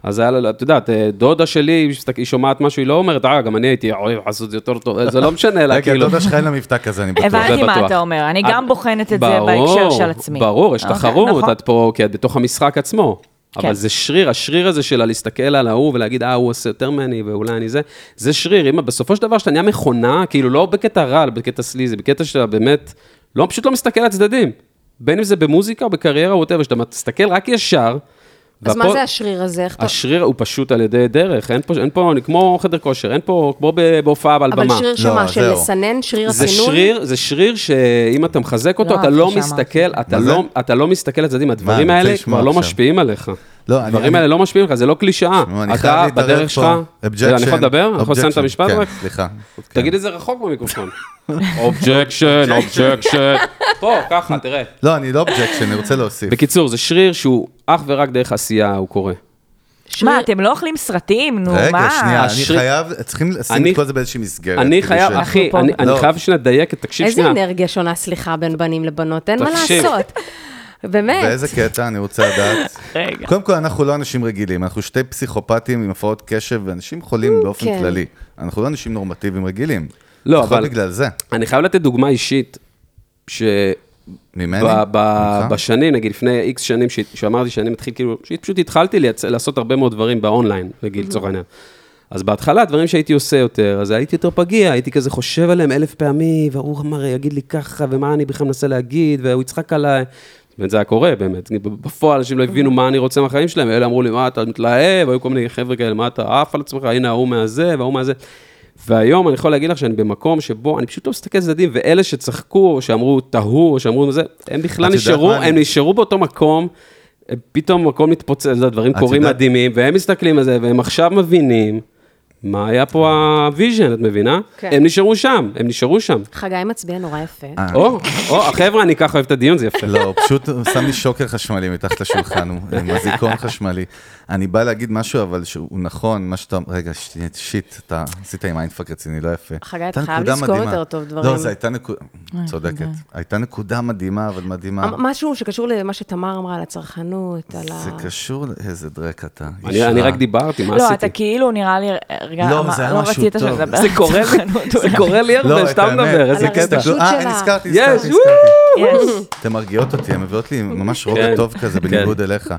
אז היה לה, את יודעת, אה, דודה שלי, מסתכל- היא שומעת משהו, היא לא אומרת, אה, גם אני הייתי, אוי, עשו את זה יותר טוב, זה לא משנה לה, רגע, כאילו. דודה שלך אין לה מבטא כזה, אני בטוח. הבנתי. זה מה בטוח. אתה אומר, אני גם את- בוחנת את זה ברור, בהקשר של עצמי. ברור, יש אוקיי, תחרות, נכון. את פה, כי את בתוך המשחק עצמו. כן. אבל זה שריר, השריר הזה שלה להסתכל על ההוא ולהגיד, אה, הוא עושה יותר ממני ואולי אני זה, זה שריר. אם בסופו של דבר שאתה נהיה מכונה, כאילו לא בקטע רע, אלא בקטע סליזי, בקטע שאתה באמת, לא, פשוט לא מסתכל על הצדדים. בין אם זה במוזיקה או בקריירה או ווטאבר, שאתה מסתכל רק ישר, אז מה והפוד- זה השריר הזה? איך אתה- השריר הוא פשוט על ידי דרך, אין פה, אין פה, כמו חדר כושר, אין פה, כמו ב- בהופעה על במה. אבל שריר שמה, לא, של זהו. לסנן, שריר זה הסינון? שריר, זה שריר שאם אתה מחזק לא אותו, אתה אהבתי לא שאמרת. מסתכל, אתה מה זה? לא, אתה לא מסתכל לצדדים, הדברים רוצה האלה לשמוע כבר לא עכשיו. משפיעים עליך. לא, אני- הדברים אני- האלה לא משפיעים עליך, זה לא קלישאה. נו, אני חייב אתה להתערב פה. בדרך שלך, רגע, אני יכול Objection, לדבר? אני יכול לסיים את objection. המשפט כן, רק? סליחה. תגיד את זה רחוק במיקרופון. אובג'קשן, אובג'קשן. פה, ככה, תראה. לא, אני לא אובג'קשן, אני רוצה להוסיף. בקיצור, זה שריר שהוא אך ורק דרך עשייה, הוא קורה. אה, מה, אתם לא אוכלים סרטים? נו, מה? רגע, שנייה, אני השריר- חייב, צריכים לשים אני- את כל זה באיזושהי מסגרת. אני כאילו חייב, ש- אחי, אנחנו פה- אני אני לא. חייב שנייה לדייק, תקשיב איזה שנייה. אנרגיה שונה, סליחה, בין בנים לבנות, אין מה תקשיב. לעשות. באמת. באיזה קטע אני רוצה לדעת? רגע. קודם כל, אנחנו לא אנשים רגילים, אנחנו שתי פסיכופטים עם הפרעות קשב ואנשים Mm, חולים באופן כן. כללי. אנחנו לא אנשים נורמטיביים רגילים. לא, לפחות אבל- בגלל זה. אני חייב לתת דוגמה אישית, ש... ממני? ב- ב- ממך? בשנים, נגיד לפני איקס שנים, ש- שאמרתי שאני מתחיל, כאילו, שפשוט התחלתי לייצ- לעשות הרבה מאוד דברים באונליין, נגיד, לצורך העניין. אז בהתחלה, הדברים שהייתי עושה יותר, אז הייתי יותר פגיע, הייתי כזה חושב עליהם אלף פעמים, והוא אמר, יגיד לי ככה, ומה אני בכלל מנסה להגיד, והוא יצחק עליי. וזה היה קורה, באמת. בפועל, אנשים לא הבינו מה אני רוצה מהחיים שלהם, ואלה אמרו לי, מה, אתה מתלהב? היו כל מיני חבר'ה כאלה, מה אתה עף על עצמך? הנה ההוא מהזה, וההוא מהזה. והיום אני יכול להגיד לך שאני במקום שבו אני פשוט לא מסתכל לצדדים, ואלה שצחקו, שאמרו תהו, שאמרו זה, הם בכלל את יודעת נשארו, מה אני- הם נשארו באותו מקום, הם פתאום הכל מתפוצץ, אתה יודע, דברים את קורים יודעת- מדהימים, והם מסתכלים על זה, והם עכשיו מבינים מה היה פה הוויז'ן, את מבינה? כן. הם נשארו שם, הם נשארו שם. חגי מצביע נורא יפה. או, או, חבר'ה, אני ככה אוהב את הדיון, זה יפה. אה. לא, הוא פשוט שם לי שוקר חשמלי מתחת לשולחן, הוא עם אזיקון חשמלי. אני בא להגיד משהו, אבל שהוא נכון, מה שאתה... רגע, שנייה, שיט, אתה עשית עם מיינדפאק רציני, לא יפה. חגי, אתה הייתה חייב נקודה לזכור מדהימה. יותר טוב דברים. לא, זו הייתה נקודה... צודקת. הייתה נקודה מדהימה, אבל מדהימה. אמ- משהו שקשור למה שתמר אמרה על הצרכנות, על ה... אה? זה קשור לאיזה דרק אתה. אני- איש אני רע. רק דיברתי, מה לא, אתה עשיתי? כאילו נראה לי, רגע, לא, אמר- זה היה לא משהו רצית טוב. שנדבר. זה קורה לי, סרטנות, זה אולי. קורה לי הרבה, לא, את סתם האמת, מדבר, איזה על קטע. הרגישות אה, שלה. הנה, הזכרתי, יש, הזכרתי, וואו. הזכרתי. Yes. אתן מרגיעות אותי, הן מביאות לי ממש רוב כן. טוב כזה, בניגוד אליך.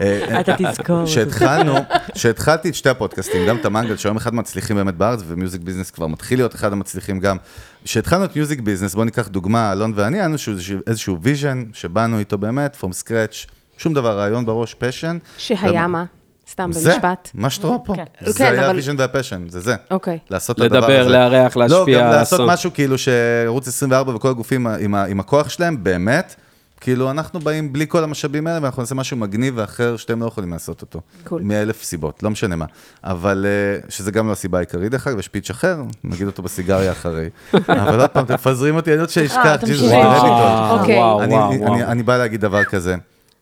אה, אתה תזכור. כשהתחלנו, כשהתחלתי את שתי הפודקאסטים, גם את המנגל, שהיום אחד מהמצליחים באמת בארץ, ומיוזיק ביזנס כבר מתחיל להיות אחד המצליחים גם. כשהתחלנו את מיוזיק ביזנס, בואו ניקח דוגמה, אלון ואני, היה לנו איזשהו- איזשהו ויז'ן, שבאנו איתו באמת, from scratch, שום דבר, רעיון בראש, פשן. שהיה מה? סתם, במשפט. זה, מה שאתה רואה פה. כן. זה כן, היה אבל- הוויז'ן והפשן, זה זה. אוקיי. לעשות את לדבר, הדבר הזה. לארח, להשפיע, לא, גם לעשות לעשות. משהו כאילו שערוץ 24 וכל הגופים עם ה- עם הכוח שלהם, באמת, כאילו אנחנו באים בלי כל המשאבים האלה, ואנחנו נעשה משהו מגניב ואחר שאתם לא יכולים לעשות אותו. קול. מאלף סיבות, לא משנה מה. אבל, אה, שזה גם לא הסיבה העיקרית, דרך אגב, יש פיץ' אחר, נגיד אותו בסיגריה אחרי. אבל עוד פעם, אתם מפזרים אותי, אני עוד אה, שאשכח, תמשיכי. ג'יזוס, תראה לי טוב. וואו, אוקיי. וואו, אני, וואו, אני, וואו. אני, אני בא להגיד דבר כזה,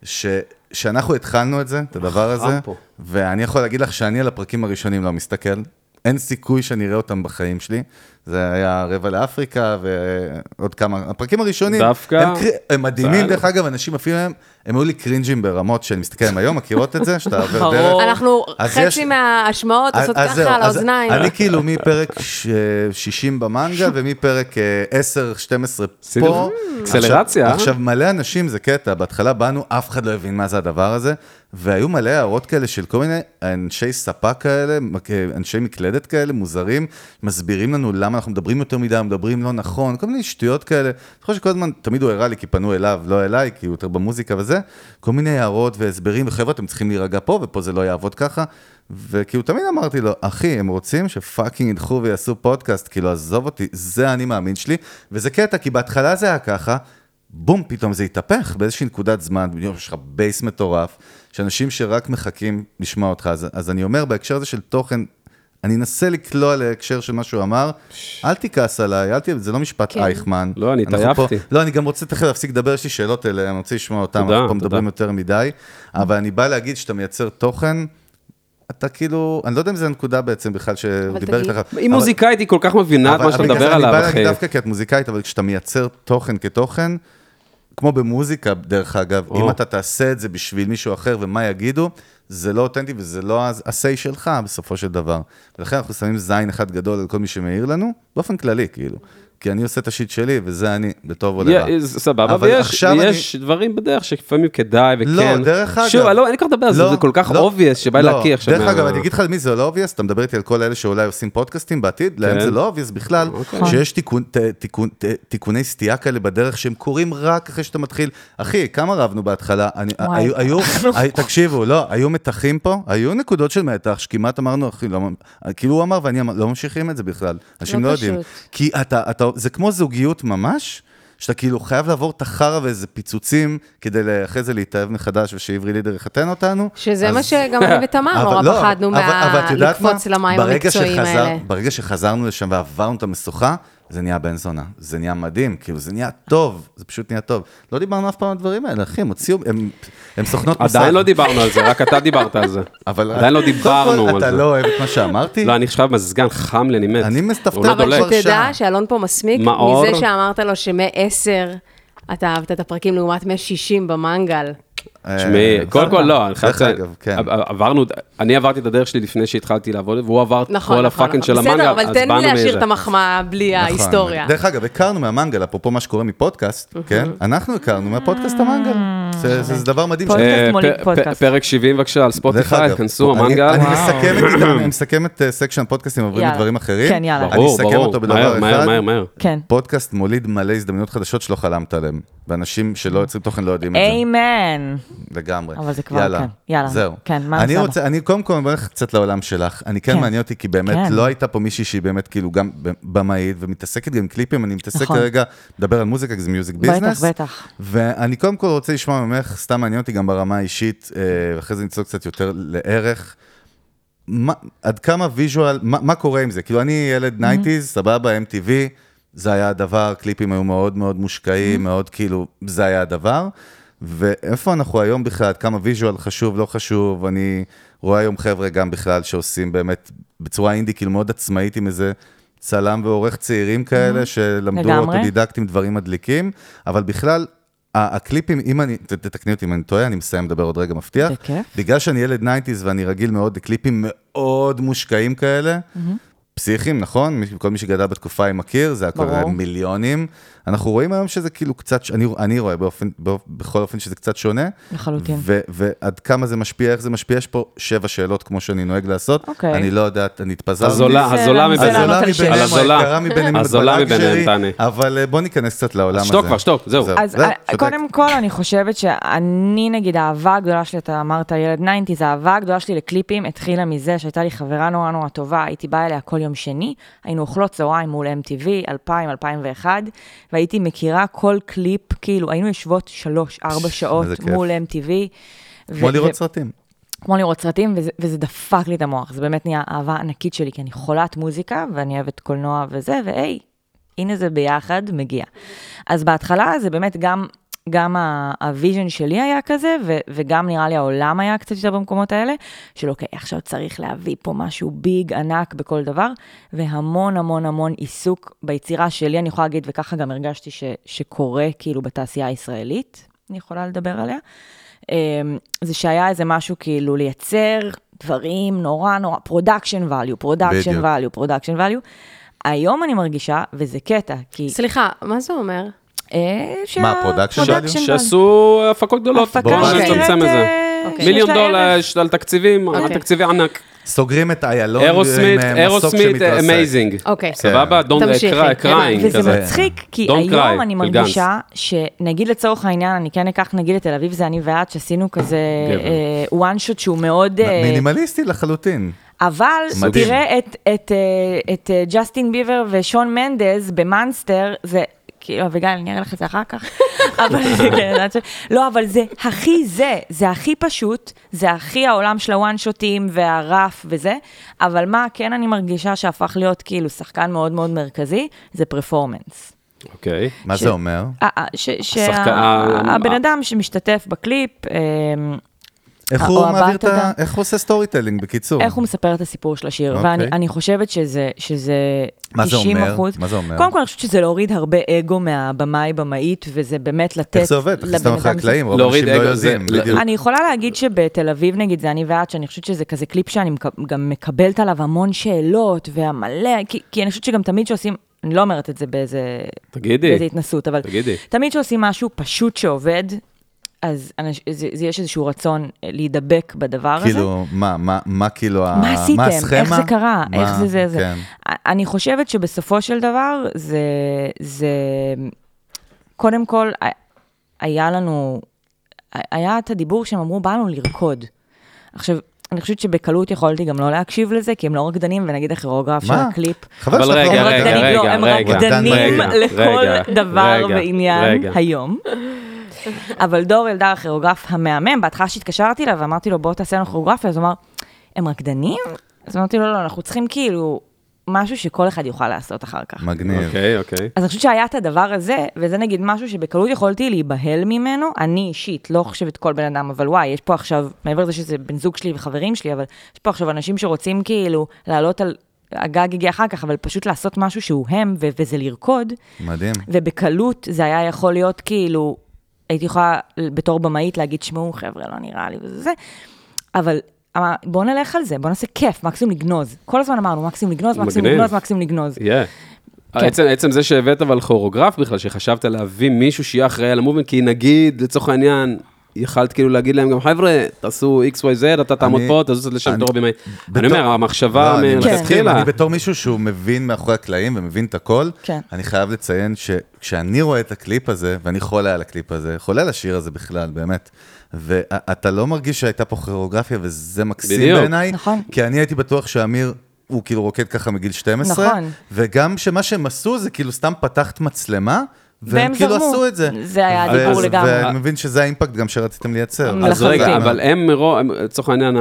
ש, שאנחנו התחלנו את זה, את הדבר הזה, אה, פה. ואני יכול להגיד לך שאני על הפרקים הראשונים לא מסתכל. אין סיכוי שאני אראה אותם בחיים שלי. זה היה רבע לאפריקה ועוד כמה, הפרקים הראשונים, דווקא- הם, קר... הם מדהימים, בסדר. דרך אגב, אנשים אפילו הם, הם היו לי קרינג'ים ברמות שאני מסתכל עליהם היום, מכירות את זה? שאתה עובר דרך. ברור. אנחנו אז יש- חצי מההשמעות אז- עושות אז זהו, ככה על אז האוזניים. אני כאילו מפרק ש- 60 במנגה ומפרק אה, 10-12 פה. אקסלרציה, אה? עכשיו, עכשיו, מלא אנשים זה קטע, בהתחלה באנו, אף אחד לא הבין מה זה הדבר הזה, והיו מלא הערות כאלה של כל מיני אנשי ספה כאלה, אנשי מקלדת כאלה, מוזרים, מסבירים לנו למה אנחנו מדברים יותר מדי, מדברים לא נכון, כל מיני שטויות כאלה. אני חושב שכל הזמן, תמיד הוא הראה לי, כי פנו אליו, לא אליי, כי הוא יותר במוזיקה וזה, כל מיני הערות והסברים, וחבר'ה, אתם צריכים להירגע פה, ופה זה לא יעבוד ככה. וכאילו תמיד אמרתי לו, אחי, הם רוצים שפאקינג ילכו ויעשו פודקאסט, כאילו עזוב אותי, זה האני מאמין שלי, וזה קטע, כי בהתחלה זה היה ככה, בום, פתאום זה התהפך באיזושהי נקודת זמן, בדיוק יש לך בייס מטורף, שאנשים שרק מחכים לשמוע אותך. אז, אז אני אומר, בהקשר הזה של תוכן, אני אנסה לקלוע להקשר של מה שהוא אמר, אל תכעס עליי, אל תהיה, זה לא משפט כן. אייכמן. לא, אני אנחנו פה- התעייפתי. לא, אני גם רוצה תכף להפסיק לדבר, יש לי שאלות אליהן, אני רוצה לשמוע אותן, תודה, אנחנו פה מדברים תודה. יותר מדי, אבל אני בא להגיד שאתה מייצר תוכן, אתה כאילו, אני לא יודע אם זו הנקודה בעצם בכלל שהוא דיבר תגיד. איתך. היא אבל- מוזיקאית, היא כל כך מבינה את אבל- מה שאתה אבל מדבר ככה, אני בא עליו, להגיד אחי. דווקא כי את מוזיקאית, אבל כשאתה מייצר תוכן כתוכן, כמו במוזיקה, דרך אגב, או. אם אתה תעשה את זה בשביל מישהו אחר ומה יגידו, זה לא אותנטי וזה לא ה- ה-say שלך בסופו של דבר. ולכן אנחנו שמים זין אחד גדול על כל מי שמעיר לנו, באופן כללי, כאילו. כי אני עושה את השיט שלי, וזה אני, לטוב או לרע. יה- אה, סבבה, אבל ויש עכשיו אני- יש דברים בדרך שלפעמים כדאי וכן. לא, דרך אגב. שוב, אני לא- אין כל כך לדבר על זה, לא, זה כל כך לא, obvious שבא לא. להקיא עכשיו. דרך מה- אגב, אני אגיד לך למי זה לא obvious, אתה מדבר איתי על כל אלה שאולי עושים פודקאסטים בעתיד, להם כן. זה לא obvious בכלל, אוקיי. שיש תיקון- ת- תיקון- ת- תיקוני סטייה כאלה בדרך שהם קורים רק אחרי שאתה מתחיל. אחי, כמה רבנו בהתחלה? אני- וואי. היו- היו, היו- תקשיבו, לא, היו מתחים פה, היו נקודות של מתח, שכמעט אמרנו, אחי, לא ממ- כאילו הוא אמר ואני אמר, לא ממשיכים את זה בכלל, אנשים לא לא יודעים. פשוט. כי אתה, אתה, זה כמו זוגיות ממש, שאתה כאילו חייב לעבור את החרא ואיזה פיצוצים, כדי אחרי זה להתאהב מחדש ושעברי לידר יחתן אותנו. שזה אז- מה שגם אני ותמר נורא אבל לא, פחדנו אבל- אבל את יודעת מלקפוץ מה? למים ברגע המקצועיים שחזר- האלה. ברגע שחזרנו לשם ועברנו את המשוכה, זה נהיה בן זונה, זה נהיה מדהים, כאילו זה נהיה טוב, זה פשוט נהיה טוב. לא דיברנו אף פעם על הדברים האלה, אחי, הם הוציאו, הם- הם סוכנות מוסד. עדיין לא דיברנו על זה, רק אתה דיברת על זה. אבל- עדיין לא קודם כל, דיברנו על אתה זה. לא אוהב את מה שאמרתי? לא, אני עכשיו מזגן, חם לי, אני מת. אני מסתפתח הוא לא אבל דולק. כבר- אבל תדע שם. שאלון פה מסמיק, מאור. מזה שאמרת לו שמ-10 אתה אהבת את הפרקים לעומת 160 במנגל. אה, תשמעי, קודם כל לא, אני חייב דרך לציין, אגב, כן. עברנו, אני עברתי את הדרך שלי לפני שהתחלתי לעבוד, והוא עבר את נכון, כל נכון, הפאקינג נכון. של המנגל, בסדר, אז באנו אבל מזה. תן לי להשאיר את המחמאה בלי נכון. ההיסטוריה. דרך אגב, הכרנו מהמנגל, אפרופו מה שקורה מפודקאסט, כן? אנחנו הכרנו מהפודקאסט המנגל. זה- זה זה דבר מדהים. פודקאסט אה, מוליד פ- פודקאסט. פ- פרק 70 בבקשה על דרך אה, ספוטיפיי, אגב, כנסו, אני- המנגל. אני מסכם את איתם, אני מסכם את אה, סקשן פודקאסטים, עוברים יאללה. לדברים אחרים. כן, יאללה. אני ברור, אסכם ברור, אותו בדבר מהר, אחד. מהר, מהר, מהר. כן. פודקאסט מוליד מלא הזדמנויות חדשות שלא חלמת עליהן. ואנשים שלא יוצרים תוכן לא יודעים את זה. איימן. לגמרי. אבל זה כבר, יאללה. כן. יאללה. זהו. כן, מה אני הסבא? רוצה, אני קודם כל מברך קצת לעולם שלך. אני כן כן. מעניין אותי, כי באמת כן. לא הייתה פה מישהי שהיא באמת כאילו גם ב- במאית, ומתעסקת גם עם קליפים, אני מתעסק נכון. כרגע, מדבר על מוזיקה, כי זה מיוזיק ביזנס. בטח. ואני קודם כל רוצה לשמוע ממך, סתם מעניין אותי גם ברמה האישית, אה, ואחרי זה נצלול קצת יותר לערך. מה- עד כמה ויז'ואל, מה מה קורה עם זה? כאילו, אני ילד 90's, סבבה, MTV, זה היה הדבר, קליפים היו מאוד מאוד מושקעים, מאוד כאילו, זה היה הדבר. ואיפה אנחנו היום בכלל, עד כמה ויז'ואל חשוב, לא חשוב, אני רואה היום חבר'ה גם בכלל שעושים באמת בצורה אינדי, כאילו מאוד עצמאית עם איזה צלם ועורך צעירים כאלה, שלמדו לגמרי. אוטודידקטים דברים מדליקים, אבל בכלל, ה- הקליפים, אם אני, ת- תתקני אותי אם אני טועה, אני מסיים לדבר עוד רגע מבטיח. בכיף. בגלל שאני ילד 90's ואני רגיל מאוד לקליפים מאוד מושקעים כאלה, Mm-hmm. פסיכיים, נכון? מי- כל מי שגדל בתקופה היא מכיר, זה היה כבר ברור. מיליונים. אנחנו רואים היום שזה כאילו קצת, ש- אני, אני רואה באופן, באופ- בכל אופן שזה קצת שונה. לחלוטין. ו, ועד כמה זה משפיע, איך זה משפיע, יש פה שבע שאלות כמו שאני נוהג לעשות. אוקיי. אני לא יודעת, אני התפזרתי. הזולה, בסדר, הזולה אני רוצה מביניהם. לענות על שאלה. הזולה על הזולה. היקרה מביניהם, את הזולה בלאג מביניהם, שלי, תעני. אבל אה, בוא ניכנס קצת לעולם הזה. שתוק כבר, שתוק, זהו. אז זהו, אה, צודק. קודם כל, אני חושבת שאני, נגיד, האהבה הגדולה שלי, אתה אמרת ילד 90's, האהבה הגדולה שלי לקליפים התחילה מזה שהייתה לי חברה נורא נורא טובה, הייתי באה אליה כל יום שני, היינו אוכלות צהריים מול MTV, 2000, 2001, והייתי מכירה כל קליפ, כאילו, היינו יושבות שלוש, ארבע שעות איזה כיף. מול MTV. ו- כמו לראות ו- סרטים. כמו לראות סרטים, וזה, וזה דפק לי את המוח, זה באמת נהיה אהבה ענקית שלי, כי אני חולת מוזיקה, ואני אוהבת קולנוע וזה, והי, הנה זה ביחד מגיע. אז בהתחלה זה באמת גם, גם ה- הוויז'ן שלי היה כזה, ו, וגם נראה לי העולם היה קצת יותר במקומות האלה, של אוקיי, עכשיו צריך להביא פה משהו ביג, ענק בכל דבר, והמון המון המון עיסוק ביצירה שלי, אני יכולה להגיד, וככה גם הרגשתי ש, שקורה כאילו בתעשייה הישראלית, אני יכולה לדבר עליה. אמ, זה שהיה איזה משהו כאילו לייצר דברים נורא נורא, production value, production בדיוק. value, production value. היום אני מרגישה, וזה קטע, כי... סליחה, מה זה אומר? אה, שה- מה, production production value? value. שעשו הפקות גדולות, הפקה בואו שנראית, נצמצם את זה. אה, אוקיי. שיש מיליון לה דולר ערך. יש על תקציבים, על אוקיי. תקציבי ענק. סוגרים את איילון. אירוסמית, עם, אה, מסוק אירוסמית, שמתרסק. אמייזינג. אוקיי. סבבה? Don't תמשיכי. cry, crying. וזה כזה. מצחיק, כי Don't היום cry, אני של מרגישה שנגיד לצורך העניין, אני כן אקח נגיד את תל אביב, זה אני ואת, שעשינו כזה גבר. אה, one shot שהוא מאוד... אה, מינימליסטי לחלוטין. אבל מדהים. תראה את, את, אה, את אה, ג'סטין ביבר ושון מנדז במאנסטר, זה... כאילו, אביגיל, אני אראה לך את זה אחר כך. אבל זה, כן, את יודעת ש- לא, אבל זה הכי זה, זה הכי פשוט, זה הכי העולם של הוואן שוטים והרף וזה, אבל מה כן אני מרגישה שהפך להיות כאילו שחקן מאוד מאוד מרכזי, זה פרפורמנס. אוקיי. מה ש- אה, זה אומר? השחקן- שהבן ה- אדם שמשתתף בקליפ, אה, איך ה- הוא או מעביר את הבת ה... אדם. איך הוא עושה סטורי טלינג, בקיצור? אה, איך הוא מספר את הסיפור של השיר, אוקיי. ואני אני חושבת שזה, שזה מה זה 90 אומר? אחוז. מה זה אומר? קודם כל, אני חושבת שזה להוריד הרבה אגו מהבמאי במאית, וזה באמת לתת איך זה עובד? תכניס אותם אחרי הקלעים, רוב להוריד האנשים לא אגו, זה- יודעים, ל- בדיוק. אני יכולה להגיד שבתל אביב, נגיד, זה אני ואת, שאני חושבת שזה כזה קליפ שאני מק- גם מקבלת עליו המון שאלות, והמלא, כי, כי אני חושבת שגם תמיד שעושים אני לא אומרת את זה באיזה... תגידי. באיזה התנסות, אבל... תגידי. תמיד כשעושים משהו פשוט שעובד, אז אנש, זה, זה יש איזשהו רצון אה, להידבק בדבר הזה. כאילו, מה, מה, מה כאילו, ה- מה עשיתם? איך זה הסכמה? קרה? מה- איך זה זה זה? כן. אני חושבת שבסופו של דבר, זה... זה... קודם כל, ה- היה לנו... היה את הדיבור שהם אמרו, באנו לרקוד. עכשיו, אני חושבת שבקלות יכולתי גם לא להקשיב לזה, כי הם לא רקדנים, ונגיד הכירוגרף של מה? הקליפ. חבל אבל שאתה רגע, הם לא- רגע, רקדנים, רגע, לא, הם רגע, רקדנים רגע, לכל רגע, דבר רגע, ועניין רגע. היום. אבל דור אלדר, הכירוגרף המהמם, בהתחלה שהתקשרתי אליו ואמרתי לו, בוא תעשה לנו כירוגרפיה, אז הוא אמר, הם רקדנים? אז אמרתי לו, לא, לא, אנחנו צריכים כאילו משהו שכל אחד יוכל לעשות אחר כך. מגניב. אוקיי, אוקיי. אז אני חושבת שהיה את הדבר הזה, וזה נגיד משהו שבקלות יכולתי להיבהל ממנו, אני אישית, לא חושבת כל בן אדם, אבל וואי, יש פה עכשיו, מעבר לזה שזה בן זוג שלי וחברים שלי, אבל יש פה עכשיו אנשים שרוצים כאילו לעלות על, הגג הגיע אחר כך, אבל פשוט לעשות משהו שהוא הם, ו- וזה לרקוד, מדהים. ובקלות זה היה יכול להיות כאילו, הייתי יכולה בתור במאית להגיד, שמעו חבר'ה, לא נראה לי וזה זה, אבל... אמר, בוא נלך על זה, בוא נעשה כיף, מקסימום לגנוז. כל הזמן אמרנו, מקסימום לגנוז, מקסימום מגניב. לגנוז, מקסימום לגנוז. יהיה. אה, עצם, עצם זה שהבאת אבל כוריאוגרף בכלל, שחשבת להביא מישהו שיהיה אחראי על המובמנט, כי נגיד, לצורך העניין, יכלת כאילו להגיד להם גם, חבר'ה, תעשו XYZ, אתה תעמוד אני- פה, תזוז עד לשם אני- תור במאי. אני בתור- אומר, המחשבה לא, אני מסכים, מלכתחילה, אני בתור מישהו שהוא מבין מאחורי הקלעים ומבין את הכל, כן. אני חייב לציין שכשאני רואה את הקליפ הזה, ואני חולה על הקליפ הזה, חולה על השיר הזה בכלל, באמת, ואתה לא מרגיש שהייתה פה כוריאוגרפיה, וזה מקסים בדיוק. בעיניי, נכון. כי אני הייתי בטוח שאמיר... הוא כאילו רוקד ככה מגיל 12, נכון. וגם שמה שהם עשו זה כאילו סתם פתחת מצלמה, והם והם כאילו זרמו. עשו את זה. זה היה הדיבור ו- לגמרי. נכון. ואני מבין שזה האימפקט גם שרציתם לייצר. אז לחלוטין. רגע, אבל הם מרוב, הם, לצורך העניין,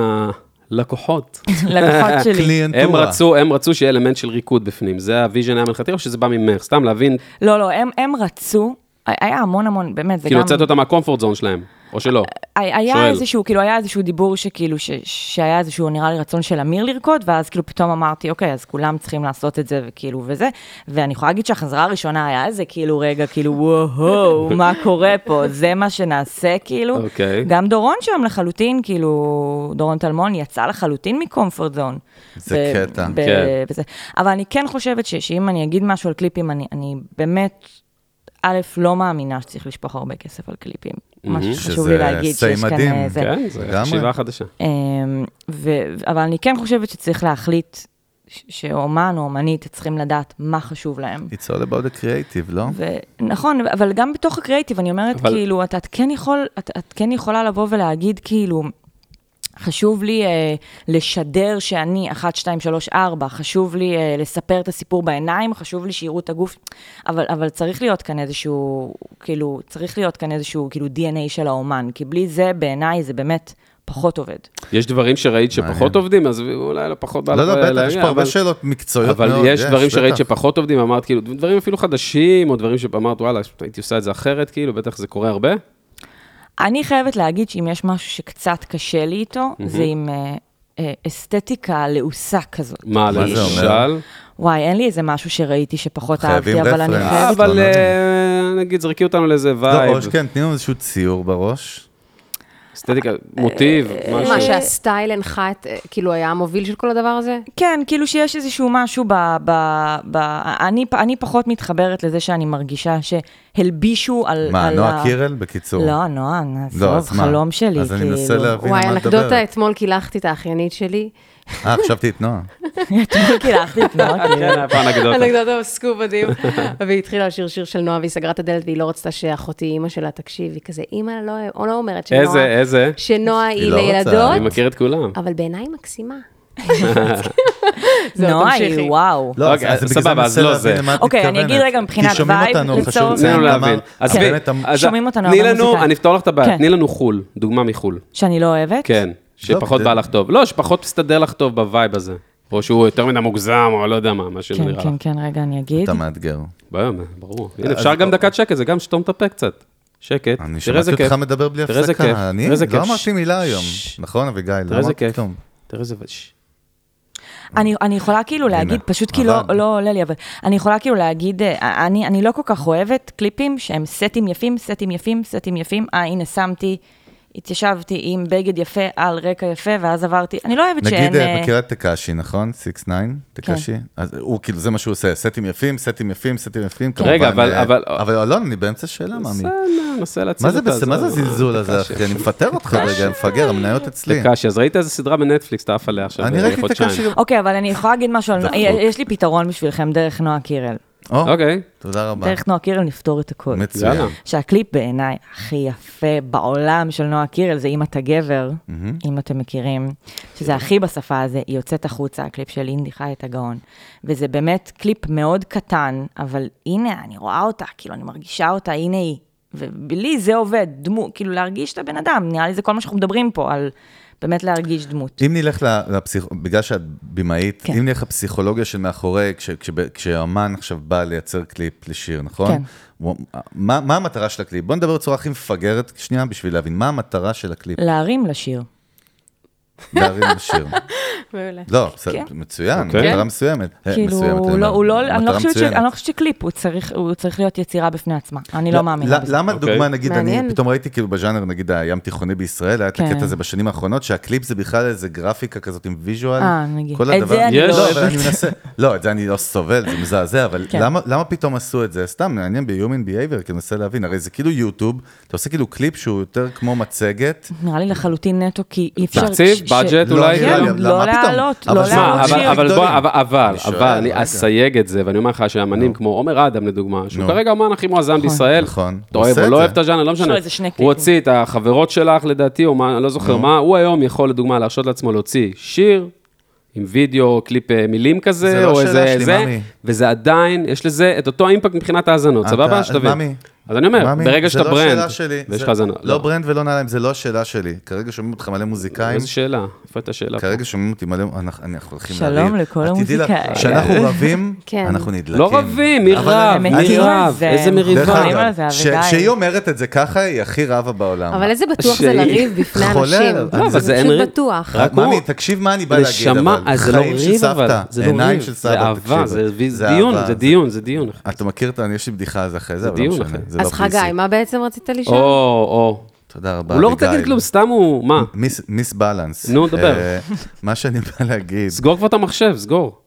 הלקוחות. לקוחות שלי. קליינטורה. הם רצו, הם רצו שיהיה אלמנט של ריקוד בפנים, זה הוויז'ן היה מלכתחילה, או שזה בא ממך, סתם להבין, לא, לא, הם, הם רצו, היה המון המון, באמת, זה כאילו, גם... הוצאת אותם מהקומפורט זון שלהם, או שלא. היה שואל. איזשהו, כאילו, היה איזשהו דיבור שכאילו, ש, שהיה איזשהו, נראה לי, רצון של אמיר לרקוד, ואז כאילו פתאום אמרתי, אוקיי, אז כולם צריכים לעשות את זה, וכאילו, וזה, ואני יכולה להגיד שהחזרה הראשונה היה איזה, כאילו, רגע, כאילו, וואו, מה קורה פה, זה מה שנעשה, כאילו. אוקיי. גם דורון שם לחלוטין, כאילו, דורון טלמון יצא לחלוטין מקומפורט זון. זה ו- קטע. ב- כן. וזה. אבל אני כן חושבת ש, שאם אני אגיד משהו על קליפים, אני, אני באמת, א', לא מאמינה שצריך לשפוך הרבה כסף על קליפים. משהו שחשוב לי שזה להגיד say שיש כאן מדהים. איזה... Mm-hmm. כן, זו לגמרי. חשיבה חדשה. אמ, ו... אבל אני כן חושבת שצריך להחליט ש- שאומן או אומנית צריכים לדעת מה חשוב להם. It's all about the creative, לא? ונכון, אבל גם בתוך הקריאיטיב, אני אומרת, אבל- אבל... כאילו, את, את, כן יכול, את, את כן יכולה לבוא ולהגיד, כאילו, חשוב לי אה, לשדר שאני 1, 2, 3, 4, חשוב לי אה, לספר את הסיפור בעיניים, חשוב לי שיראו את הגוף, אבל, אבל צריך להיות כאן איזשהו, כאילו, צריך להיות כאן איזשהו, כאילו, DNA של האומן, כי בלי זה, בעיניי, זה באמת פחות עובד. יש דברים שראית שפחות עובדים, אז אולי לא פחות בא לא, לך לא, בטח, להגיע, יש פה הרבה אבל- שאלות מקצועיות מאוד. אבל יש דברים שראית בטח. שפחות עובדים, אמרת כאילו, דברים אפילו חדשים, או דברים שאמרת, וואלה, הייתי עושה את זה אחרת, כאילו, בטח זה קורה הרבה. אני חייבת להגיד שאם יש משהו שקצת קשה לי איתו, זה עם אה, אה, אסתטיקה לעוסה כזאת. מה, מה זה למשל? אומר? וואי, אין לי איזה משהו שראיתי שפחות חייבים אהבתי, אבל אני רפרנס. חייבת... אבל לא, אה, נגיד, זרקי אותנו לאיזה לא, וייב, או שכן, תני לנו איזשהו ציור בראש. אסתטיקה, מוטיב, אה, מה, משהו. שהסטייל הנחה את, אה, כאילו, היה המוביל של כל הדבר הזה? כן, כאילו שיש איזשהו משהו ב... ב, ב אני, פ- אני פחות מתחברת לזה שאני מרגישה שהלבישו על... מה, על נועה ה- קירל? בקיצור. לא, נועה, לא, עזוב, אז מה? חלום שלי, אז אני כאילו. מנסה להבין על וואי, מה את אנקדוטה, מדברת. אתמול קילחתי את האחיינית שלי. אה, חשבתי את נועה. אתמול קילחתי את נועה, כאילו. כן, הפעם אנקדוטה. אנקדוטה בסקופ מדהים. והיא התחילה לשיר שיר של נועה, והיא סגרה את הדלת, והיא לא רצתה שאחותי, אימא שלה, תקשיב, היא כזה, אימא לא- לא אומרת שנועה... איזה, איזה? שנועה היא לא רוצה, אני לילדות, מכיר את כולם. אבל בעיניי היא מקסימה. זהו, נועה תמשיכי. היא וואו. לא, אז אוקיי, אז בגלל סבבה, זה אז אני מנסה לא להבין זה. למה את מתכוונת. אוקיי, אני אגיד רגע מבחינת כי שומעים וייב, אותנו, לצורך חשוב תנו לציין לנו גם להבין. מה- אז כן. בי- באמת, המ- אז שומעים אותנו תני הרבה לנו- מוזיקאים. אני אפתור לך את הבעיה, כן. תני לנו חו"ל, דוגמה מחו"ל. שאני לא אוהבת? כן, שפחות זה- בא לך טוב. לא, שפחות מסתדר לך טוב בווייב הזה. או שהוא יותר מדי מוגזם, או לא יודע מה, מה שזה כן, נראה לך. כן, כן, רגע, אני אגיד. אתה מאתגר. ביום, ברור. הנה, אפשר גם דקת שקט, זה גם שתום את הפה קצת. שקט, אני תראה איזה שמעתי כיף. אותך מדבר בלי תראה איזה כיף, הפסקה. אני תראה איזה לא כיף. אמרתי מילה היום. ש- נכון, אביגיל? תראה איזה כיף. כלום. תראה איזה... ש- אני, אני יכולה כאילו להגיד, פשוט כי לא, אבל- לא עולה לי, אבל אני יכולה כאילו להגיד, אה, אני, אני לא כל כך אוהבת קליפים שהם סטים יפים, סטים יפים, סטים יפים, אה, הנה שמתי, התיישבתי עם בגד יפה על רקע יפה, ואז עברתי, אני לא אוהבת שאין... נגיד, אה, אה, כן. מכירה את תקשי, נכון? 6-9, תקשי? אז הוא, כאילו, זה מה שהוא עושה, סטים יפים, סטים יפים, סטים יפים, כן. כמובן. רגע, אבל- אה, אבל- אבל אלון, אני באמצע שאלה, מאמי. בסדר, ננסה להציל מה זה אותה. בס- מה זה הזלזול הזה, אחי? אני מפטר אותך רגע, מפגר, המניות אצלי. קשי, אז ראית איזה סדרה בנטפליקס, אתה עף עליה עכשיו. אני אה, ראיתי את חודשיים. הקשי. אוקיי, אבל אני יכולה להגיד משהו, על- דפוק. יש לי פתרון בשבילכם דרך נועה קירל. או, אוקיי, תודה רבה. דרך נועה קירל נפתור את הכול. מצוין. יאללה. שהקליפ בעיניי הכי יפה בעולם של נועה קירל זה אם אתה גבר, אם אתם מכירים, שזה הכי בשפה הזה, היא יוצאת החוצה, הקליפ של אינדי חי את הגאון. וזה באמת קליפ מאוד קטן, אבל הנה, אני רואה אותה, כאילו, אני מרגישה אותה, הנה היא. ובלי זה עובד, דמות, כאילו להרגיש את הבן אדם, נראה לי זה כל מה שאנחנו מדברים פה, על באמת להרגיש דמות. אם נלך ל- לפסיכ... בגלל שאת במאית, כן. אם נלך לפסיכולוגיה של מאחורי, כש, כש, כשהאמן עכשיו בא לייצר קליפ לשיר, נכון? כן. הוא, מה, מה המטרה של הקליפ? בוא נדבר בצורה הכי מפגרת, שנייה, בשביל להבין, מה המטרה של הקליפ? להרים לשיר. אה, להרים לשיר. מעולה. לא, בסדר, כן. מצוין, אוקיי. מטרה מסוימת. אה, כאילו, מסוימת, הוא אני לא, אומר, הוא לא, אני לא מטרה חושבת ש- מצוינת. אני לא חושבת שקליפ, הוא צריך, הוא צריך להיות יצירה בפני עצמה. אני לא ל- מאמינה ל- בזה. למה אוקיי. דוגמה, נגיד, אני מעניין. פתאום ראיתי כאילו בז'אנר, נגיד, הים תיכוני בישראל, היה את כן. הקטע הזה בשנים האחרונות, שהקליפ זה בכלל איזה גרפיקה כזאת עם ויז'ואל. אה, נגיד. כל את הדבר- זה אני לא לא, אוהבת. אבל אני מנסה, לא, את זה אני לא סובל, זה מזעזע, אבל כן. למה למה פתאום עשו את זה? סתם, מעניין ב-Human Behavior, כי אני מנסה להבין, הרי זה כאילו יוטיוב, אתה עושה כאילו קליפ שהוא יותר כמו מצגת. נראה לי לחלוטין נטו, כי אי אפשר... תקציב, ש- budget, ש- אולי, נראה כן, לי, אבל לא מה פתאום? לעלות, אבל לא זה לעלות מאוד שמע, אבל, שיר. אבל, בוא, גדולים. אבל, אבל, אני שואל, אבל, אני רגע. אסייג את זה, ואני אומר לך שאמנים כמו עומר אדם לדוגמה, שהוא נו. כרגע אמן הכי מואזן בישראל, נכון. אתה אוהב עושה או את לא זה. אוהב את הז'אנר, לא משנה, לו איזה שני הוא קליפים. הוציא את החברות שלך לדעתי, או מה, אני לא זוכר מה, הוא היום יכול לדוגמה להרשות לעצמו להוציא שיר. עם וידאו, קליפ אה, מילים כזה, זה לא או השאלה איזה שלי, זה, מאמי. וזה עדיין, יש לזה את אותו אימפקט מבחינת ההאזנות, אתה- סבבה? שתבין. מאמי, אז אני אומר, מאמי, ברגע שאתה זה לא ברנד, השאלה שלי. ויש זה- לך האזנות. לא ברנד ולא נעליים, זה לא השאלה שלי. כרגע שומעים אותך מלא מוזיקאים. איזה שאלה? איפה הייתה השאלה? פה? כרגע שומעים אותי מלא, אנחנו אנחנו הולכים שלום לריב. לכל את תדעי לך, המוזיקאים. כשאנחנו רבים, כן. אנחנו נדלקים. לא רבים, מי אבל רב, אני- הם מי מתים על רב, זה, איזה הם דרך מריבה. חולים על אגב, זה, כש- אביגיל. כשהיא אומרת את זה ככה, היא הכי רבה בעולם. אבל איזה בטוח זה שהיא- לריב בפני חולה, אנשים. לא, אבל זה זה אין ריב. פשוט בטוח. רק הוא. מאמי, תקשיב מה אני בא להגיד, אבל. נשמה, אז זה לא חיים של ריב, אבל. סבתא, זה לא ריב. עיניים של סבא, זה אהבה, תקשיב. זה וי- זה דיון, אהבה, זה זה- דיון, זה דיון. אחי. אתה מכיר את ה... יש לי בדיחה על זה אחרי זה, אבל לא דיון, משנה. אחי. זה לא אז חגי, PC. מה בעצם רצית או, לשאול? או. תודה רבה, הוא לא רוצה להגיד אביגיל. כלום, סתם הוא, מה? מיס- מיס בלנס. נו, דבר. אה, מה שאני בא להגיד, סגור כבר את המחשב, סגור.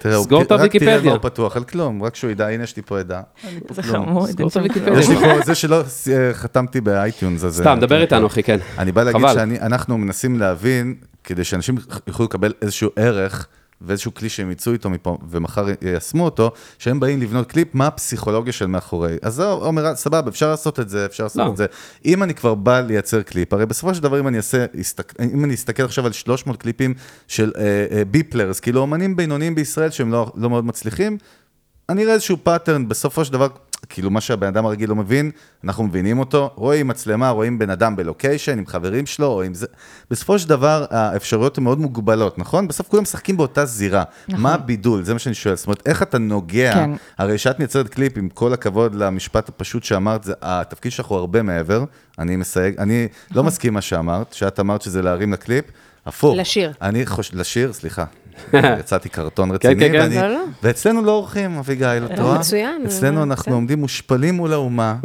תראה, הוא- סגור את רק תראה הוויקיפדיה. לא פתוח על כלום, רק שהוא ידע, הנה יש לי פה עדה. זה חמוד. לא, סגור את הוויקיפדיה. לא, יש לי פה זה שלא אה, חתמתי באייטיונס, אז... כן. אה, סתם, דבר איתנו, אחי, כן. אני בא להגיד חבל. שאנחנו מנסים להבין, כדי שאנשים יוכלו לקבל איזשהו ערך ואיזשהו כלי שהם יצאו איתו מפה, ומחר יישמו אותו, שהם באים לבנות קליפ, מה הפסיכולוגיה של מאחורי. אז זהו, עומר, סבבה, אפשר לעשות את זה, אפשר לעשות לא. את זה. אם אני כבר בא לייצר קליפ, הרי בסופו של דבר, אם אני אעשה, הסתק- אם אני אסתכל עכשיו על 300 קליפים של אה, אה, ביפלרס, כאילו אומנים בינוניים בישראל שהם לא, לא מאוד מצליחים, אני אראה איזשהו פאטרן, בסופו של דבר, כאילו מה שהבן אדם הרגיל לא מבין, אנחנו מבינים אותו, רואים מצלמה, רואים בן אדם בלוקיישן, עם חברים שלו, או עם זה. בסופו של דבר, האפשרויות הן מאוד מוגבלות, נכון? בסוף כולם משחקים באותה זירה. נכון. מה הבידול? זה מה שאני שואל. זאת אומרת, איך אתה נוגע, כן. כן. הרי כשאת מייצרת קליפ, עם כל הכבוד למשפט הפשוט שאמרת, זה, התפקיד שלך הוא הרבה מעבר, אני מסייג, אני לא מסכים עם מה שאמרת, שאת אמרת שזה להרים לקליפ, הפוך. לשיר. אני חוש... לשיר, סליחה. יצאתי קרטון רציני, כן, כן. ואני... לא, לא. ואצלנו לא אורחים, אביגיל, את רואה? מצוין, אה, כן. אצלנו אבל אנחנו בסדר. עומדים מושפלים מול האומה,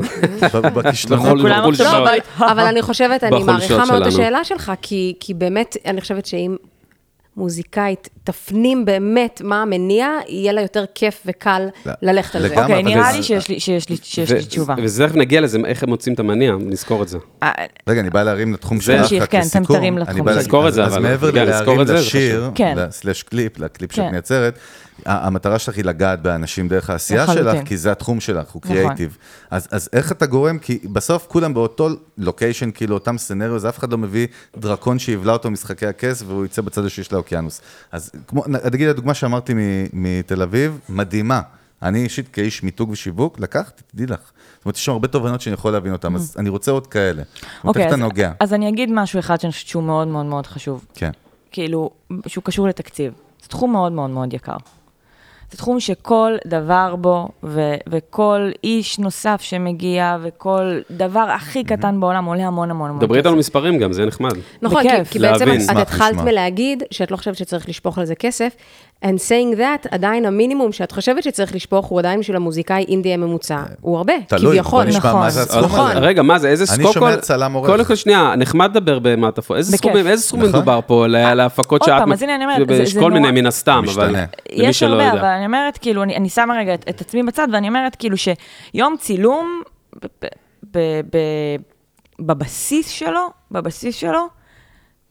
ב- בכישלונות. בחול- כולם בחול עכשיו שעות. לא, אבל, בבית. אבל אני חושבת, אני בחולשות מעריכה מאוד את שלנו. השאלה שלך, כי, כי באמת, אני חושבת שאם מוזיקאית תפנים באמת מה המניע, יהיה לה יותר כיף וקל לא, ללכת על זה. לגמרי. אוקיי, אבל נראה זה- לי שיש לי- שיש לי- שיש לי לא. ו- תשובה. וזה איך נגיע לזה, איך הם מוצאים את המניע, נזכור את זה. אה, רגע, אני בא להרים לתחום זה- שלך, תמשיך, רק כן, לסיכום. תמתרים אני לתחום בא שלך. להגיד- תזכור את זה, אז אבל, מעבר אביגיל, תזכור ללהרים את זה, זה לשיר, כן. ל- סלאש קליפ, לקליפ שאת כן. מייצרת, ה- המטרה שלך היא לגעת באנשים דרך העשייה שלך, לחלוטין. כי זה התחום שלך, הוא נכון. קריאייטיב. אז אז איך אתה גורם, כי בסוף כולם באותו לוקיישן, כאילו אותם סצנריו, אף אחד לא מביא דרקון שיבלע אותו משחקי הכס והוא יצא בצד השני של האוקיינוס. אז כמו, נגיד הדוגמה שאמרתי מ- מתל אביב, מדהימה. אני אישית כאיש מיתוג ושיווק, לקחתי, תדעי לך. זאת אומרת, יש שם הרבה תובנות שאני יכול להבין Mm-hmm. אותן, אז אני רוצה עוד כאלה. זאת אומרת, אוקיי, איך אתה אז- נוגע? אז אני אגיד משהו אחד שאני חושבת שהוא מאוד מאוד מאוד חשוב. כן. כאילו, שהוא קשור לתקציב. זה תחום מאוד מאוד מאוד יקר. זה תחום שכל דבר בו, ו- וכל איש נוסף שמגיע, וכל דבר הכי קטן בעולם עולה המון המון המון. דברי איתנו כסף. מספרים גם, זה נחמד. נכון, כי, בכיף. כי בעצם להבין. את, את אשמח התחלת לשמוע. מלהגיד שאת לא חושבת שצריך לשפוך על זה כסף, and saying that, עדיין המינימום שאת חושבת שצריך לשפוך הוא עדיין בשביל המוזיקאי אינדי הממוצע. הוא הרבה, אה, תלוי, בוא כביכול. נשמע מה זה נכון. הסכום נכון. הזה. רגע, מה זה, איזה אני סכום? שומע כל- צלם עורך. קודם כל, שנייה, נחמד לדבר במעטפות. איזה בכיף. אה, סכומים, איזה סכומים נכון. מדובר פה על- על ההפקות עוד שאת... פעם, מ- אז הנה אני אומרת, זה- יש זה כל מיני נורא- מן הסתם, אבל משתנה. למי יש שלא הרבה, אבל יודע. אני אומרת, כאילו, אני, אני שמה רגע את, את עצמי בצד, ואני אומרת, כאילו, שיום צילום, ב, ב, ב, ב, בבסיס שלו, בבסיס שלו,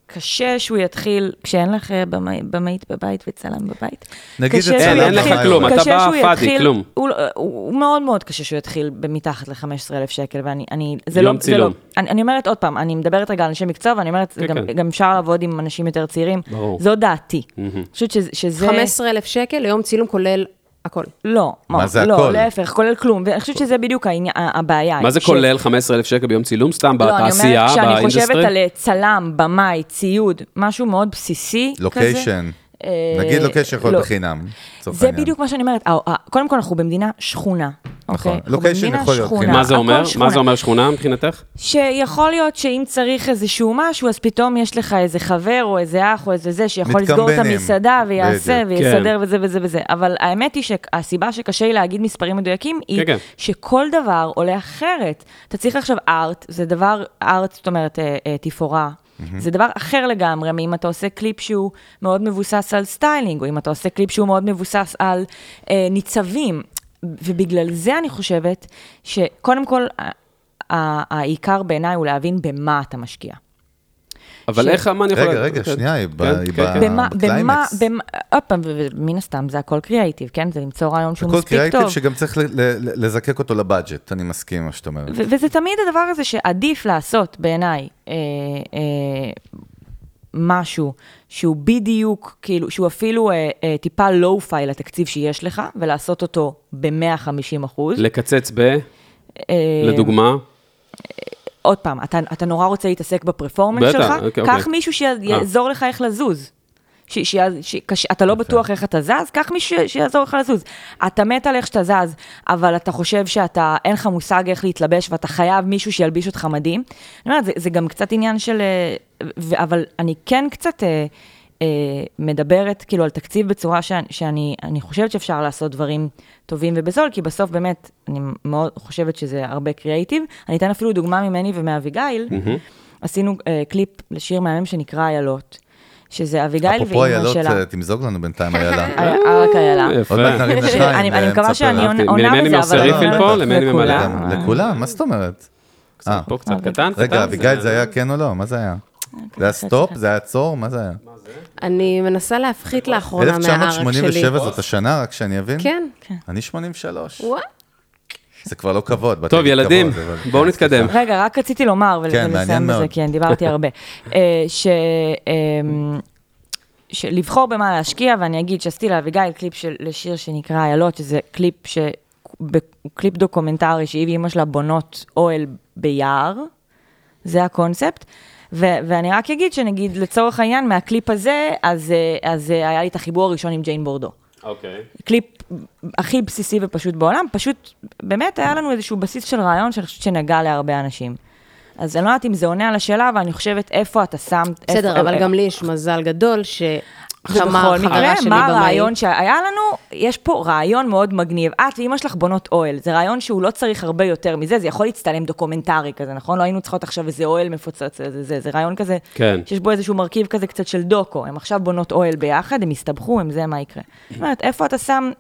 קשה שהוא יתחיל, כשאין לך במאי- במאית בבית וצלם בבית. נגיד זה קשה שהוא צלם יתחיל- אין לך קשה כלום, אתה בא שהוא פאדי, יתחיל- כלום. הוא, לא- הוא, הוא מאוד מאוד קשה שהוא יתחיל במתחת ל-15,000 שקל, ואני, אני, זה יום לא, זה צילום. לא, אני, אני אומרת עוד פעם, אני מדברת רגע על אנשי מקצוע, ואני אומרת, כן, גם, כן. גם אפשר לעבוד עם אנשים יותר צעירים, ברור. זו דעתי. אני חושבת שזה- שזה... 15,000 שקל ליום צילום כולל הכל. לא, מה זה לא, הכל? להפך, כולל כלום, ואני חושבת שזה בדיוק העני- ה- הבעיה. מה זה ש- כולל 15,000 שקל ביום צילום? סתם לא, אני בתעשייה, אומרת, כשאני חושבת על באינדסטרי? אה, צלם, במאי, ציוד, משהו מאוד בסיסי כזה. לוקיישן. אה, נגיד לוקיישן יכול לא. להיות בחינם. לצורך זה העניין. נכון. בדיוק מה שאני אומרת, אה, אה, קודם כל אנחנו במדינה שכונה. אוקיי? אנחנו לוקיישן במדינה יכול להיות שכונה, חינם. מה זה הכל אומר? מה שכונה. זה אומר שכונה מבחינתך? שיכול להיות שאם צריך איזשהו משהו, אז פתאום יש לך איזה חבר או איזה אח או איזה זה שיכול לסגור את מתקמבנים. המסעדה ויעשה בדיוק. ויסדר כן. וזה וזה וזה. אבל האמת היא שהסיבה שקשה לי להגיד מספרים מדויקים היא כן, כן. שכל דבר עולה אחרת. אתה צריך עכשיו ארט, זה דבר, ארט, זאת אומרת, אה, אה, תפאורה. זה דבר אחר לגמרי מאם אתה עושה קליפ שהוא מאוד מבוסס על סטיילינג, או אם אתה עושה קליפ שהוא מאוד מבוסס על אה, ניצבים. ובגלל זה אני חושבת שקודם כל, ה- ה- העיקר בעיניי הוא להבין במה אתה משקיע. אבל ש- איך האמן יכול... רגע, רגע, כן. שנייה, היא ב- כן, היא כן, ב- כן. במה, במה, בקליימקס. במה, עוד פעם, ומן הסתם זה הכל קריאייטיב, כן? זה למצוא רעיון שהוא הכל מספיק קריאייטיב טוב. שגם צריך ל- ל- ל- לזקק אותו לבאג'ט, אני מסכים עם מה שאת אומרת. ו- וזה תמיד הדבר הזה שעדיף לעשות בעיניי אה, אה, משהו שהוא בדיוק, כאילו, שהוא אפילו אה, אה, טיפה לואו-פיי לתקציב שיש לך, ולעשות אותו ב-150 אחוז. לקצץ ב... אה, לדוגמה, עוד פעם, אתה, אתה נורא רוצה להתעסק בפרפורמנס בטח, שלך, אוקיי, קח אוקיי. מישהו שיעזור לך איך לזוז. ש, ש, ש, קש, אתה לא בטוח איך אתה זז, קח מישהו ש- שיעזור לך לזוז. אתה מת על איך שאתה זז, אבל אתה חושב שאתה, אין לך מושג איך להתלבש ואתה חייב מישהו שילביש אותך מדהים. אני אומרת, זה, זה גם קצת עניין של... אה, ו, אבל אני כן קצת אה, אה, מדברת כאילו על תקציב בצורה שאני, שאני אני חושבת שאפשר לעשות דברים טובים ובזול, כי בסוף באמת, אני מאוד חושבת שזה הרבה קריאייטיב. אני אתן אפילו דוגמה ממני ומאביגיל. עשינו אה, קליפ לשיר מהמם שנקרא איילות, שזה אביגיל אפרופו ואימא איילות, שלה. אה, תמזוג לנו בינתיים איילה. אה, רק איילה. יפה. עוד מעט נרים לשניים. אני אני אה, מקווה מספר. שאני אהבתי. עונה מלמני בזה, מעושה אבל... ריפיל אני פה, אומרת, למני לכולם. ממלא. גם לכולם, מה זאת אומרת? אה, פה קצת קטן, קטן. רגע, אביגיל זה היה כן או לא? מה זה היה? אוקיי, זה היה סטופ? זה היה צור? מה זה היה? אני מנסה להפחית אה, לאחרונה מהארק שלי. 1987 זאת השנה, רק שאני אבין? כן. אני 83. וואו. זה כבר לא כבוד. טוב, בתקציב ילדים, כבוד, אבל- בואו נתקדם. רגע, רק רציתי לומר, ול- כן, מעניין ולסיים בזה, מאוד. כי אני דיברתי הרבה, אה, ש... אמ, ש- לבחור במה להשקיע, ואני אגיד שעשיתי לאביגיל קליפ של, לשיר שנקרא איילות, שזה קליפ, ש... ב- קליפ דוקומנטרי שהיא ואימא שלה בונות אוהל ביער, זה הקונספט. ו- ואני רק אגיד שנגיד, לצורך העניין, מהקליפ הזה, אז, אה, אז אה, היה לי את החיבור הראשון עם ג'יין בורדו. אוקיי. קליפ הכי בסיסי ופשוט בעולם, פשוט באמת היה לנו איזשהו בסיס של רעיון שאני חושבת שנגע להרבה אנשים. אז אני לא יודעת אם זה עונה על השאלה, אבל אני חושבת איפה אתה שם... בסדר, איפה, אבל אה, גם לי יש מזל גדול שתמר, נכון, ובכל חברה מקרה, שלי מה במאי. הרעיון שהיה לנו? יש פה רעיון מאוד מגניב. את ואימא שלך בונות אוהל, זה רעיון שהוא לא צריך הרבה יותר מזה, זה יכול להצטלם דוקומנטרי כזה, נכון? לא היינו צריכות עכשיו איזה אוהל מפוצץ, איזה זה, זה רעיון כזה, כן. שיש בו איזשהו מרכיב כזה קצת של דוקו. הם עכשיו בונות אוהל ביחד, הם הסתבכו, הם זה, מה יקרה. זאת אומרת, איפה אתה שם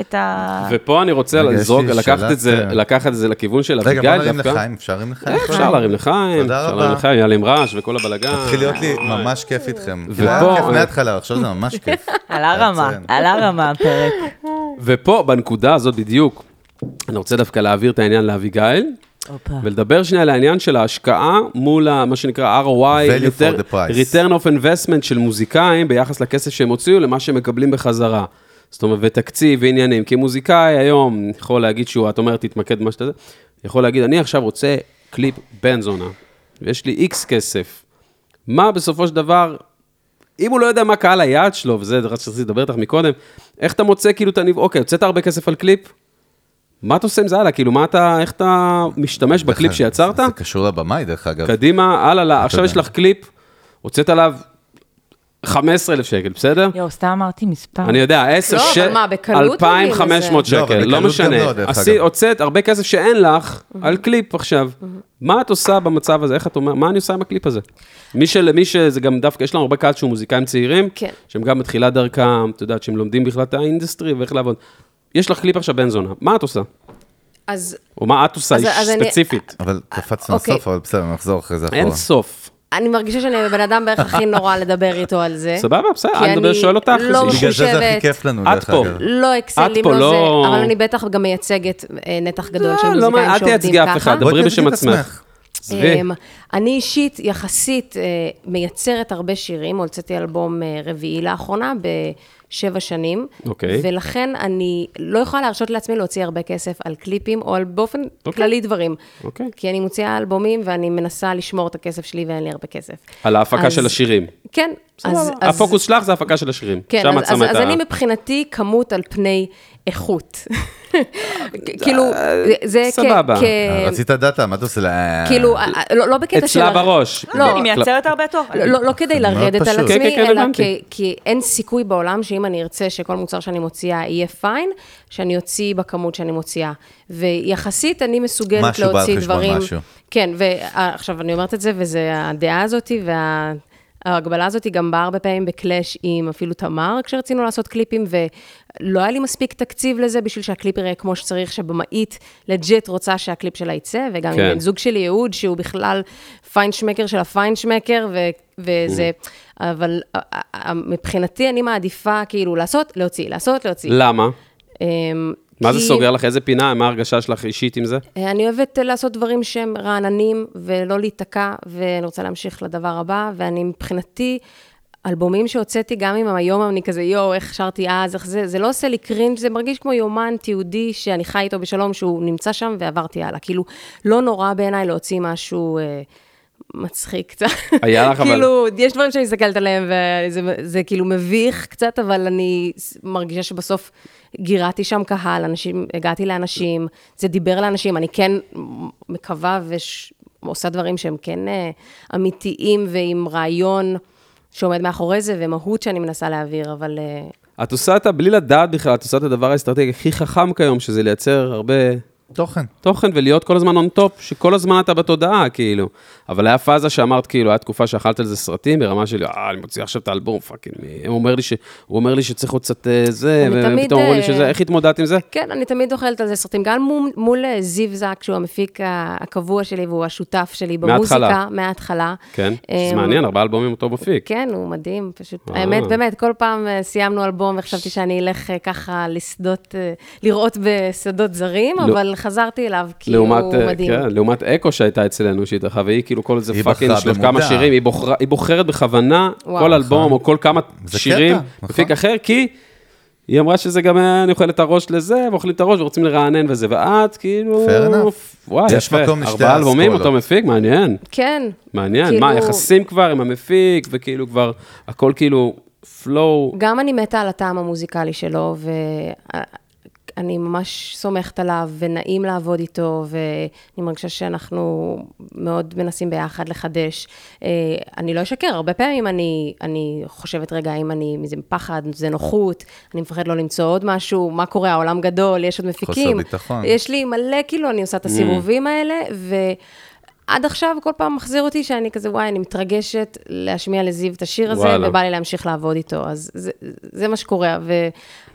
את ה... ופה אני רוצה רגע, יש לי לזרוק, שאלה לקחת את זה, אחרת. לקחת את זה לכיוון של רגע, אביגיל בוא נרים דווקא. לחיים, אפשר להרים לחיים? איך אפשר להרים לחיים? תודה אפשר רבה. להרים לחיים, היה להם רעש וכל הבלגן. התחיל להיות לי ממש כיף איתכם. ופה- זה היה כיף מההתחלה, עכשיו זה ממש כיף. על הרמה, מצוין. על הרמה הפרק. ופה, בנקודה הזאת בדיוק, אני רוצה דווקא להעביר את העניין לאביגיל, ולדבר שנייה על העניין של ההשקעה מול ה- מה שנקרא ROI, Value for return- the price. return of investment של מוזיקאים ביחס לכסף שהם הוציאו למה שהם מקבלים בחזרה. זאת אומרת, ותקציב ועניינים, כי מוזיקאי היום יכול להגיד שהוא, את אומרת, תתמקד במה שאתה... יכול להגיד, אני עכשיו רוצה קליפ בן זונה, ויש לי איקס כסף. מה בסופו של דבר אם הוא לא יודע מה קהל היעד שלו, וזה דבר שרציתי לדבר איתך מקודם, איך אתה מוצא כאילו את הניב... אוקיי, הוצאת הרבה כסף על קליפ, מה אתה עושה עם זה הלאה? כאילו, מה אתה, איך אתה משתמש בקליפ זה- שיצרת? זה קשור לבמאי, דרך אגב. קדימה, הלאה, לה. עכשיו יודע. יש לך קליפ, הוצאת עליו 15,000 שקל, בסדר? יואו, סתם אמרתי מספר. אני יודע, 10, לא, ש... אבל מה, בקלות מגיעים לזה. 2,500 לא, אבל שקל, בקלות לא גם משנה. לא, דרך עשי- אגב. הוצאת הרבה כסף שאין לך על קליפ עכשיו. מה את עושה במצב הזה? איך את אומרת, מה אני עושה עם הקליפ הזה? מי של- מי שזה גם דווקא, יש לנו הרבה קהל שהוא מוזיקאים צעירים, כן. שהם גם בתחילת דרכם, את יודעת, שהם לומדים בכלל את האינדסטרי ואיך לעבוד. יש לך קליפ עכשיו בן זונה, מה את עושה? אז או מה את עושה אז- אז אני- ספציפית? אבל קפצנו אוקיי. לסוף, אבל בסדר, נחזור אחרי זה אין אחורה. סוף. אני מרגישה שאני הבן אדם בערך הכי נורא לדבר איתו על זה. סבבה, בסדר, כי אני מדבר- שואל אותך, לא זה- בגלל זה זה הכי מחושבת, כיף לנו, את דרך פה. אגב. לא אקסלים, פה לא לא- זה, אבל אני בטח גם מייצגת אה, נתח גדול של לא, לא, מוזיקאים אל שעובדים תייצגי אף ככה. אחד, דברי בואי בשם תציגי את עצמך. עצמך. עזבי. אמ, אני אישית יחסית אה, מייצרת הרבה שירים, הוצאתי אלבום אה, רביעי לאחרונה בשבע שנים. אוקיי. ולכן אני לא יכולה להרשות לעצמי להוציא הרבה כסף על קליפים או על באופן אוקיי. כללי דברים. אוקיי. כי אני מוציאה אלבומים ואני מנסה לשמור את הכסף שלי ואין לי הרבה כסף. על ההפקה אז- של השירים. כן. אז- סבבה. אז- הפוקוס שלך זה הפקה של השירים. כן, שם אז, את אז, שמה את אז ה... אני מבחינתי כמות על פני איכות. כאילו, זה- זה כ... סבבה. כ... אה, רצית דאטה, מה אתה עושה? לה- אה, כאילו, אה, אה, לא, לא בקטע של... אצלה בראש. לא, אני מייצרת הרבה טוב. לא, לא, לא כדי מאוד לרדת על פשוט. כן, עצמי, כן, כן, אלא הבנתי. כי- כי אין סיכוי בעולם שאם אני ארצה שכל מוצר שאני מוציאה יהיה פיין, שאני אוציא בכמות שאני מוציאה. ויחסית אני מסוגלת משהו בא על להוציא חשבון דברים... משהו. כן, ועכשיו אני אומרת את זה, וזה הדעה הזאת, וה... ההגבלה הזאת היא גם באה הרבה פעמים בקלאש עם אפילו תמר, כשרצינו לעשות קליפים, ולא היה לי מספיק תקציב לזה בשביל שהקליפ יראה כמו שצריך, שבמאית לג'ט רוצה שהקליפ שלה יצא, וגם עם כן. בן זוג שלי, אהוד, שהוא בכלל פיינשמקר של הפיינשמקר, ו... וזה, אבל אה, אה, אה, מבחינתי אני מעדיפה כאילו לעשות, להוציא, לעשות, להוציא. למה? אמ, מה זה כי- סוגר לך? איזה פינה? מה ההרגשה שלך אישית עם זה? אני אוהבת לעשות דברים שהם רעננים ולא להיתקע, ואני רוצה להמשיך לדבר הבא, ואני מבחינתי, אלבומים שהוצאתי, גם אם היום אני כזה, יואו, איך שרתי אז, איך זה, זה לא עושה לי קרינג', זה מרגיש כמו יומן תיעודי שאני חי איתו בשלום, שהוא נמצא שם ועברתי הלאה. כאילו, לא נורא בעיניי להוציא משהו... אה, מצחיק קצת. היה לך אבל- כאילו, יש דברים שאני מסתכלת עליהם, וזה זה כאילו מביך קצת, אבל אני ס- מרגישה שבסוף גירעתי שם קהל, אנשים, הגעתי לאנשים, זה דיבר לאנשים, אני כן מקווה ועושה דברים שהם כן אה, אמיתיים ועם רעיון שעומד מאחורי זה, ומהות שאני מנסה להעביר, אבל... אה, את עושה את ה... בלי לדעת בכלל, את עושה את הדבר האסטרטגי הכי חכם כיום, שזה לייצר הרבה תוכן. תוכן ולהיות כל הזמן און טופ, שכל הזמן אתה בתודעה, כאילו. אבל היה פאזה שאמרת, כאילו, הייתה תקופה שאכלת על זה סרטים ברמה של, אה, אני מוציא עכשיו את האלבום, פאקינג. מי-" הוא אומר לי ש- הוא אומר לי שצריך עוד קצת אה, זה, אני תמיד, ופתאום אמרו לי אה, שזה, איך התמודדת עם זה? כן, אני תמיד אוכלת על זה סרטים, גם מול, מול אה, זיו זק, שהוא המפיק ה- הקבוע שלי והוא השותף שלי במוזיקה. מההתחלה. מההתחלה. כן, אה, זה מעניין, ארבעה אלבומים אותו מפיק. כן, הוא מדהים, פשוט. אה. האמת, באמת, כל פעם אה, סיימנו אלבום וחשבתי שאני אלך אה, ככה לשדות, אה, לראות בשדות זרים, לא. אבל חזרתי אליו, כי הוא לעומת, אה, מדהים. כן, לעומת אקו שהייתה אצלנו, שהתארחה, והיא כאילו כל איזה היא פאקינג בחרה של במודע. נכון. כמה שירים, היא, בוחרה, היא בוחרת בכוונה וואו. כל אלבום או כל כמה זה שירים, קטע, נכון. מפיק אחר, כי היא אמרה שזה גם, אה, אני אוכל את הראש לזה, ואוכלים את הראש ורוצים לרענן וזה, ואת כאילו, Fair enough. וואי, יש יפה, מקום לשתי ארבעה אלבומים, אותו האסכולות. מפיק, מעניין, כן. מעניין, כאילו- מה, יחסים כבר עם המפיק, וכאילו כבר, הכל כאילו, flow, גם אני מתה על הטעם המוזיקלי שלו, ואני ממש סומכת עליו, ונעים לעבוד איתו, ואני מרגישה שאנחנו מאוד מנסים ביחד לחדש. אה, אני לא אשקר, הרבה פעמים אני, אני חושבת, רגע, אם אני, זה פחד, זה נוחות, אני מפחד לא למצוא עוד משהו, מה קורה, העולם גדול, יש עוד מפיקים. ביטחון. יש לי מלא, כאילו, אני עושה את הסיבובים האלה, ו... עד עכשיו כל פעם מחזיר אותי שאני כזה, וואי, אני מתרגשת להשמיע לזיו את השיר הזה, וואלה. ובא לי להמשיך לעבוד איתו, אז זה, זה מה שקורה, ו...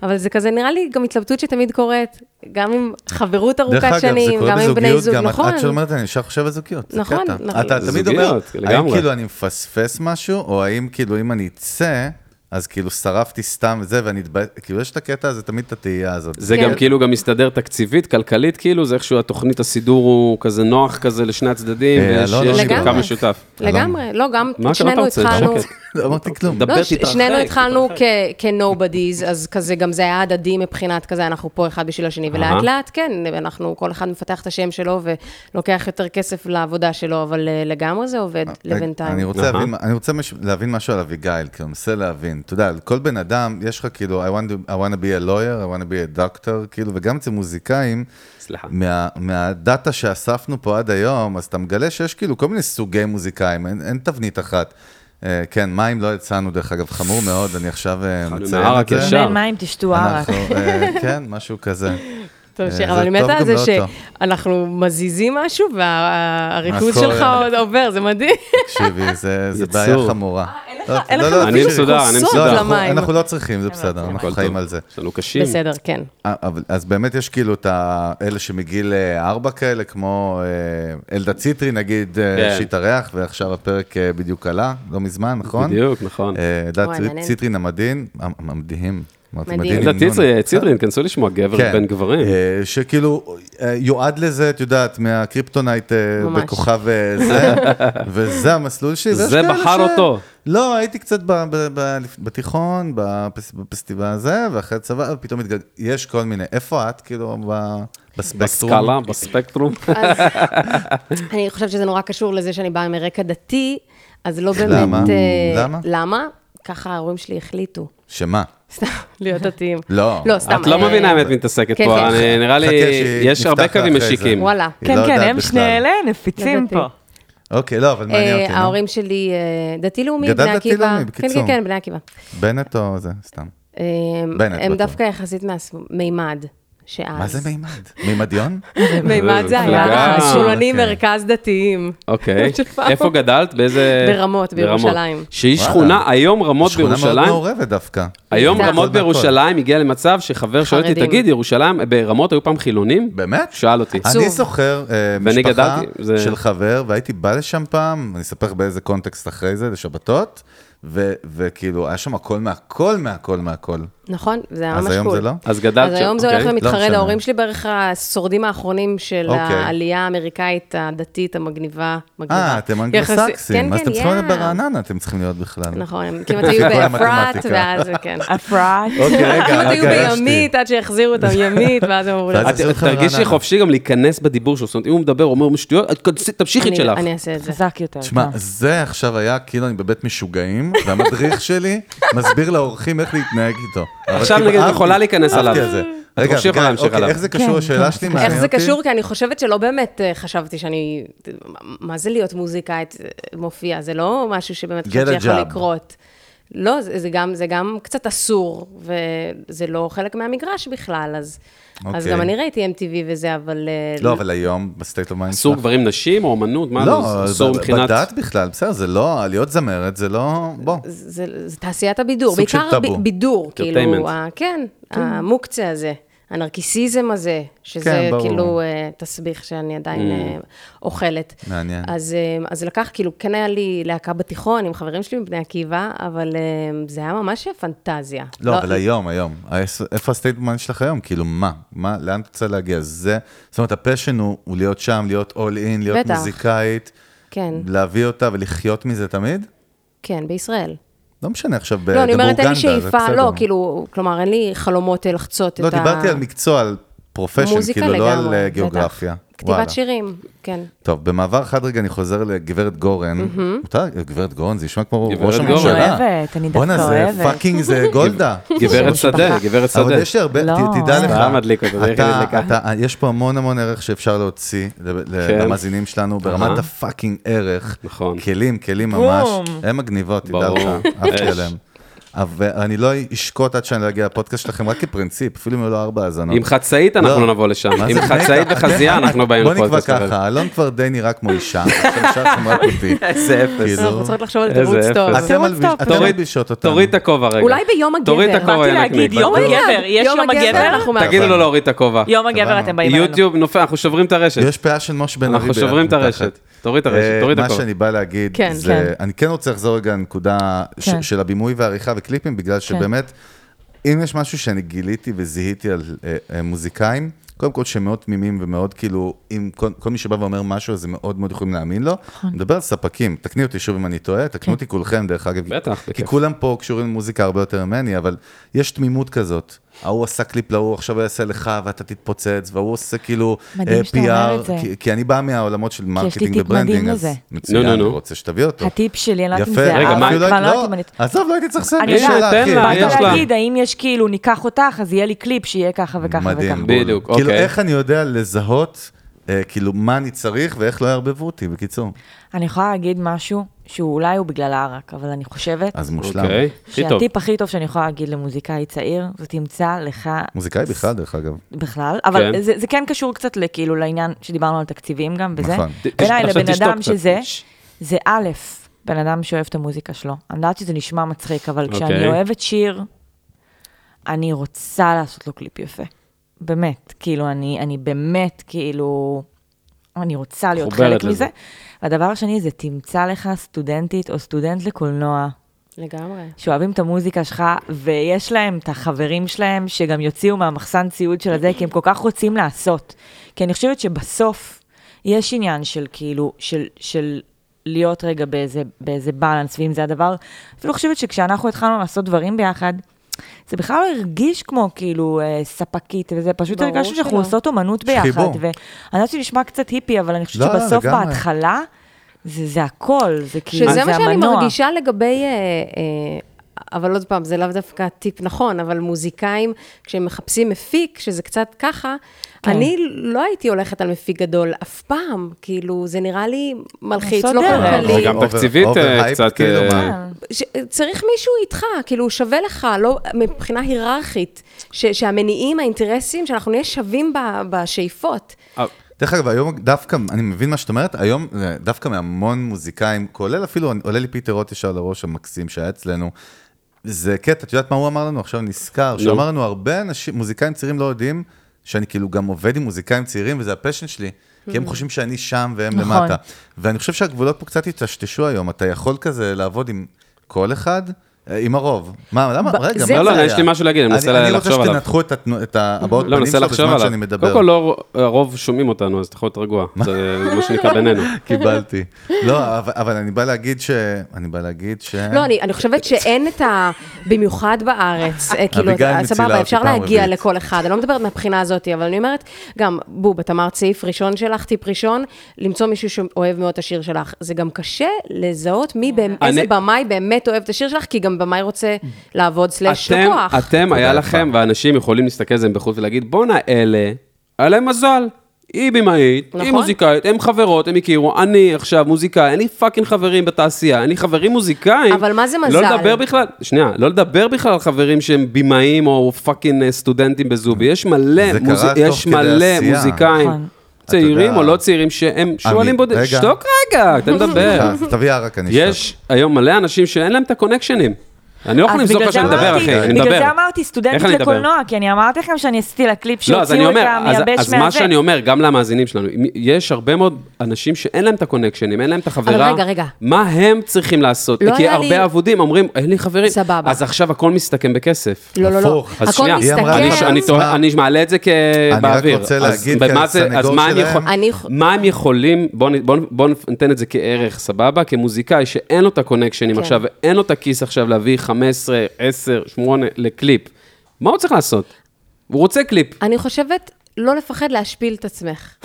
אבל זה כזה נראה לי גם התלבטות שתמיד קורית, גם עם חברות דרך ארוכת אגב, זה שנים, קורה גם עם בני בזוגיות, זוג, גם את- נכון? את שאומרת, אני ישר חושב על זוגיות, זה נכון, קטע. נכון. אתה תמיד זוגיות, אומר, האם לגמרי. כאילו אני מפספס משהו, או האם כאילו אם אני אצא, אז כאילו שרפתי סתם וזה, ואני התבאס, כאילו יש את הקטע הזה, תמיד את התהייה הזאת. זה כן. גם כאילו גם מסתדר תקציבית, כלכלית, כאילו, זה איכשהו התוכנית הסידור הוא כזה נוח כזה לשני הצדדים, אה, ויש אלון, יש לגמרי. גם כמה משותף. לגמרי, לא, גם מה אתה שנינו רוצה? התחלנו... שקט. לא אמרתי כלום. כאילו- דבר לא, תתרחק, ש- שנינו תתרחק. התחלנו כ- כ-nobodies, אז כזה גם זה היה הדדי מבחינת כזה, אנחנו פה אחד בשביל השני, ולאט לאט, כן, אנחנו, כל אחד מפתח את השם שלו ולוקח יותר כסף לעבודה שלו, אבל אה, לגמרי זה עובד אני לבינתיים. רוצה, אהה. להבין, אני רוצה מש, להבין משהו על אביגיל, כי אני מנסה להבין. אתה יודע, על כל בן אדם, יש לך כאילו, I want, to, I want to be a lawyer, I want to be a doctor, כאילו, וגם אצל מוזיקאים, סליחה. מה, מהדאטה שאספנו פה עד היום, אז אתה מגלה שיש כאילו כל מיני סוגי מוזיקאים, אין, אין תבנית אחת. אה, כן, מים לא יצאנו, דרך אגב, חמור מאוד, אני עכשיו אה, התחלנו מציין את מהערק זה. ישר. בין מים תשתו ערק. אנחנו, אה, כן, משהו כזה. טוב, אה, שיר, זה אבל אני טוב מתה על גם זה לא טוב. שאנחנו מזיזים משהו והריכוז הכל- שלך עוד עובר, זה מדהים. תקשיבי, זה זה יצור. בעיה חמורה. לא, אה, אין לא, לך לא, אני תקשיבי. מסודר, אני כוסות לא, מסודר. אנחנו- למים. אנחנו לא צריכים, זה בסדר, אנחנו הכל חיים טוב. על זה. יש לנו קשים. בסדר, כן. אה, אבל, אז באמת יש כאילו את האלה שמגיל אה, ארבע כאלה, כמו אה, אלדה ציטרי נגיד, כן. כן. שהתארח, ועכשיו הפרק אה, בדיוק עלה, לא מזמן, נכון? בדיוק, נכון. אה, אלדה וואי, ציר- מעניין. ציטרין המדהים, המ- המדהים. אמרתי, מדהים. מדהים, אלדה עם נון. ציטרין, ציטרין, כנסו לשמוע גבר אה, כן. בין גברים. אה, שכאילו אה, יועד לזה, את יודעת, מהקריפטונייט אה, ממש. בכוכב אה, זה, וזה המסלול שלי. ויש זה כאלה בחר אותו. לא, הייתי קצת ב- ב- ב- בתיכון, בפס- בפסטיבל הזה, ואחרי צבא, פתאום התגל... יש כל מיני, איפה את, כאילו, ב- בספקטרום? בסקאלה, בספקטרום. אז אני חושבת שזה נורא קשור לזה שאני באה מרקע דתי, אז לא באמת... למה? אה, למה? למה? ככה ההורים שלי החליטו. שמה? סתם, להיות דתיים. לא. לא, סתם. את לא אה, מבינה באמת מתעסקת כן, כן. פה, אני- נראה לי, חכה שהיא יש הרבה נפתח קווים אחרי זה. משיקים. וואלה. היא כן, לא כן, יודעת הם בכלל. שני אלה נפיצים לדעתי. פה. אוקיי, לא, אבל מעניין אה, אותי. נו. ההורים שלי אה, דתי-לאומי, גדל בני עקיבא. דתי-לאומי, כן, בקיצור. כן, כן, בני עקיבא. בנט או זה, סתם. אה, בנט, הם בטוח. דווקא יחסית מהמימד שאז. מה זה מימד? מימדיון? מימד זה מפלגה. היה שמאלנים אוקיי. מרכז דתיים. אוקיי. שפעם- איפה גדלת? באיזה... ברמות, בירושלים. שהיא וואלה. שכונה, היום רמות שכונה מאוד בירושלים. מעורבת דווקא. היום זה רמות הכל והכל. בירושלים הגיע למצב שחבר שואל אותי, חרדים. תגיד, ירושלים, ברמות היו פעם חילונים? באמת? שאל אותי. עצוב. אני זוכר אה, ואני משפחה גדלתי, זה- של חבר, והייתי בא לשם פעם, אני אספר לך באיזה קונטקסט אחרי זה, לשבתות, ו- וכאילו, היה שם הכל מהכל מהכל מהכל. אה, נכון, זה היה אז ממש קול. היום זה לא? אז גדלת אז שם, היום זה אוקיי. הולך לא ומתחרד, משנה. ההורים שלי בערך השורדים האחרונים של אוקיי. העלייה האמריקאית הדתית המגניבה. מגניבה. אה, אתם יחסי- אנגלוסקסים, כן, אז כן, אתם צריכים להיות יא. ברעננה, אתם צריכים להיות בכלל. נכון, הם כמעט כל היו באפרת, המתמטיקה. ואז, כן. הפרעת. אוקיי, רגע, כמעט רק היו גלשתי. בימית עד שהחזירו אותם ימית, ואז הם אמרו, ואז "לא, זה את- תרגישי רעננה. חופשי גם להיכנס בדיבור שלו, זאת אומרת, אם הוא מדבר, אומר שטויות, את כנסי- תמשיכי את אני- שלך. אני אעשה את זה. חזק יותר. תשמע, כן. זה עכשיו היה כאילו אני בבית משוגעים, והמדריך שלי מסביר לאורחים איך להתנהג איתו. אבל עכשיו כאילו, נגיד, את אהבתי- יכולה להיכנס אהבתי עליו. על זה. את רגע, חופשי יכולה גל, להמשיך אוקיי, עליו. איך זה קשור כן, לשאלה שלי? איך מעניין זה אותי. קשור? כי אני חושבת שלא באמת אה, חשבתי שאני... מה זה להיות מוזיקאית אה, מופיעה? זה לא משהו שבאמת Get חשבתי a שיכול job. לקרות. לא, זה זה גם, זה גם קצת אסור, וזה לא חלק מהמגרש בכלל, אז, אז אוקיי. גם אני ראיתי MTV וזה, אבל... אה, לא, אבל היום, בסטייט אוף מיינד. אסור גברים נשים או אמנות? מה לא, זה אסור ב- מבחינת... בדת בכלל, בסדר, זה לא, להיות זמרת זה לא, בוא. זה, זה תעשיית הבידור, סוג של בעיקר טאבו. ב- בידור, Entertainment. כאילו, ה, כן, המוקצה הזה, הנרקיסיזם הזה, שזה כן, ברור. כאילו אה, תסביך שאני Mm. עדיין אה, אוכלת. מעניין. אז, אה, אז לקח, כאילו, כן היה לי להקה בתיכון עם חברים שלי מבני עקיבא, אבל אה, זה היה ממש פנטזיה. לא, אבל היום, היום. האס- איפה הסטייט אוף מיינד שלך היום? כאילו, מה? מה, לאן את רוצה להגיע? זה, זאת אומרת, הפשן הוא הוא להיות שם, להיות אול אין, להיות בטח. מוזיקאית, כן, להביא אותה ולחיות מזה תמיד? כן, בישראל. לא משנה עכשיו, לא, אני אומרת, אין לי בבורגנדה, זה שאיפה, בסדר. לא, כאילו, כלומר, אין לי חלומות אה, לחצות לא, את ה... דיברתי על מקצוע, על פרופשן, מוזיקה כאילו, לא על לגמרי, אה, בטח. גיאוגרפיה. וואלה. כתיבת שירים, כן. טוב, במעבר חד רגע, אני חוזר לגברת גורן. מותר? גברת גורן, זה נשמע כמו גברת ראש גורן. הממשלה. אני אוהבת, אני דווקא בואנה, זה אוהבת. פאקינג, זה גולדה. גברת שדה, גברת שדה. אבל יש לי הרבה, לא. ת- תדע לך, סתם מדליק אותה, זה אתה- יחיד הדלקה. אתה- יש פה המון המון ערך שאפשר להוציא ל- ל- כן. למאזינים שלנו ברמת אהה. הפאקינג ערך. נכון. כלים, כלים ממש. בום. הן מגניבות, תדע ברור. לך, עפתי אש. עליהן. אבל אני לא אשקוט עד שאני לא אגיע לפודקאסט שלכם, רק כפרינציפ, אפילו אם היו לו ארבע האזנות. עם חצאית אנחנו לא. לא נבוא לשם. מה עם זה חצאית נקע? וחזייה אתם- אנחנו באים בוא נקבע לפודקאסט. אחר. ככה, אלון כבר די נראה כמו אישה, עכשיו נשארתם רק אותי. כאילו, איזה לא. אפס. אנחנו צריכות לחשוב על איזה תירוץ אפס. טוב. אתם תירוץ מלביש- טוב. אתם תוריד- מלבישות אותנו. תוריד את הכובע רגע. אולי ביום הגבר. תוריד את הכובע, באתי יונק להגיד, ניק. יום בטוח. הגבר, יש יום יום הגבר? הגבר? אנחנו תגידו לו אבל- להוריד את הכובע. יום הגבר, סבבה. אתם באים אלינו. יוטיוב נופל, אנחנו שוברים את הרשת. יש פאה של משה בן ארי. אנחנו ביד שוברים את מתחת. הרשת. תוריד את הרשת, אה, תוריד את מה הכובע. שאני בא להגיד, כן, זה, אני כן רוצה לחזור רגע לנקודה ש- כן. של הבימוי והעריכה וקליפים, כן. בגלל שבאמת, אם יש משהו שאני גיליתי וזיהיתי על אה, אה, מוזיקאים, קודם כל שהם מאוד תמימים ומאוד כאילו, אם כל, כל מי שבא ואומר משהו, אז הם מאוד מאוד יכולים להאמין לו. נכון. אני מדבר על ספקים, תקני אותי שוב אם אני טועה, כן. תקנו אותי כולכם דרך אגב. בטח, כי בכיף. כולם פה קשורים למוזיקה הרבה יותר ממני, אבל יש תמימות כזאת. ההוא עשה קליפ להוא, עכשיו הוא יעשה לך ואתה תתפוצץ, והוא עושה כאילו מדהים אה, שאתה אומר PR, את זה. כי- כי אני בא מהעולמות של לי מרקטינג טיפ וברנדינג, מדהים אז לזה. מצוין, נו, אני נו, נו. רוצה שתביא אותו. הטיפ שלי, אני לא יודעת אם יפה, זה... רגע, אבל מה- אפילו כבר לא, לא יודעת אם לא, אני- עזוב, לא הייתי צריך לסדר. אני יודעת, שאלה, תן כאילו. לה, יש באתי לה. להגיד, האם יש כאילו, ניקח אותך, אז יהיה לי קליפ שיהיה ככה וככה וככה. מדהים, בול. בדיוק, כאילו, אוקיי. איך אני יודע לזהות, אה, כאילו, מה אני צריך ואיך לא יערבבו אותי, בקיצור. אני יכולה להגיד משהו שהוא אולי הוא בגלל הערק, אבל אני חושבת אז מושלם. אוקיי, הכי טוב. שהטיפ הכי טוב שאני יכולה להגיד למוזיקאי צעיר, זה תמצא לך מוזיקאי בכלל, דרך אגב. בכלל, אבל כן. זה, זה כן קשור קצת לכאילו לעניין שדיברנו על תקציבים גם וזה. נכון. נכון. ת- בעיניי עכשיו לבן תשתוק אדם קצת. שזה, ש- זה א', בן אדם שאוהב את המוזיקה שלו. אני לא יודעת שזה נשמע מצחיק, אבל okay. כשאני אוקיי. אוהבת שיר, אני רוצה לעשות לו קליפ יפה. באמת, כאילו, אני, אני באמת, כאילו, אני רוצה להיות חוברת חלק לזה. מזה. והדבר השני זה, תמצא לך סטודנטית או סטודנט לקולנוע. לגמרי. שאוהבים את המוזיקה שלך, ויש להם את החברים שלהם, שגם יוציאו מהמחסן ציוד של הזה, כי הם כל כך רוצים לעשות. כי אני חושבת שבסוף יש עניין של כאילו, של, של להיות רגע באיזה, באיזה בלנס, ואם זה הדבר, אפילו חושבת שכשאנחנו התחלנו לעשות דברים ביחד, זה בכלל לא הרגיש כמו כאילו אה, ספקית וזה, פשוט ברור הרגשנו שאנחנו שלא. עושות אומנות ביחד. חיבור. ואני יודעת שנשמע קצת היפי, אבל אני חושבת לא, לא, שבסוף לגמרי. בהתחלה, זה, זה הכל, זה כאילו, זה שזה המנוע. מה שאני מרגישה לגבי, אה, אה, אבל עוד פעם, זה לאו דווקא טיפ נכון, אבל מוזיקאים, כשהם מחפשים מפיק, שזה קצת ככה, כן. אני לא הייתי הולכת על מפיק גדול אף פעם, כאילו, זה נראה לי מלחיץ, לעשות לא דרך. כלכלי. גם אובר- תקציבית, אה, אובר-הייפ, קצת, כאילו, אה, מה? ש- צריך מישהו איתך, כאילו, הוא שווה לך, לא מבחינה היררכית, ש- שהמניעים, האינטרסים, שאנחנו נהיה שווים ב- בשאיפות. אה, דרך אגב, היום דווקא, אני מבין מה שאת אומרת, היום אה, דווקא מהמון מוזיקאים, כולל אפילו, עולה לי פיטר רוט ישר לראש המקסים שהיה אצלנו, זה קטע, את יודעת מה הוא אמר לנו? עכשיו נזכר, שהוא אמר לנו, הרבה אנשים, מוזיקאים צעירים לא יודעים שאני כאילו גם עובד עם מוזיקאים צעירים, וזה הפשן שלי, כי Mm. הם חושבים שאני שם והם נכון. למטה. ואני חושב שהגבולות פה קצת התשתשו היום, אתה יכול כזה לעבוד עם כל אחד. אה, עם הרוב. מה, למה? רגע, זה- מה לא, זה לא, היה? יש לי משהו להגיד, אני מנסה לחשוב אני רוצה עליו. שתנתחו את התנו- את הבעות לא, פנים מנסה שלו לחשוב בזמן שאני עליו. מדבר. קודם כל, לא- הרוב שומעים אותנו, אז אתה יכול להיות רגוע. זה מה שנקרא בינינו. קיבלתי. לא, אבל, אבל אני בא להגיד ש... אני בא להגיד ש... לא, אני, אני חושבת שאין את ה... במיוחד בארץ, אה, כאילו, אביגיל אה, מצילה סבבה, אותי אפשר פעם להגיע רביעית. לכל אחד, אני לא מדברת מהבחינה הזאת, אבל אני אומרת, גם, בוב, את אמרת סעיף ראשון שלך, טיפ ראשון, למצוא מישהו שאוהב מאוד את השיר שלך. זה גם קשה לזהות מי, באמת- איזה אני- במאי באמת אוהב את השיר שלך, כי גם במאי רוצה לעבוד סלאש אתם- לקוח. אתם, היה תודה לכם, ואנשים יכולים להסתכל על זה מבחוץ ולהגיד, בואנה, אלה, היה להם מזל. היא במאית, היא נכון. מוזיקאית, הם חברות, הם הכירו, אני עכשיו מוזיקאי, אין לי פאקינג חברים בתעשייה, אין לי חברים מוזיקאים. אבל מה זה לא מזל? לדבר בכלל, שנייה, לא לדבר בכלל על חברים שהם במאים או פאקינג אה, סטודנטים בזובי, יש מלא, זה קרה מוז... תוך יש כדי מלא עשייה. מוזיקאים, נכון. צעירים יודע- או לא צעירים, שהם שועלים בודדים, רגע. שתוק רגע, אתה מדבר. אז אה, תביא ערק, אני אשתוק. יש היום מלא אנשים שאין להם את הקונקשנים. אני לא יכול אז למסור אה, בגלל לך זה שאני מדבר, אמרתי- אחי, אני מדבר. בגלל זה אמרתי איך סטודנטית אני אדבר? לקולנוע, כי אני אמרתי לכם שאני עשיתי לה קליפ לא, אז אני שהוציאו את אומר, אז, המייבש אז מהזה. מה שאני אומר, גם למאזינים שלנו, אם- יש הרבה מאוד אנשים שאין להם את הקונקשנים, אין להם את החברה. רגע, רגע. מה הם צריכים לעשות? לא כי היה הרבה לי- אבודים אומרים, אין לי חברים. סבבה. אז עכשיו הכל מסתכם בכסף. לא, לא, לא. הפוך. אז הכל שנייה, היא אמרה מסתכל... אני, מסתכם. אני, תוהה- אני מעלה את זה כ- רק באוויר. רוצה אז להגיד במה זה- אז כסנגור מה אני שלהם- יכול- אני- מה הם יכולים, בואו בוא, בוא ניתן את זה כערך, סבבה? כמוזיקאי שאין לו את הקונקשנים כן. עכשיו, ואין לו את הכיס עכשיו להביא 15, 10, 8 לקליפ. מה הוא צריך לעשות? הוא רוצה קליפ. אני חושבת... לא לפחד להשפיל את עצמך.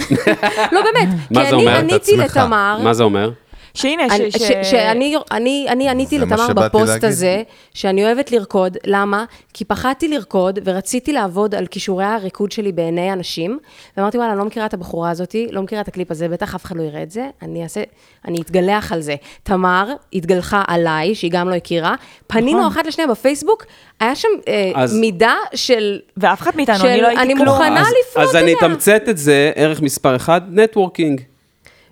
לא באמת, מה כי זה אני אומר? את עניתי עצמך. לתמר, מה זה אומר? שהנה, אני- ש... ש- שאני אני- אני עניתי זה מה לתמר שבאתי בפוסט להגיד. הזה, שאני אוהבת לרקוד, למה? כי פחדתי לרקוד ורציתי לעבוד על כישורי הריקוד שלי בעיני אנשים, ואמרתי, וואלה, אני לא מכירה את הבחורה הזאת, לא מכירה את הקליפ הזה, בטח אף אחד לא יראה את זה, אני אעשה, אני אתגלח על זה. תמר התגלחה עליי, שהיא גם לא הכירה, פנינו אחת לשנייה בפייסבוק, היה שם אה, נכון. אז- מידה של... ואף אחד מאיתנו, של- אני לא הייתי אני כלום. מוכנה- אז- לפנות אז אני אליה. אתמצת את זה, ערך מספר 1, נטוורקינג.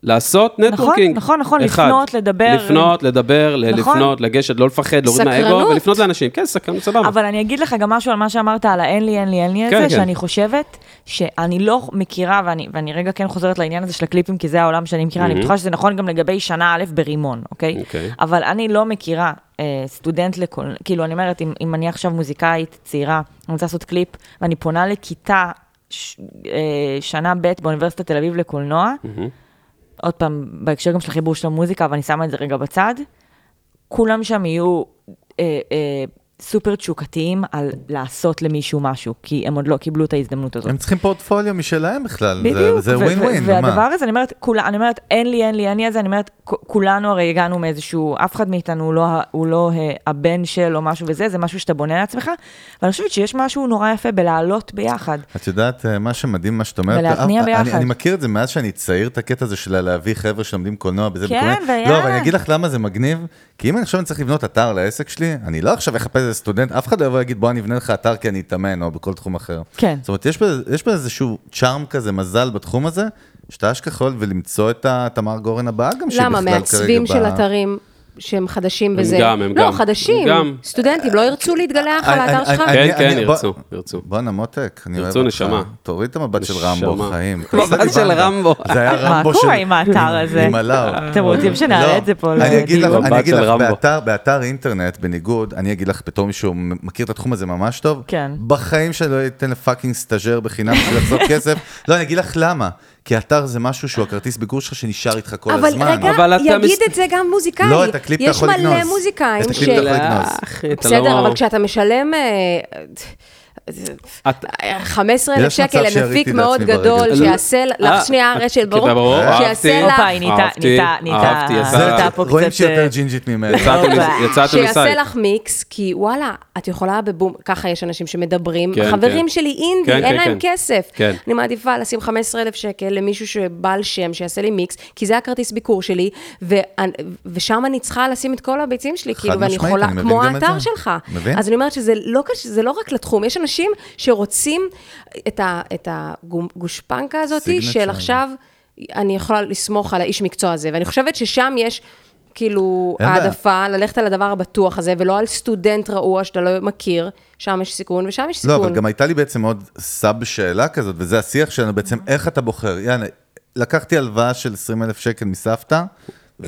לעשות נטוורקינג. נכון, נכון, אחד. לפנות, לדבר. לפנות, לדבר, ל- נכון. לפנות, לגשת, לא לפחד, להוריד מהאגו, סקרנות. ולפנות לאנשים. כן, סקרנות, סבבה. אבל אני אגיד לך גם משהו על מה שאמרת, על האין לי, אין לי, אין לי כן, הזה, כן. שאני חושבת שאני לא מכירה, ואני, ואני רגע כן חוזרת לעניין הזה של הקליפים, כי זה העולם שאני מכירה, אני בטוחה שזה נכון גם לגבי שנה א' ברימון, אוקיי? Mhm. אוקיי. אבל אני לא מכירה אה, סטודנט לקול... כאילו, אני אומרת, אם, אם אני עכשיו מוזיקאית צעירה, אני רוצה לעשות קליפ, ואני פונה לכיתה ש, אה, שנה ב' באוניברסיטת תל אביב לקולנוע, עוד פעם, בהקשר גם של החיבור של המוזיקה, אבל אני שמה את זה רגע בצד, כולם שם יהיו אה, אה, סופר תשוקתיים על לעשות למישהו משהו, כי הם עוד לא קיבלו את ההזדמנות הזאת. הם צריכים פורטפוליו משלהם בכלל, זה- בדיוק, זה ו- ווין ו- ווין, והדבר מה? הזה, אני אומרת, כולה, אני אומרת, אין לי, אין לי, אין לי את זה, אני אומרת, כ- כולנו הרי הגענו מאיזשהו, אף אחד מאיתנו הוא לא, ה- הוא לא אה, הבן של או משהו וזה, זה משהו שאתה בונה לעצמך, ואני חושבת שיש משהו נורא יפה בלעלות ביחד. את יודעת, אה, מה שמדהים, מה שאת אומרת, ולהתניע אה, אני, ביחד. אני מכיר את זה מאז שאני צעיר, את הקטע הזה של להביא חבר'ה שלומדים קולנוע בזה כן, מקומי. והיה. לא, אבל אני אגיד לך למה זה מגניב, כי אם אני עכשיו צריך לבנות אתר לעסק שלי, אני לא עכשיו אחפש איזה סטודנט, אף אחד לא יבוא ויגיד, בוא אני אבנה לך אתר כי אני אתאמן, או בכל תחום אחר. כן. זאת אומרת, יש בזה- יש בזה איזשהו צ'ארם כזה, מזל בתחום הזה, שאתה אשכח יכול ולמצוא את התמר גורן הבאה גם, שהיא למה? בכלל כרגע מעצבים של באה. אתרים שהם חדשים וזה. גם, הם לא, גם. הם חדשים. גם. סטודנטים לא ירצו להתגלח על אני- האתר אני- שלך. אני- כן, אני- כן, אני- ירצו, בוא- ירצו. בואנה מותק, אני אוהב אותך. ירצו, נשמה. תוריד את המבט של רמבו, נשמה. חיים. מבט תעשה לי של בנדה. רמבו. זה היה מה רמבו של... קורה עם האתר הזה? עם הלאו. אתם רוצים שנעלה את זה פה אה, לא. לא, כאילו. אני אגיד לך, לדיון? אני אגיד מבט של לך, רמבו. באתר- באתר אינטרנט, בניגוד, אני אגיד לך, בתור מישהו מכיר את התחום הזה ממש טוב, כן. בחיים שלא אתן לפאקינג סטאז'ר בחינם בשביל לחזור כסף. לא, אני אגיד לך למה. כי אתר זה משהו שהוא הכרטיס ביקור שלך שנשאר איתך כל אבל הזמן. רגע, אבל אתה יגיד מס- את זה גם מוזיקאי. לא, את הקליפ אתה יכול לגנוז. יש מלא מוזיקאים את הקליפ ש... אתה יכול לגנוז. אחי, אתה בסדר, לא- אבל כשאתה משלם... אה, את- 15,000 יש מצב שקל שיריתי למפיק את מאוד עצמי גדול, ברגל. אה, שיעשה... לך אה, שנייה, את- רשל, כן, ברור. ברור, שיעשה אוקיי. אהבתי. לך... הופה, היא נהייתה, אהבתי, נהייתה, נהייתה, אהבתי, יצא- נהייתה פה רואים קצת... שהיא יותר אה, ג'ינג'ית ממנו. יצאתם אופה. לס- יצאתם שיעשה לסייד. לך מיקס, כי וואלה, את יכולה בבום, ככה יש אנשים שמדברים, כן, חברים כן. שלי אינדי, כן, אין כן, להם כן. כסף. כן. אני מעדיפה לשים 15,000 שקל למישהו שבעל שם, שיעשה לי מיקס, כי זה הכרטיס ביקור שלי, ואני- ושם אני צריכה לשים את כל הביצים שלי, כאילו, ואני משמעית, יכולה, אני מבין כמו גם את האתר זה. שלך. מבין. אז אני אומרת שזה לא קש- זה לא רק לתחום, יש אנשים שרוצים את ה- את הגושפנקה הזאת Signature. של עכשיו, אני יכולה לסמוך על האיש מקצוע הזה, ואני חושבת ששם יש... כאילו, אין בעיה. העדפה, ללכת על הדבר הבטוח הזה, ולא על סטודנט רעוע שאתה לא מכיר, שם יש סיכון ושם יש לא, סיכון. אבל גם הייתה לי בעצם עוד סאב שאלה כזאת, וזה השיח שלנו בעצם, איך אתה בוחר? יאללה, לקחתי הלוואה של 20 אלף שקל מסבתא,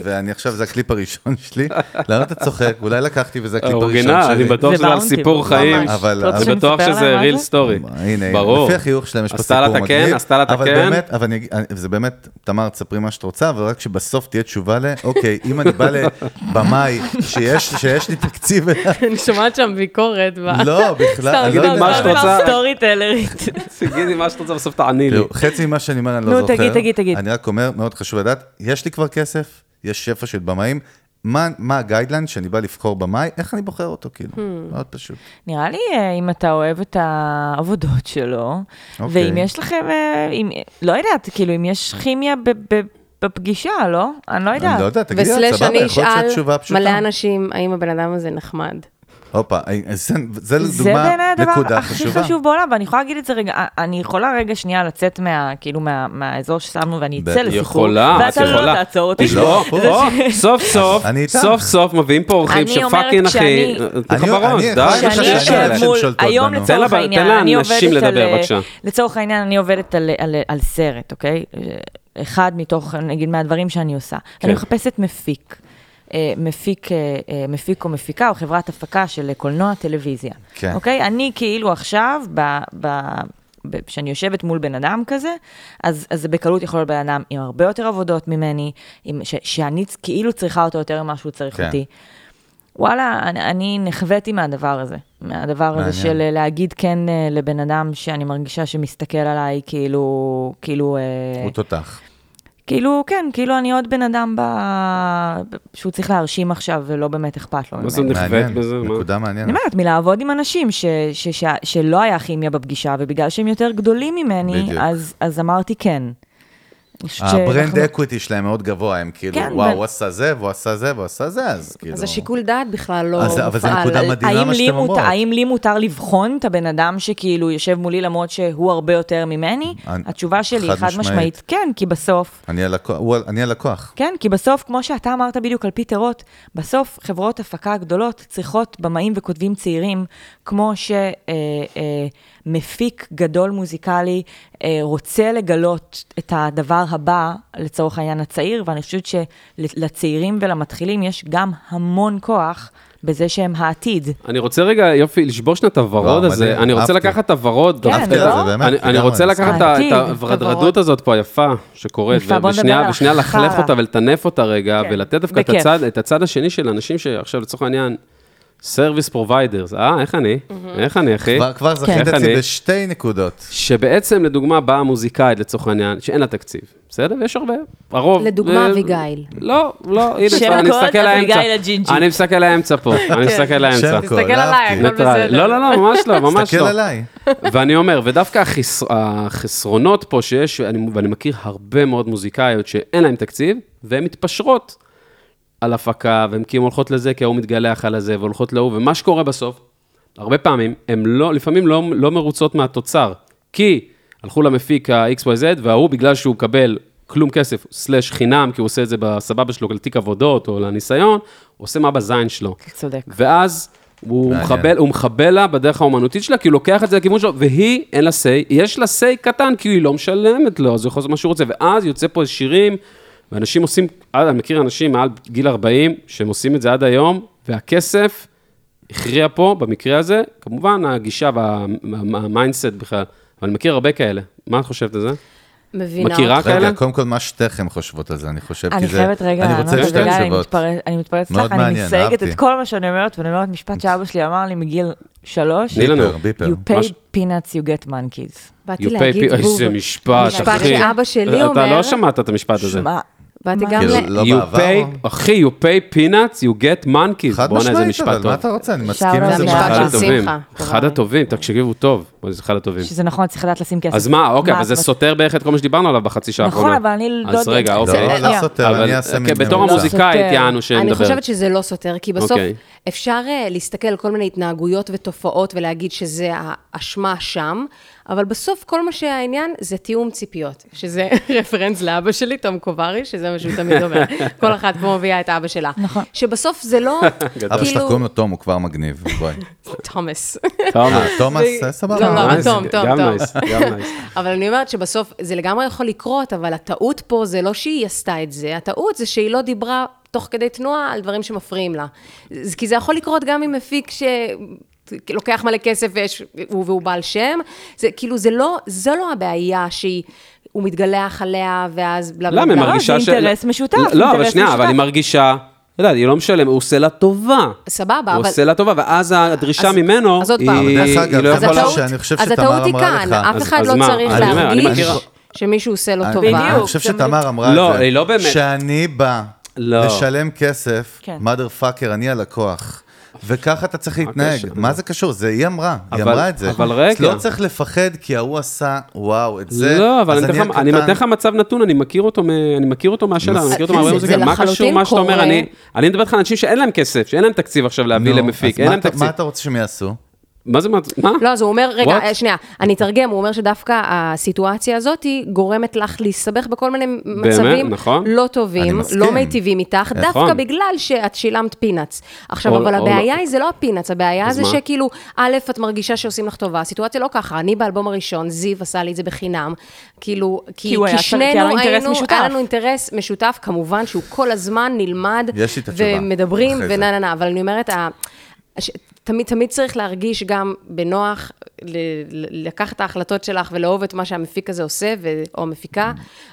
ואני עכשיו, זה הקליפ הראשון שלי. למה אתה צוחק? אולי לקחתי וזה הקליפ הראשון שלי. אורגינל, אני בטוח זה שזה על באונטי, סיפור ממש. חיים. אבל- אתה רוצה אבל- אני שאני בטוח אספר שזה להם מה real זה? story. הנה, ברור. לפי החיוך שלהם יש פה עשתה לה סיפור את מגניב. הקן, עשתה לה את אבל הקן. באמת, אבל אני- זה באמת, תמר, תספרי מה שאת רוצה, אבל רק שבסוף תהיה תשובה ל, אוקיי, אם אני בא לבמאי שיש שיש לי תקציב, אני שומעת שם ביקורת. ב- לא, בכלל, אני לא סתם, יודע. מה שאת רוצה. סטורי טלרית. תגידי מה שאת רוצה, בסוף תעני לי. תראו, חצי ממה שאני אומר אני נו, לא זוכר. תגיד, תגיד, תגיד. אני רק אומר, מאוד חשוב לדעת, יש לי כבר כסף, יש שפע של במאים, מה מה הגיידליין שאני בא לבחור במאי, איך אני בוחר אותו, כאילו, Hmm. מאוד פשוט. נראה לי אה, אם אתה אוהב את העבודות שלו, אוקיי. ואם יש לכם, אה, אם- לא יודעת, כאילו, אם יש כימיה ב- ב- בפגישה, לא? אני לא אני לא יודעת. יודע, תגידי, את וסלש סבבה, אני יכול להיות אשאל שהתשובה פשוטה. מלא אנשים, האם הבן אדם הזה נחמד. הופה, אה, זה- זה זה בעיני לדוגמה הדבר נקודה הכי חשובה. חשוב בעולם, ואני יכולה להגיד את זה רגע, אה, אני יכולה רגע שנייה לצאת מה, כאילו, מה- מהאזור ששמנו ואני אצא בטח. לסחרור. יכולה, את ואתה לא יכולה. תעצור אותי. לא, או, או, סוף סוף, אני איתך. סוף סוף מביאים פה אורחים אני אומרת שפאקינג אחי, כשאני- תן לך אני- בראש, אני- די, כשאני- יש לך כן, שאני שאני שאלה. אשאל- יושבת שאלה מול, ששולטות היום בנו. לצורך תן לה- העניין, תן לה אני נשים עובדת על... אה, לדבר, בבקשה. לצורך העניין, אני עובדת על- אה, על- על סרט, אוקיי? אחד מתוך, נגיד, מהדברים שאני עושה. כן. אני מחפשת מפיק. אה, מפיק, אה, אה, מפיק או מפיקה, או חברת הפקה של אה, קולנוע, טלוויזיה. כן. אוקיי? אני כאילו עכשיו, ב- ב- ב- כשאני יושבת מול בן אדם כזה, אז, אז זה בקלות יכול להיות בן אדם עם הרבה יותר עבודות ממני, עם, ש, שאני צ- כאילו צריכה אותו יותר ממה שהוא צריך כן. אותי. וואלה, אני, אני נחוויתי מהדבר הזה. מהדבר מעניין. הזה של אה, להגיד כן אה, לבן אדם שאני מרגישה שמסתכל עליי כאילו, כאילו, אה, הוא תותח. כאילו, כן, כאילו אני עוד בן אדם ב... שהוא צריך להרשים עכשיו ולא באמת אכפת לו. מה זה ממני. נחווית מעניין, בזה? מה? נקודה אני מעניינת. אומרת, מלעבוד עם אנשים ש, ש, ש, שלא היה כימיה בפגישה, ובגלל שהם יותר גדולים ממני, בדיוק. אז, אז אמרתי כן. אני חושבת הברנד שאנחנו- אקוויטי אה, שלהם מאוד גבוה, הם כאילו, כן, וואו, ב- הוא עשה זה, והוא עשה זה, והוא עשה זה, אז כאילו... אז השיקול דעת בכלל לא אז- מופעל. אבל זה נקודה על- מדהימה האם מה לי שאתם מותר- אומרות. האם לי מותר לבחון את הבן אדם שכאילו יושב מולי למרות שהוא הרבה יותר ממני? אני- התשובה שלי חד היא חד משמעית. משמעית, כן, כי בסוף אני הלקוח, הוא ה- אני הלקוח. כן, כי בסוף, כמו שאתה אמרת בדיוק על פי פירות, בסוף חברות הפקה הגדולות צריכות במאים וכותבים צעירים, כמו שמפיק אה, אה, מפיק גדול מוזיקלי אה, רוצה לגלות את הדבר הבא, לצורך העניין הצעיר, ואני חושבת שלצעירים ולמתחילים יש גם המון כוח בזה שהם העתיד. אני רוצה רגע, יופי, לשבור שנייה את הוורוד וואו, הזה. מדהים, אני רוצה לא, אהבתי. לקחת את הוורוד. אהבתי את זה, אני- באמת, אני- אני לגמרי. רוצה לקחת את ה- את העתיד, הוורדרדות הוורוד. הזאת פה היפה שקורית, יפה, בוא ושנייה- נדבר על ושנייה לחלך החרא. אותה ולטנף אותה רגע, כן, ולתת דווקא את בכיף. הצד- את הצד השני של אנשים שעכשיו, לצורך העניין, סרוויס פרוביידרס. אה, איך אני? איך אני, אחי? כבר- כן. כבר אוקיי. איך זכית אני? אה, אצלי בשתי נקודות. שבעצם, לדוגמה, באה מוזיקאית, לצורך העניין, שאין לה תקציב, בסדר? ויש הרבה, הרוב. לדוגמה, ו- אביגיל. לא, לא, הנה, שם כבר, אני הקוד, מסתכל על האמצע. אביגיל כן. הג'ינג'ית. אני מסתכל על האמצע פה, אני מסתכל על האמצע. שם קוד, תסתכל עליי, אהבתי. הכל ניטרלי. בסדר. לא, לא, לא, ממש לא, ממש לא. תסתכל עליי. ואני אומר, ודווקא החס... החסרונות פה שיש, ואני, ואני מכיר הרבה מאוד מוזיקאיות שאין להן תקציב, והן מתפשרות על הפקה, והן כאילו הולכות לזה, כי ההוא מתגלח על הזה, והולכות להוא, ומה שקורה בסוף, הרבה פעמים, הן לא, לפעמים לא, לא מרוצות מהתוצר, כי הלכו למפיק ה-XYZ, וההוא, בגלל שהוא מקבל כלום כסף, סלאש חינם, כי הוא עושה את זה בסבבה שלו, לתיק עבודות או לניסיון, עושה מה בזין שלו. צודק. ואז הוא מעניין. מחבל, הוא מחבל לה בדרך האומנותית שלה, כי הוא לוקח את זה לכיוון שלו, והיא, אין לה say, יש לה say קטן, כי היא לא משלמת לו, אז הוא יכול לעשות מה שהוא רוצה, ואז יוצא פה שירים, ואנשים עושים, אה, אני מכיר אנשים מעל גיל 40, שהם עושים את זה עד היום, והכסף הכריע פה, במקרה הזה, כמובן הגישה והמיינדסט בכלל, אבל אני מכיר הרבה כאלה. מה את חושבת על זה? מבינה מכירה? אותך. רגע, כאלה? קודם כל, מה שתיכם חושבות על זה? אני חושב, כי אני זה... חייבת רגע אני לענות רוצה על זה, שתי גיא, אני תשובות. מתפרץ- אני מתפרצת מאוד לך, אני מעניין, מסייגת אהבתי. את כל מה שאני אומרת, ואני אומרת משפט שאבא שלי אמר לי מגיל שלוש, תני לנו. ביפר, ביפר. You pay מש- peanuts, you get monkeys. באתי You pay להגיד people- בוב. איזה משפט, אחי. משפט שאבא שלי אתה אומר, לא שמעת את המשפט הזה. שמע, באתי מה? גם כאילו, ל... לא you בעבר. pay, אחי, you pay peanuts, you get monkeys. חד בואנה, איזה משמעית, משפט אבל טוב. מה אתה רוצה? אני אפשר מסכים עם גם זה. להגיד מאוד. אחד של הטובים, שמחה, אחד כבר. הטובים, תקשיבו טוב, בואי, זה אחד הטובים. שזה נכון, צריך לדעת לשים כסף. אז מה, אוקיי, אבל זה את- סותר בערך את כל מה שדיברנו עליו בחצי שעה נכון, האחרונה. אבל אני לא אז יודעת. רגע, לא, אוקיי. לא, לא שנייה. סותר, אבל- אני אעשה אוקיי, בתור ממוצע. המוזיקאית, סותר. יענו, שמדברת. אני חושבת שזה לא סותר, כי בסוף כן, אוקיי. אפשר אה, להסתכל על כל מיני התנהגויות ותופעות ולהגיד שזה האשמה שם, אבל בסוף כל מה שהעניין זה תיאום ציפיות, שזה רפרנס לאבא שלי, תום קוברי, שזה מה שהוא תמיד אומר. כל אחת פה מביאה את אבא שלה. נכון. שבסוף זה לא, אבא שלך כאילו, קוראים לו תום, הוא כבר מגניב, בואי. תומאס. אה, תומר. תומאס, אה, לא, סבבה. לא, נייס, תום, תום, גם תום. נייס, גם נייס. אבל אני אומרת שבסוף זה לגמרי יכול לקרות, אבל הטעות פה זה לא שהיא עשתה את זה, הטעות זה שהיא לא דיברה תוך כדי תנועה על דברים שמפריעים לה. זה- כי זה יכול לקרות גם עם מפיק ש... לוקח מלא כסף ויש, הוא, והוא בעל שם, זה כאילו, זה לא, זו לא הבעיה שהיא, הוא מתגלח עליה, ואז בלה בלה למה היא בלה. לא, מרגישה זה אינטרס משותף, לא, אבל אינטרס שנייה, אבל משותף. היא מרגישה... לא יודעת, היא לא משלמת, הוא עושה לה טובה. סבבה, הוא אבל- עושה לה טובה, ואז הדרישה אז- ממנו, אז עוד היא פעם. אבל דרך היא אגב, לא זה אז יכול- יכולה... הטעות, שאני חושב אז שתמר הטעות היא אמרה כאן, לך. אף אז- אחד אז לא מה? צריך אני אומר, אני להרגיש מכיר- שמישהו עושה לו אני- טובה. אני בדיוק, חושב זה שתמר אמרה את זה. לא, היא לא באמת. שאני בא לא. לשלם כסף, כן. mother fucker, אני הלקוח. וככה אתה צריך להתנהג. הקשר? מה זה קשור? זה היא אמרה, היא אבל- אמרה את זה. אבל רגע. אז לא צריך לפחד, כי ההוא עשה, וואו, את זה. לא, אבל אז אני נותן לך- הקטן. אני נותן לך מצב נתון, אני מכיר אותו מ- אני מכיר אותו מהשאלה, אני מכיר אותו זה- מהרבה זה מוזיקה. מה קשור לחלוטין מה שאתה אומר? קורה. אני- אני מדבר איתך על אנשים שאין להם כסף, שאין להם תקציב עכשיו להביא נו, למפיק, אז אין מה להם אתה- תקציב. מה אתה רוצה שהם יעשו? מה זה, מה? מה? לא, אז הוא אומר, רגע, What? What? שנייה, אני אתרגם, הוא אומר שדווקא הסיטואציה הזאת היא גורמת לך להסתבך בכל מיני מצבים נכון. לא אני טובים, מסכים. לא מיטיבים איתך, נכון. דווקא בגלל שאת שילמת פינאץ. עכשיו, או- אבל או הבעיה לא. היא, זה לא הפינאץ, הבעיה אז זה מה? שכאילו, א', את מרגישה שעושים לך טובה, הסיטואציה לא ככה, אני באלבום הראשון, זיו עשה לי את זה בחינם, כאילו, כי, כי הוא היה צריך- כי היה לו שנינו אינטרס היינו, משותף. היה לנו אינטרס משותף, כמובן שהוא כל הזמן נלמד, יש לי את התשובה ומדברים, אחרי זה. ונה נה נה, לא, אבל אני אומרת, ה- ש- תמיד, תמיד צריך להרגיש גם בנוח, ל- ל- לקחת את ההחלטות שלך ולאהוב את מה שהמפיק הזה עושה, ו- או מפיקה.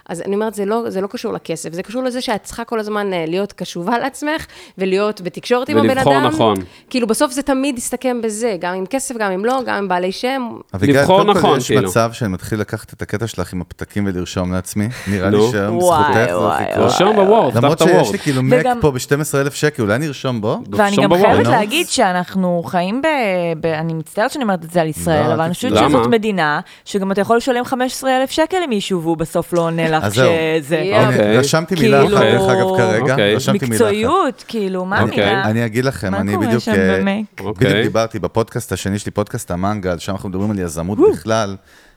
אז אני אומרת, זה לא, זה לא קשור לכסף, זה קשור לזה שאת צריכה כל הזמן אה, להיות קשובה לעצמך, ולהיות בתקשורת עם הבן אדם. ולבחור נכון. כאילו, בסוף זה תמיד יסתכם בזה, גם עם כסף, גם אם לא, גם עם בעלי שם. אביגיל, לבחור קודם כל נכון, יש כאילו. מצב שאני מתחיל לקחת את הקטע שלך עם הפתקים ולרשום לעצמי. נראה לי נו. שהיום וואי, בזכותך זה הולך וואי, לקרות. תרשום בוורד, פתח למרות את שיש הוורד. לי כאילו מק וגם- פה ב-12,000 שקל, אולי נרשום בו? ואני שם גם לא. בוואלה, חייבת נו. להגיד שאנחנו אנחנו חיים ב... ב... אני מצטערת שאני אומרת את זה על ישראל, לא, אבל אל אני תצ- חושבת למה? שזאת מדינה שגם אתה יכול לשלם 15,000 שקל למישהו והוא בסוף לא עונה לך אז זהו. שזה... אוקיי. הנה, רשמתי מילה אחת, כאילו- דרך אגב, כרגע. אוקיי. רשמתי מילה אחת. מקצועיות, כאילו, מה אוקיי. המילה? אני אגיד לכם, מה אני קורה בדיוק... שם אה, במק? בדיוק אוקיי. דיברתי בפודקאסט השני שלי, פודקאסט המנגל, שם אנחנו מדברים על יזמות בכלל,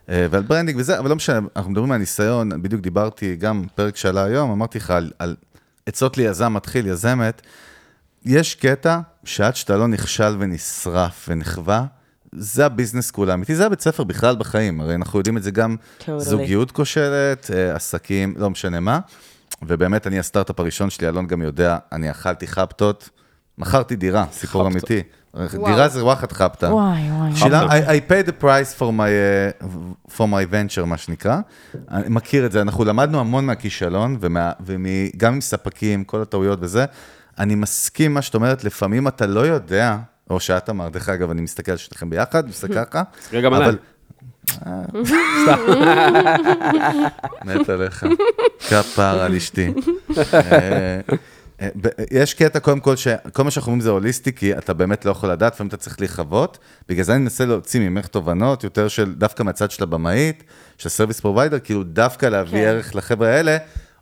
אה, ועל ברנדינג וזה, אבל לא משנה, אנחנו מדברים על ניסיון, בדיוק דיברתי גם פרק שעלה היום, אמרתי לך על- על עצות ליזם מתחיל, יזמת. יש קטע שעד שאתה לא נכשל ונשרף ונכווה, זה הביזנס כולה אמיתי, זה הבית ספר בכלל בחיים, הרי אנחנו יודעים את זה גם Totally. זוגיות כושלת, אה, עסקים, לא משנה מה. ובאמת, אני הסטארט-אפ הראשון שלי, אלון גם יודע, אני אכלתי חפטות, מכרתי דירה, סיפור חפטות. אמיתי. דירה זה וואחד חפטה. וואי, וואי. שילם, חפטה. I, I paid the price for my, uh, for my venture, מה שנקרא. אני מכיר את זה, אנחנו למדנו המון מהכישלון, ומה- ומ- גם עם ספקים, כל הטעויות וזה. אני מסכים עם מה שאת אומרת, לפעמים אתה לא יודע, או שאת אמרת, דרך אגב, אני מסתכל על שניכם ביחד, מסתכל ככה. תסתכל גם עליי. אבל- מת עליך. כפר על אשתי. אה, אה, ב- יש קטע, קודם כל, שכל מה שאנחנו אומרים זה הוליסטי, כי אתה באמת לא יכול לדעת, לפעמים אתה צריך להיכבות. בגלל זה אני מנסה להוציא ממך תובנות יותר של דווקא מהצד של הבמאית, של סרוויס פרוביידר, כאילו דווקא להביא כן. ערך לחבר'ה האלה.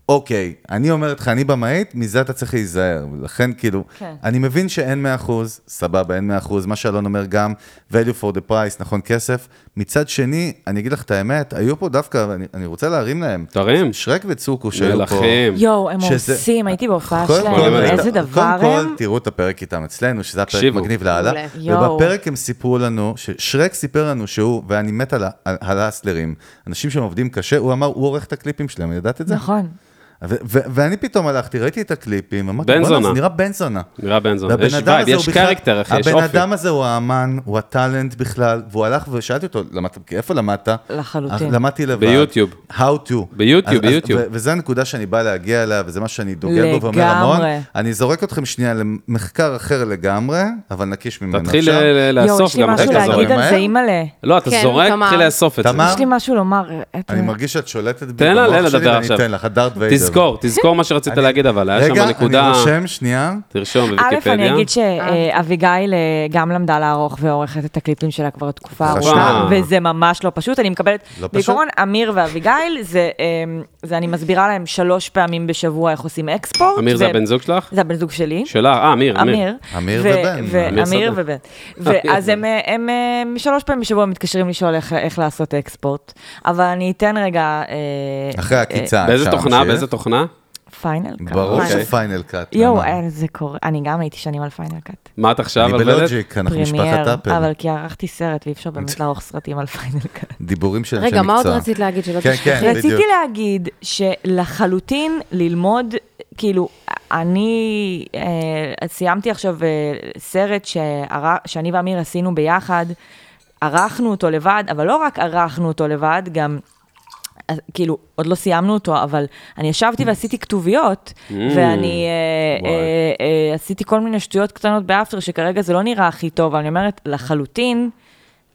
אוקיי, אני אומרת לך, אני במאית, מזה אתה צריך להיזהר. ולכן, כאילו, כן. אני מבין שאין 100%, סבבה, אין 100%, מה שאלון אומר גם, value for the price, נכון, כסף. מצד שני, אני אגיד לך את האמת, היו פה דווקא, ואני- אני רוצה להרים להם. תרים. שרק וצוקו שהיו פה. מלכים. יואו, הם שזה- הורסים, הייתי בהופעה קודם כל, שלהם, אתה- איזה דבר קודם הם. כל, תראו את הפרק איתם אצלנו, שזה הפרק תקשיבו. מגניב לאללה. מעולה. ובפרק הם סיפרו לנו, ששרק סיפר לנו שהוא, ואני מת על ה- על על האסלרים, אנשים שהם עובדים קשה, הוא אמר, הוא עורך את הקליפים שלהם, ידעת את זה? נכון. ו- ו- ואני פתאום הלכתי, ראיתי את הקליפים, אמרתי, בן בוא'נה, זונה." זה נראה בן זונה. נראה בן זונה. והבן יש אדם וייב, הזה הוא יש בכלל- קרקטר, אחי, יש הבן אופי. אדם הזה הוא האמן, הוא הטאלנט בכלל, והוא הלך ושאלתי אותו, למדת, איפה למדת? לחלוטין. למדתי לבד. ביוטיוב. How to. ביוטיוב, אז- אז- ביוטיוב. ו- וזו הנקודה שאני בא להגיע אליה, וזה מה שאני דוגל בו ואומר המון. לגמרי. אני זורק אתכם שנייה למחקר אחר לגמרי, אבל נקיש ממנו תתחיל עכשיו. ל- ל- יואו, יש לאסוף לי גם אחרי משהו רגע, שאתה זורם להגיד זורק. על זה, מהר? אימא'לה. לא, אתה כן, זורק, תמר. תתחיל לאסוף את זה. תמר? יש לי משהו לומר. את- אני מרגיש שאת שולטת בי תן לה במוח שלי, לדבר ואני עכשיו. אתן לך, את דארט ויידר. תזכור, תזכור מה שרצית אני- להגיד, אבל היה רגע, שם בנקודה, אני רושם, שנייה. תרשום א', אני בוויקיפדיה. אגיד שאביגיל אה, גם למדה לערוך ועורכת את הקליפים שלה כבר תקופה חשוב. ארוכה, אה. וזה ממש לא פשוט. אני מקבלת, לא פשוט? בעיקרון, אמיר ואביגיל, זה, אה, זה אני מסבירה להם שלוש פעמים בשבוע איך עושים אקספורט. אמיר זה ו- הבן זוג שלך? זה הבן זוג שלי. שלה, אה, אמיר, אמיר. אמיר. אמיר ו- ובן. ו- אמיר אמיר סבן. ובן. ואז הם, אה, הם אה, שלוש פעמים בשבוע מתקשרים לשאול איך- איך לעשות אקספורט. אבל אני אתן רגע... אה, אחרי הקיצה. באיזה אפשר תוכנה, להמשיך? באיזה תוכנה? אה, פיינל קאט. ברור אוקיי. שפיינל קאט. יואו, למה? אה, זה קורה. אני גם הייתי שנים על פיינל קאט. מה את עכשיו אני עובדת? בלוג'יק, אנחנו משפחת פרימייר, אפל. אבל כי ערכתי סרט ואי אפשר באמת לערוך סרטים על פיינל קאט. דיבורים של אנשי מקצוע. רגע, מה עוד רצית להגיד שלא כן, תשכחי? כן, בדיוק. רציתי להגיד שלחלוטין ללמוד, כאילו, אני אה, סיימתי עכשיו אה, סרט שער- שאני ואמיר עשינו ביחד, ערכנו אותו לבד, אבל לא רק ערכנו אותו לבד, גם... אה, כאילו, עוד לא סיימנו אותו, אבל אני ישבתי ועשיתי כתוביות, ואני אה, וואי. אה, אה, עשיתי כל מיני שטויות קטנות באפטר, שכרגע זה לא נראה הכי טוב, אבל אני אומרת, לחלוטין,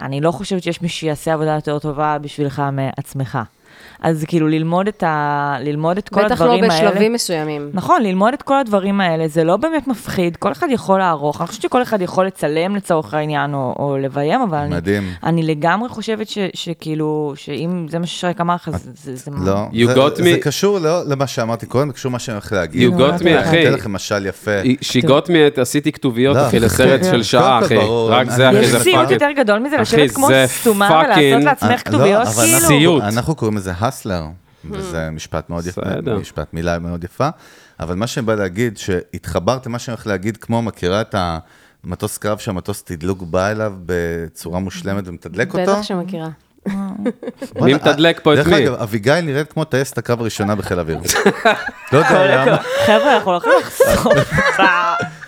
אני לא חושבת שיש מי שיעשה עבודה יותר טובה בשבילך מעצמך. אז כאילו, ללמוד את, ה... ללמוד את כל בטח לא הדברים האלה... בשלבים מסוימים. נכון, ללמוד את כל הדברים האלה, זה לא באמת מפחיד, כל אחד יכול לערוך, אני חושבת שכל אחד יכול לצלם לצורך העניין, או, או לביים, אבל אני- מדהים. אני לגמרי חושבת ש, שכאילו, שאם זה מה ששרק אמר לך, זה... זה, זה לא, You זה- got זה me. קשור לא למה שאמרתי קודם, קשור למה שאני הולך להגיד. You got me, אני אחי. אתן לכם משל יפה. שיגות מי את עשיתי כתוביות, לא, אחי, אחי, לסרט כן. של שעה, קודם כל אחי. ברור. רק זה, אני- אחי, יש זה איזה סיוט פאקינג- פאקינג. יותר גדול מזה, אחי, לשבת כמו זה סתומה ולעשות פאקינג- לעצמך אה, לא, כתוביות, אבל כאילו. אנחנו- סיוט. אנחנו קוראים לזה הסלר, Hmm. וזה משפט מאוד יפה, בסדר. משפט מילה מאוד יפה, אבל מה שאני בא להגיד, שהתחברת למה שאני הולך להגיד, כמו מכירה את המטוס קרב שהמטוס תדלוק בא אליו בצורה מושלמת ומתדלק אותו. בטח שמכירה. מי וואלה, מתדלק פה את דרך מי? אגב, אביגיל נראית כמו טייסת הקרב הראשונה בחיל האוויר. לא יודע למה, חבר'ה, אנחנו לא הולכים לחסוך.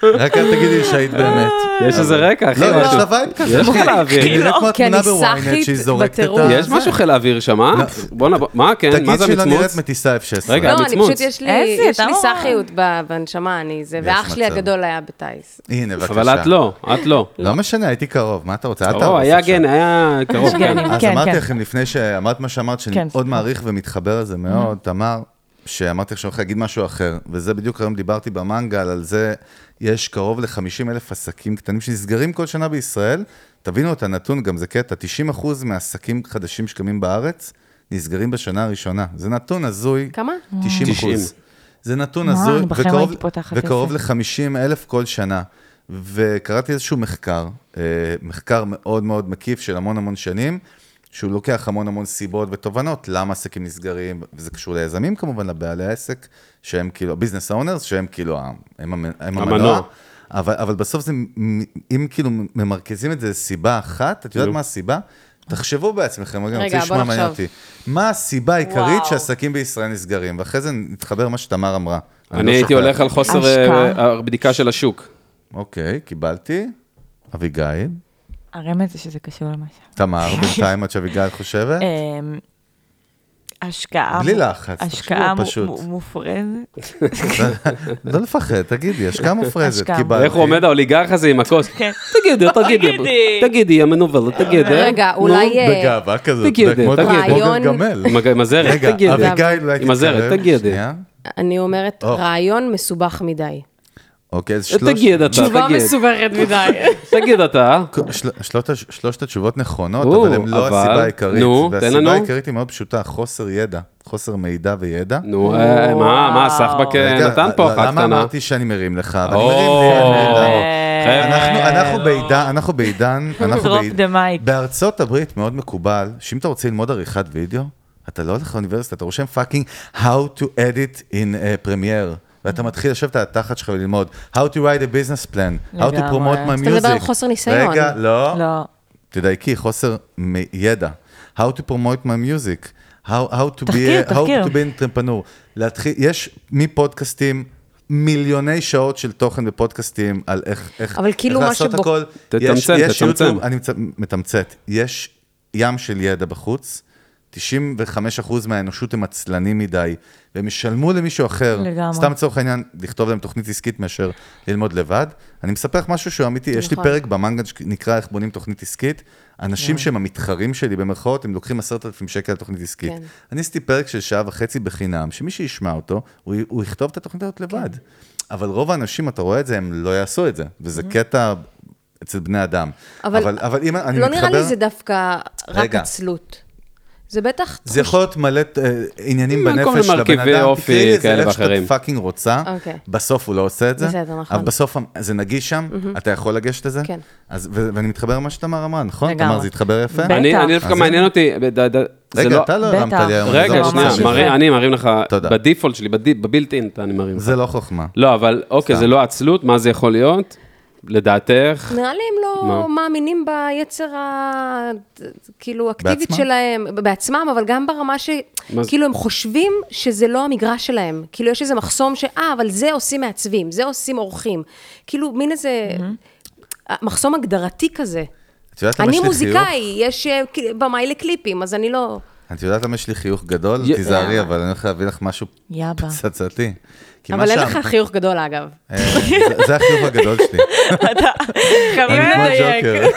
רק אל תגידי לי שהיית באמת. יש איזה רקע, אחי, לא, יש משהו. לה וייב כזה. יש חיל היא כאילו. האוויר. נראית כמו כאילו, כי התמונה אני בוויינט שהיא סאחית זורקת את בטירוף. ה... יש משהו חיל האוויר שם, אה? בואנה, בוא- מה, כן? מה לא. תגיד זה שהיא לא נראית המצמוץ? מ-T16. רגע, לא, גם אני מצמוץ. פשוט, יש לי איזה, יש לי תמר. סאחיות ב- בנשמה, אני זה, יש ואח שלי מצב. הגדול היה בטיס. הנה, בבקשה. אבל את לא, את לא. לא משנה, הייתי קרוב, מה אתה רוצה? אל או, תהרוס היה עכשיו. לא גן, היה קרוב, כן. גנים. אז כן, אמרתי כן. לכם לפני שאמרת מה שאמרת, שאני כן, Mm-hmm. מאוד סליחה. מעריך ומתחבר לזה מאוד, תמר, שאמרתי עכשיו הולך להגיד משהו אחר, וזה בדיוק היום דיברתי במנגל, על זה יש קרוב ל-50 אלף עסקים קטנים שנסגרים כל שנה בישראל. תבינו את הנתון, גם זה קטע, 90 אחוז מהעסקים חדשים שקמים בארץ, נסגרים בשנה הראשונה. זה נתון הזוי. כמה? 90 90. אחוז. זה נתון וואו, הזוי, אני בחיים לא וקרוב, הייתי פותחת וקרוב עסק. ל-50 אלף כל שנה. וקראתי איזשהו מחקר, אה, מחקר מאוד מאוד מקיף של המון המון שנים, שהוא לוקח המון המון סיבות ותובנות, למה עסקים נסגרים, וזה קשור ליזמים כמובן, לבעלי העסק, שהם כאילו, ביזנס אונרס, שהם כאילו, ה- הם, המ- הם המנוע. המנוע. אבל, אבל בסוף זה, מ- אם כאילו ממרכזים את זה לסיבה אחת, את יודעת נו. מה הסיבה? תחשבו בעצמכם, רגע, אני רוצה רגע, לשמוע בוא מעניין נחשוב. אותי. מה הסיבה העיקרית וואו. שעסקים בישראל נסגרים? ואחרי זה נתחבר מה שתמר אמרה. אני לא הייתי שוכח. הולך על חוסר השקעה. אה, הבדיקה של השוק. אוקיי, קיבלתי. אביגיל, הרמז זה שזה קשור למשהו. תמר, בינתיים עד שאביגיל חושבת. אה. אמ, השקעה... בלי מ- לחץ, השקעה תחשבו מ- פשוט. מ- מופרזת. לא לפחד, תגידי, השקעה מופרזת, השקעה. קיבלתי. איך הוא עומד האוליגרך הזה עם הכוס? כן. תגידי, תגידי, תגידי. תגידי, המנוולת, תגידי. רגע, אולי... אה, בגאווה כזאת, תגידי, זה כמו תגידי. גוגל רעיון- גמל. עם הג- עם הזרת, רגע, תגידי. אביגיל אולי עם הזרת, תתקרב. תגידי. שנייה. אני אומרת, או. רעיון מסובך מדי. אוקיי, אז שלוש... תגיד אה, אתה, תשובה תגיד. מסובכת מדי. תגיד אתה. של- שלושת הש- שלושת התשובות נכונות, או, אבל הן לא אבל- הסיבה העיקרית. נו, תן לנו. והסיבה העיקרית היא מאוד פשוטה, חוסר ידע, חוסר מידע וידע. נו, אה, מה, מה, סחבק אה, רגע, נתן פה למה אחת קטנה. אמרתי שאני מרים לך? אבל אני או, מרים לך, נהדר. חבר'ה. אנחנו- אנחנו בעידן, אנחנו בעידן, אנחנו אה, לא. Drop the mic. בארצות הברית מאוד מקובל, שאם אתה רוצה ללמוד עריכת וידאו, אתה לא הולך לאוניברסיטה, אתה רושם פאקינג How to edit in uh, Premiere. ואתה מתחיל לשבת על התחת שלך וללמוד, How to write a business plan, How to לגמרי. promote my music. אתה מדבר על חוסר ניסיון. רגע, לא. לא. תדייקי, חוסר מ- ידע. How to promote my music. How, how to תחקיר, be, תחקיר. How to be entrepreneur. להתחיל, יש מפודקאסטים מיליוני שעות של תוכן בפודקאסטים על איך, איך, אבל איך כאילו מה לעשות שבו- הכל. תתמצת, יש, יש תתמצת. יוטיוב, אני מצ- מתמצת. יש ים של ידע בחוץ. 95% מהאנושות הם עצלנים מדי, והם ישלמו למישהו אחר. לגמרי. סתם לצורך העניין, לכתוב להם תוכנית עסקית מאשר ללמוד לבד. אני מספר לך משהו שהוא אמיתי, יש לי נכון. כן. פרק במנגה שנקרא איך בונים תוכנית עסקית. אנשים שהם המתחרים שלי במרכאות, הם לוקחים עשרת אלפים שקל על תוכנית עסקית. כן. אני עשיתי פרק של שעה וחצי בחינם, שמי שישמע אותו, הוא, הוא יכתוב את התוכנית כן. הזאת לבד. אבל רוב האנשים, אתה רואה את זה, הם לא יעשו את זה, וזה קטע אצל בני אדם. אבל, Mm-hmm. אבל- אבל, אבל אם אני לא מתחבר... נראה לי זה דווקא רק רגע. עצלות. זה בטח... זה יכול להיות מלא אה, עניינים כל בנפש של הבן מרכיבי אדם, אופי תקראי לזה כאלה איך שאתה ואחרים. פאקינג רוצה, אוקיי. בסוף הוא לא עושה את זה, בסדר, נכון. אבל בסוף זה נגיש שם, אתה יכול לגשת לזה, כן. אז- ו- ואני מתחבר למה שתמר אמרה, נכון? לגמרי. תמר, זה התחבר יפה? בטח. אני אני דווקא אז מעניין אותי, ד- ד- זה רגע, לא- אתה לא בטח. הרמת לי היום. רגע, זה לא שנייה, חוכמה שלי. מראה, אני מרים לך, תודה. בדיפולט שלי, בדי- בבילט אין, אני מרים לך. זה לא חוכמה. לא, אבל אוקיי, סתם. זה לא עצלות, מה זה יכול להיות? לדעתך? נראה לי הם מה? לא מאמינים ביצר ה... כאילו, אקטיבית בעצמם? שלהם, בעצמם, אבל גם ברמה ש... מה זה- כאילו, הם חושבים שזה לא המגרש שלהם. כאילו, יש איזה מחסום ש... אה, אבל זה עושים מעצבים, זה עושים עורכים. כאילו, מין איזה... מחסום הגדרתי כזה. את יודעת למה יש אני לי חיוך? מוזיקאי, יש אה, כ- במאי לקליפים, אז אני לא... את יודעת למה יש לי חיוך גדול? י- תיזהרי, אבל אני הולך להביא לך משהו יאבה. פצצתי. כי מה אבל אין שם- לך חיוך גדול, אגב. אה, זה- זה החיוך הגדול שלי. אני כמו ג'וקר.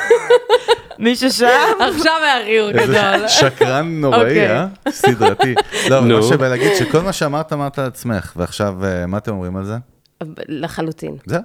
מישהו שם? עכשיו היה חיוך גדול. שקרן נוראי, אוקיי. אה? סדרתי. לא, אבל מה נו. שבא להגיד, שכל מה שאמרת, אמרת על עצמך, ועכשיו, אה, מה אתם אומרים על זה? לחלוטין. זהו.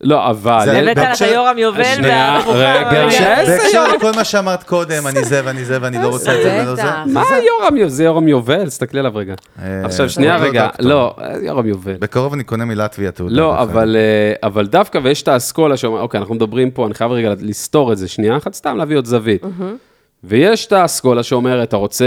לא, אבל... זה- הבאת לה את בהקשר- היורם יובל שנייה, אה, רגע. והרחובה. בהקשר- איזה בהקשר לכל מה שאמרת קודם, אני זה ואני זה ואני לא רוצה את זה ולא זה. בטח. מה יורם יובל? זה יורם יובל, תסתכלי עליו רגע. אה, עכשיו, שנייה הוא לא רגע, דוקטור. לא, אה, יורם יובל. בקרוב אני קונה מלטביה תעודה. לא, דרך אגב. אבל, אה, אבל דווקא, ויש את האסכולה שאומרת, אוקיי, אנחנו מדברים פה, אני חייב רגע לסתור את זה שנייה אחת, סתם להביא עוד זווית. ויש את האסכולה שאומרת, אתה רוצה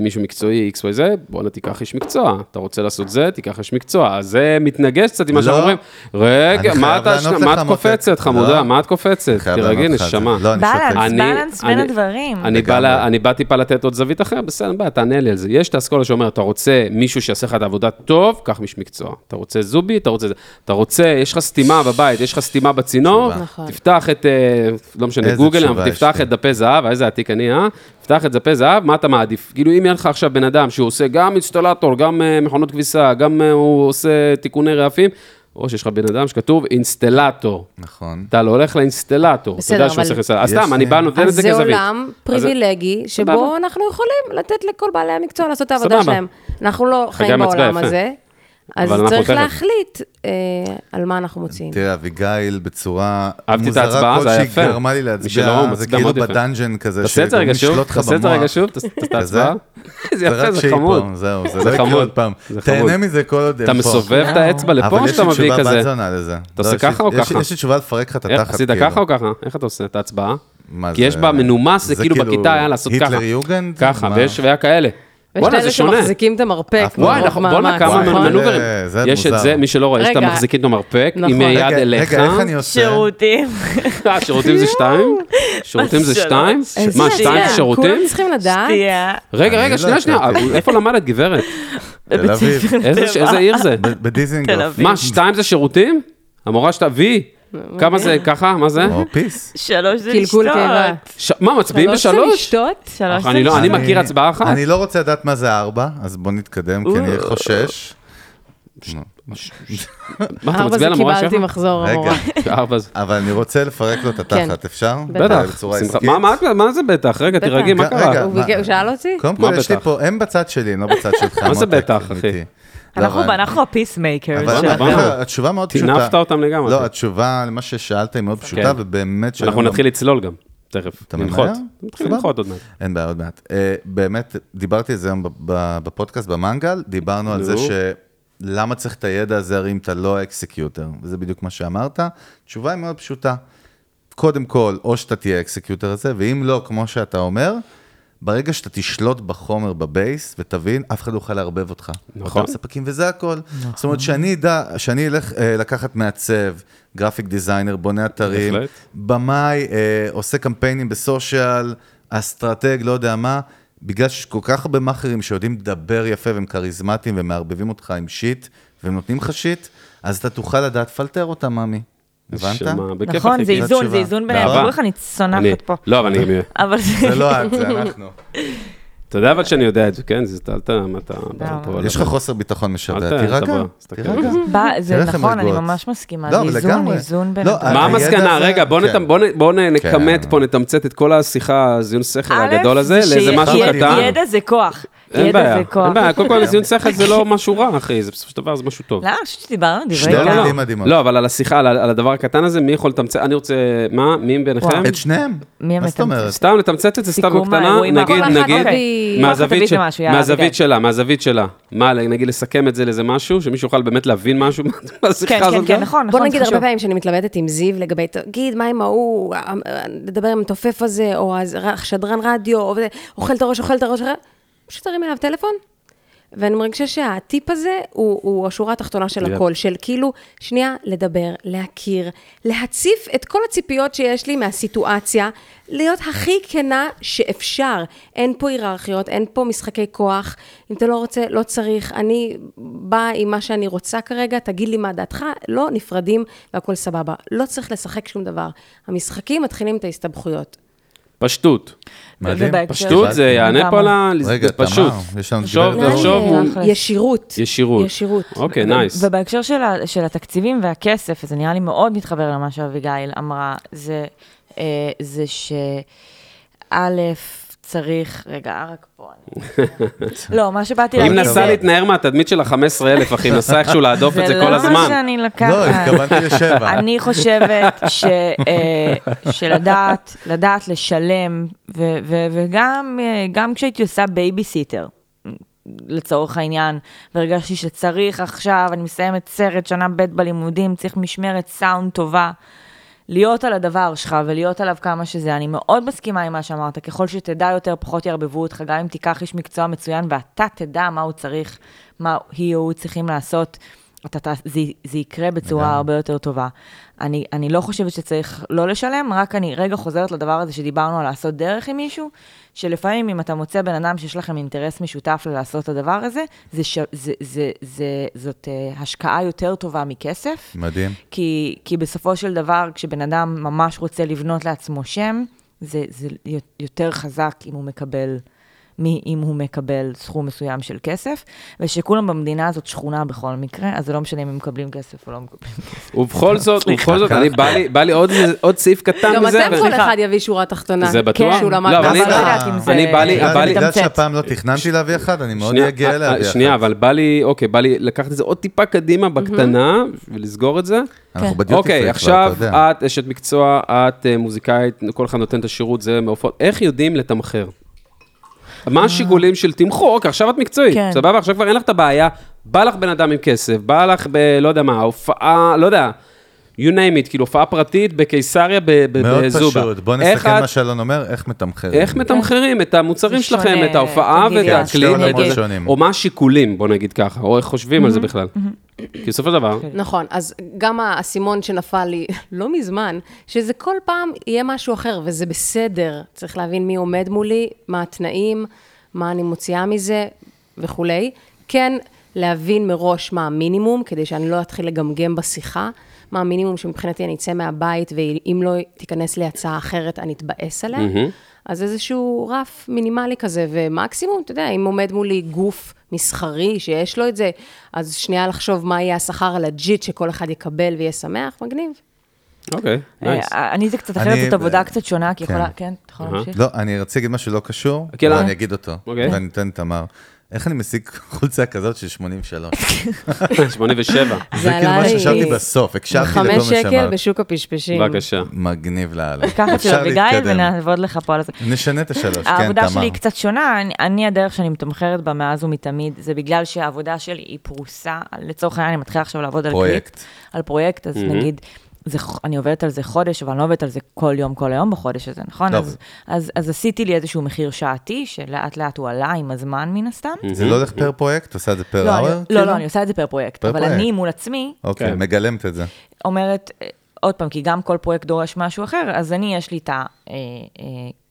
מישהו מקצועי, איקס וואי זה, בואנה תיקח איש מקצוע. אתה רוצה לעשות זה, תיקח איש מקצוע. אז זה מתנגש קצת עם מה לא. שאנחנו אומרים. רגע, אני מה חייב אתה- לענות מה לך, את מותק. קופצת, לא. חמודה? מה את קופצת? חייב תירגעי, לענות לך על זה. נשמה. לא, אני בלנס, שותק. אני- בלנס בין אני- הדברים. אני בא, לגמרי. לה, אני בא טיפה לתת עוד זווית אחרת, בסדר, אין בעיה, תענה לי על זה. יש את האסכולה שאומרת, אתה רוצה מישהו שיעשה לך את העבודה טוב, קח מיש מקצוע. אתה רוצה זובי, אתה רוצה זה. אתה רוצה, יש לך סתימה בבית, יש לך סתימה בצינור, תשובה. נכון. תפתח את, אה, לא משנה, איזה גוגל, תשובה אבל יש תפתח לי. את דפי זהב, איזה עתיק אני, אה? תפתח את דפי זהב, מה אתה מעדיף? כאילו, אם יהיה לך עכשיו בן אדם שהוא עושה גם אינסטלטור, גם אה, מכונות כביסה, גם אה, הוא עושה תיקוני רעפים, או שיש לך בן אדם שכתוב אינסטלטור. נכון. אתה לא הולך לאינסטלטור, אתה יודע בסדר, שהוא אבל- עושה אינסטלטור. אז יש סתם, אני לי- בא, נותן את אז זה זה כזווית. עולם אז- פריבילגי, סבבה. שבו אנחנו יכולים לתת לכל בעלי המקצוע לעשות את העבודה סבבה. שלהם. אנחנו לא חיים מצביע בעולם יפה. הזה, אז אבל אנחנו צריך תכף. להחליט אה, על מה אנחנו מוציאים. תראה, אביגיל בצורה אהבתי את מוזרה ההצבעה, זה היה כלשהי יפה. גרמה לי משל ההוא, להצביע, זה מצביע כאילו מאוד יפה. בדאנג'ן כזה, תעשה את זה שגם רגע שוב, ישלוט לך תעשה את זה במוח. רגע שוב, תעשה את כזה? ההצבעה. איזה זה יפה, רק זה שהיא חמוד. פה, זהו, זה לא יקרה חמוד. עוד פעם. זה חמוד. תהנה מזה כל עוד הם פה. אתה מסובב את האצבע לפה או שאתה מביא אה, אבל יש לי תשובה בת כזה? זונה לזה. אתה לא, עושה יש לי- ככה או יש לי- ככה? יש לי תשובה לפרק לך את איך, התחת, כאילו. עשית ככה או ככה? איך אתה עושה את ההצבעה? מה כי זה- יש בה מנומס, זה זה כאילו כאילו בכיתה היה לעשות ככה. היטלר יוגנד? ככה, מה? ויש והיה כאלה. ויש וואלה, זה כאלה שונה. שמחזיקים את המרפק. אף פעם. וואי, מרוב נכון, בואנה מאמץ, כמה וואי, נכון? מנוברים. זה- זה יש את מוזר. זה, מי שלא רואה, יש את רגע. המחזיק את המרפק, עם נכון. יד רגע, אליך. רגע, איך אני עושה? שירותים. אה, שירותים זה שתיים? שירותים זה שלום. שתיים? איזה מה, שטויות. שתיים זה שירותים? כולם צריכים לדעת. שתייה. רגע, אני רגע, לא שנייה, שנייה, הכרתי. אה, איפה למדת, גברת? תל אביב, איזה ש- איזה עיר זה? תל בדיזינגוף. אביב. מה, שתיים זה שירותים? המורה שאתה, וי. כמה זה, ככה, מה זה? או פיס. שלוש זה לשתות. קלקול קיבה. ש- מה, מצביעים בשלוש? לשתות? שלוש אני זה לא, אני לשתות. מכיר הצבעה אחת. אני לא רוצה לדעת מה זה ארבע, אז בוא נתקדם, כי אני חושש. מה, אתה ארבע מצביע זה למורה שלך? קיבלתי מחזור רגע. המורה. ארבע זה. אבל אני רוצה לפרק לו את כן. התחת, אפשר? בטח, בצורה שמחה. עסקית. מה- מה- מה זה בטח? רגע, בטח. תירגעי, מה רגע, קרה? רגע. הוא מה- ביקש- הוא שאל אותי? קודם מה כל, יש לי בטח? פה, הם בצד שלי, לא בצד שלך. מה זה מותק, בטח, אחי? אמיתי. לא, אנחנו אבל- בנאחו-הפיסמייקרס. אבל שלנו. אבל התשובה מאוד פשוטה. טינפת אותם לגמרי. לא, התשובה למה ששאלת היא מאוד פשוטה, כן. ובאמת שלא... אנחנו נתחיל לצלול גם, תכף. אתה לנחות. ממהר? נתחיל סבבה. לנחות עוד מעט. אין בעיה, עוד מעט. אה, באמת, דיברתי על זה היום ב- ב- בפודקאסט, במנגל, דיברנו על זה נו. ש... למה צריך את הידע הזה הרי אם אתה לא אקסקיוטר? וזה בדיוק מה שאמרת. התשובה היא מאוד פשוטה. קודם כל, או שאתה תהיה אקסקיוטר הזה, ואם לא, כמו שאתה אומר, ברגע שאתה תשלוט בחומר בבייס ותבין, אף אחד לא יוכל לערבב אותך. נכון. אותם ספקים, וזה הכל. זאת אומרת, שאני אדע, שאני אלך אה, לקחת מעצב, גרפיק דיזיינר, בונה אתרים, בהחלט. אה, במאי, אה, עושה קמפיינים בסושיאל, אסטרטג, לא יודע מה, בגלל שיש כל כך הרבה מאכערים שיודעים לדבר יפה והם כריזמטיים ומערבבים אותך עם שיט, והם נותנים לך שיט, אז אתה תוכל לדעת פלטר אותם, מאמי. הבנת? שמה, בכיף, נכון, אחי. זה זאת איזון, זה תשובה. איזון ביניהם. באהבה. ברור לך, אני צונחת אני- פה. לא, אבל אני... אבל זה... זה לא את, זה אנחנו. אתה יודע אבל שאני יודע את זה, כן? זה אתה... אתה- אתה- לא, אתה- רבה. יש לך חוסר ביטחון משווע, אל ת- תירגע. תבוא, תסתכל. תירגע. בא- זה תראה איך הם נכון, אני רגועות. ממש מסכימה. לא, זה אבל איזון, לגמרי. איזון לא, בין הדברים. מה הידע המסקנה? זה- רגע, בוא נת- כן. בוא נ- בואו נכמת כן. פה, נתמצת את כל השיחה, זיון שכל א', הגדול הזה, זה לאיזה משהו שידע- קטן. ידע זה כוח. אין ידע בעיה, זה כוח. אין בעיה. קודם כל, זיון שכל זה לא משהו רע, אחי, זה בסופו של דבר זה משהו טוב. לא, אני חושבת שדיברנו דברי שני לא, לא, מילים טעם. מדהימות. לא, אבל על השיחה, על על הדבר הקטן הזה, מי יכול לתמצת? אני רוצה... מה? מי ביניכם? וואו. את שניהם? מי מה זאת המתמצת? אומרת? סתם לתמצת את זה סתם סיכום בקטנה, האירועים, נגיד, כל אחת נגיד, תביא- כל אחת מהזווית תביא של- למשהו, יאללה, מהזווית אביגיל. שלה, מהזווית שלה. מה, נגיד לסכם את זה לאיזה משהו, שמישהו יוכל באמת להבין משהו מהשיחה כן, הזאת? כן, כן, גם? נכון, נכון. בוא זה נגיד הרבה חשוב. פעמים שאני מתלבטת עם זיו לגבי, תגיד, מה עם ההוא, אה, אה, לדבר עם התופף הזה, או השדרן רדיו, או זה, אוכל את הראש, אוכל את הראש, אוכל-" פשוט תרים אליו טלפון. ואני מרגישה שהטיפ הזה הוא, הוא השורה התחתונה של יפ. הכל, של כאילו, שנייה, לדבר, להכיר, להציף את כל הציפיות שיש לי מהסיטואציה, להיות הכי כנה שאפשר. אין פה היררכיות, אין פה משחקי כוח. אם אתה לא רוצה, לא צריך. אני באה עם מה שאני רוצה כרגע, תגיד לי מה דעתך, לא נפרדים והכול סבבה. לא צריך לשחק שום דבר. המשחקים מתחילים את ההסתבכויות. פשטות. לא מדהים. בהקשר- פשטות זה יענה פה על ה... רגע, זה פשוט. תמר, יש לנו תחשוב, דיבר. תחשוב, הוא- תכלס. ישירות. ישירות. ישירות. אוקיי, נייס. ובהקשר של, ה, של התקציבים והכסף, זה נראה לי מאוד מתחבר למה שאביגיל אמרה, זה, אה, זה שא', צריך, רגע, רק פה. אני... לא, מה שבאתי אם להגיד, נסע זה, להתנער מהתדמית של ה-15,000, אחי, נסע איכשהו להדוף את זה כל זה לא מה הזמן. שאני לקחת. לא, התכוונתי לשבע. אני חושבת ש, אה, שלדעת, לדעת לשלם, ו, ו, וגם אה, גם כשהייתי עושה בייביסיטר, לצורך העניין, והרגשתי שצריך עכשיו, אני מסיימת סרט, שנה ב' בלימודים, צריך משמרת סאונד טובה. להיות על הדבר שלך ולהיות עליו כמה שזה, אני מאוד מסכימה עם מה שאמרת, ככל שתדע יותר, פחות יערבבו אותך, גם אם תיקח איש מקצוע מצוין ואתה תדע מה הוא צריך, מה היא או הוא צריכים לעשות, אתה, ת- זה, זה יקרה בצורה הרבה יותר טובה. אני, אני לא חושבת שצריך לא לשלם, רק אני רגע חוזרת לדבר הזה שדיברנו על לעשות דרך עם מישהו, שלפעמים אם אתה מוצא בן אדם שיש לכם אינטרס משותף ללעשות את הדבר הזה, זה, ש, זה, זה, זה, זאת אה, השקעה יותר טובה מכסף. מדהים. כי, כי בסופו של דבר, כשבן אדם ממש רוצה לבנות לעצמו שם, זה, זה יותר חזק אם הוא מקבל מי אם הוא מקבל סכום מסוים של כסף, ושכולם במדינה הזאת שכונה בכל מקרה, אז זה לא משנה אם הם מקבלים כסף או לא מקבלים כסף. ובכל זאת, ובכל זאת, אני- בא לי- בא לי עוד- עוד סעיף קטן גם מזה. אתם אבל- כל אחד יביא שורה תחתונה. כן. זה בטוח? שהוא למד לא, אבל אבל אני- לא יודעת אם זה... אני בא לי- בגלל- בא לי- בגלל מתמצת. שהפעם לא תכננתי להביא אחד, אני מאוד שנייה, אהיה גאה אה, להביא אחד. שנייה, אבל בא לי, אוקיי, בא לי לקחת את זה עוד טיפה קדימה בקטנה, ולסגור את זה. אנחנו בדיוטי פרי אוקיי, כבר, אתה עכשיו יודע. את אשת מקצוע, את אה, מוזיקאית, כל אחד נותן את השירות, זה מעופות. איך יודעים לתמחר? מה השיקולים של תמחוק? עכשיו את מקצועית, כן. סבבה? עכשיו כבר אין לך את הבעיה, בא לך בן אדם עם כסף, בא לך ב... לא יודע מה, הופעה, לא יודע, you name it, כאילו הופעה פרטית בקיסריה, ב- ב- מאוד בזובה. פשוט, בוא איך נסכם את- מה שאלון אומר, איך מתמחרים. איך מתמחרים את המוצרים כן. זה שונה, שלכם, את ההופעה תגיד ואת לי, האקלים, שני ואת עולמות הזה, שונים. או מה השיקולים, בוא נגיד ככה, או איך חושבים על Mm-hmm. זה בכלל. כי בסופו של אוקיי. דבר, נכון, אז גם האסימון שנפל לי לא מזמן, שזה כל פעם יהיה משהו אחר, וזה בסדר. צריך להבין מי עומד מולי, מה התנאים, מה אני מוציאה מזה וכולי. כן, להבין מראש מה המינימום, כדי שאני לא אתחיל לגמגם בשיחה. מה המינימום שמבחינתי אני אצא מהבית, ואם לא תיכנס לי הצעה אחרת, אני אתבאס עליה. אז איזשהו רף מינימלי כזה, ומקסימום, אתה יודע, אם עומד מולי גוף מסחרי שיש לו את זה, אז שנייה לחשוב מה יהיה השכר הלג'יט שכל אחד יקבל ויהיה שמח, מגניב. אוקיי, נייס. אה, אני זה קצת אחרת, אני- זאת עבודה קצת שונה, כי כן. יכולה... כן, אתה יכול להמשיך? לא, אני רוצה להגיד משהו לא קשור, כן, אבל אה? אני אגיד אותו, אוקיי. ואני אתן לתמר. איך אני משיג חולצה כזאת של 83? אה. 87, זה עלה כאילו מה לי שחשבתי בסוף, הקשבתי לכל מה חמש שקל שאמרת. בשוק אה. הפשפשים. לא. בבקשה. מגניב לאללה. קח את של אפשר אביגיל להתקדם. ונעבוד לך פה על זה. נשנה את השלוש, כן, תמר. העבודה שלי היא קצת שונה, אני, אני הדרך שאני מתמחרת בה מאז ומתמיד, זה בגלל שהעבודה שלי היא פרוסה, לצורך העניין אני מתחילה עכשיו לעבוד על פרויקט. קליפ, על פרויקט, אז נגיד, זה, ח- אני עובדת על זה חודש, אבל אני לא עובדת על זה כל יום, כל היום בחודש הזה, נכון? לא. אז, אז, אז עשיתי לי איזשהו מחיר שעתי, שלאט לאט הוא עלה עם הזמן מן הסתם. זה לא הולך פר פרויקט? את עושה את זה פר לא, אני, האואר? לא, לא, אני עושה את זה פר פרויקט, פר אבל פרויקט. אני מול עצמי, אוקיי, כן. מגלמת את זה. אומרת, אה, עוד פעם, כי גם כל פרויקט דורש משהו אחר, אז אני, יש לי את ה... אה, אה,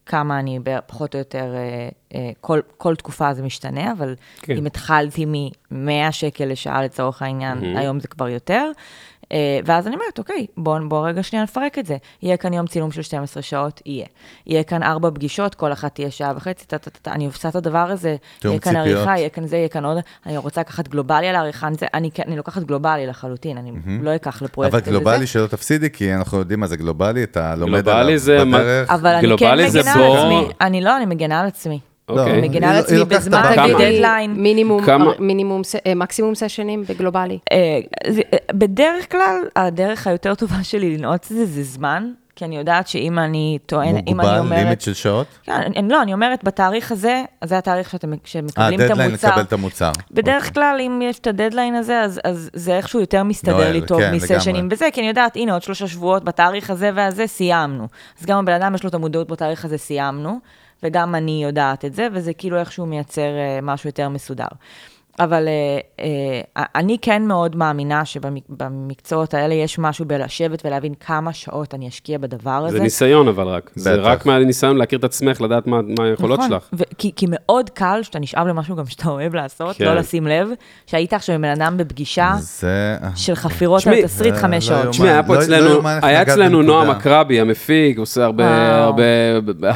כמה אני ב- פחות או יותר, אה, אה, כל, כל תקופה זה משתנה, אבל כן. כן. אם התחלתי מ-100 שקל לשעה לצורך העניין, mm-hmm. היום זה כבר יותר. אה, ואז אני אומרת, אוקיי, בוא, בוא רגע שנייה נפרק את זה. יהיה כאן יום צילום של 12 שעות, יהיה. יהיה כאן ארבע פגישות, כל אחת תהיה שעה וחצי, טה, טה, טה, טה, אני עושה את הדבר הזה. תיאום יהיה כאן ציפיות. עריכה, יהיה כאן זה, יהיה כאן עוד, אני רוצה לקחת גלובלי על העריכה, אני, זה- אני, כן- אני לוקחת גלובלי לחלוטין, אני mm-hmm. לא אקח לפרויקט אבל כזה. גלובלי שלא תפסידי, כי אנחנו יודעים מה זה גלובלי, אתה לומד גלובלי עליו זה מה- בדרך. אבל אני כן גלובלי זה מגנה בור. על עצמי, אני לא, אני מגנה על עצמי. לא, אוקיי. אני- מגנה על היא עצמי לוקחת את בזמן, הבמה. כמה? בדדליין. מינימום, כמה? מינימום, ס- אה, מקסימום סשנים בגלובלי. אה, זה- אה, בדרך כלל, הדרך היותר טובה שלי לנעוץ את זה, זה זמן, כי אני יודעת שאם אני טוענת, אם אני מוגבל, לימיט אומרת... של שעות? כן, אני- לא, אני אומרת, בתאריך הזה, אז זה התאריך שאתם, אה, שמקבלים את המוצר. דדליין לקבל את המוצר. אוקיי, בדרך כלל, אם יש את הדדליין הזה, אז, אז זה איכשהו יותר מסתדר נועל, לי טוב כן, לגמרי. מסשנים וזה, כי אני יודעת, הנה, עוד שלושה שבועות, בתאריך הזה והזה, סיימנו. אז גם הבן אדם יש לו את המודעות בתאריך הזה, סיימנו, וגם אני יודעת את זה, וזה כאילו איכשהו מייצר אה, משהו יותר מסודר. אבל אה, אה, אני כן מאוד מאמינה שבמקצועות האלה יש משהו בלשבת ולהבין כמה שעות אני אשקיע בדבר הזה. זה ניסיון אבל רק. זה בטח. רק מהניסיון להכיר את עצמך, לדעת מה מה היכולות נכון, שלך. ו- כי, כי מאוד קל שאתה נשאב למשהו גם שאתה אוהב לעשות, כן. לא לשים לב, שהיית עכשיו עם בן אדם בפגישה, זה... של חפירות תשמעי, על תסריט אה, חמש לא שעות. יאומן. תשמע, היה פה לא- לא אצלנו, יאומן איך היה נגעת אצלנו בנקודה. נועם אקרבי, המפיק, עושה הרבה, וואו. הרבה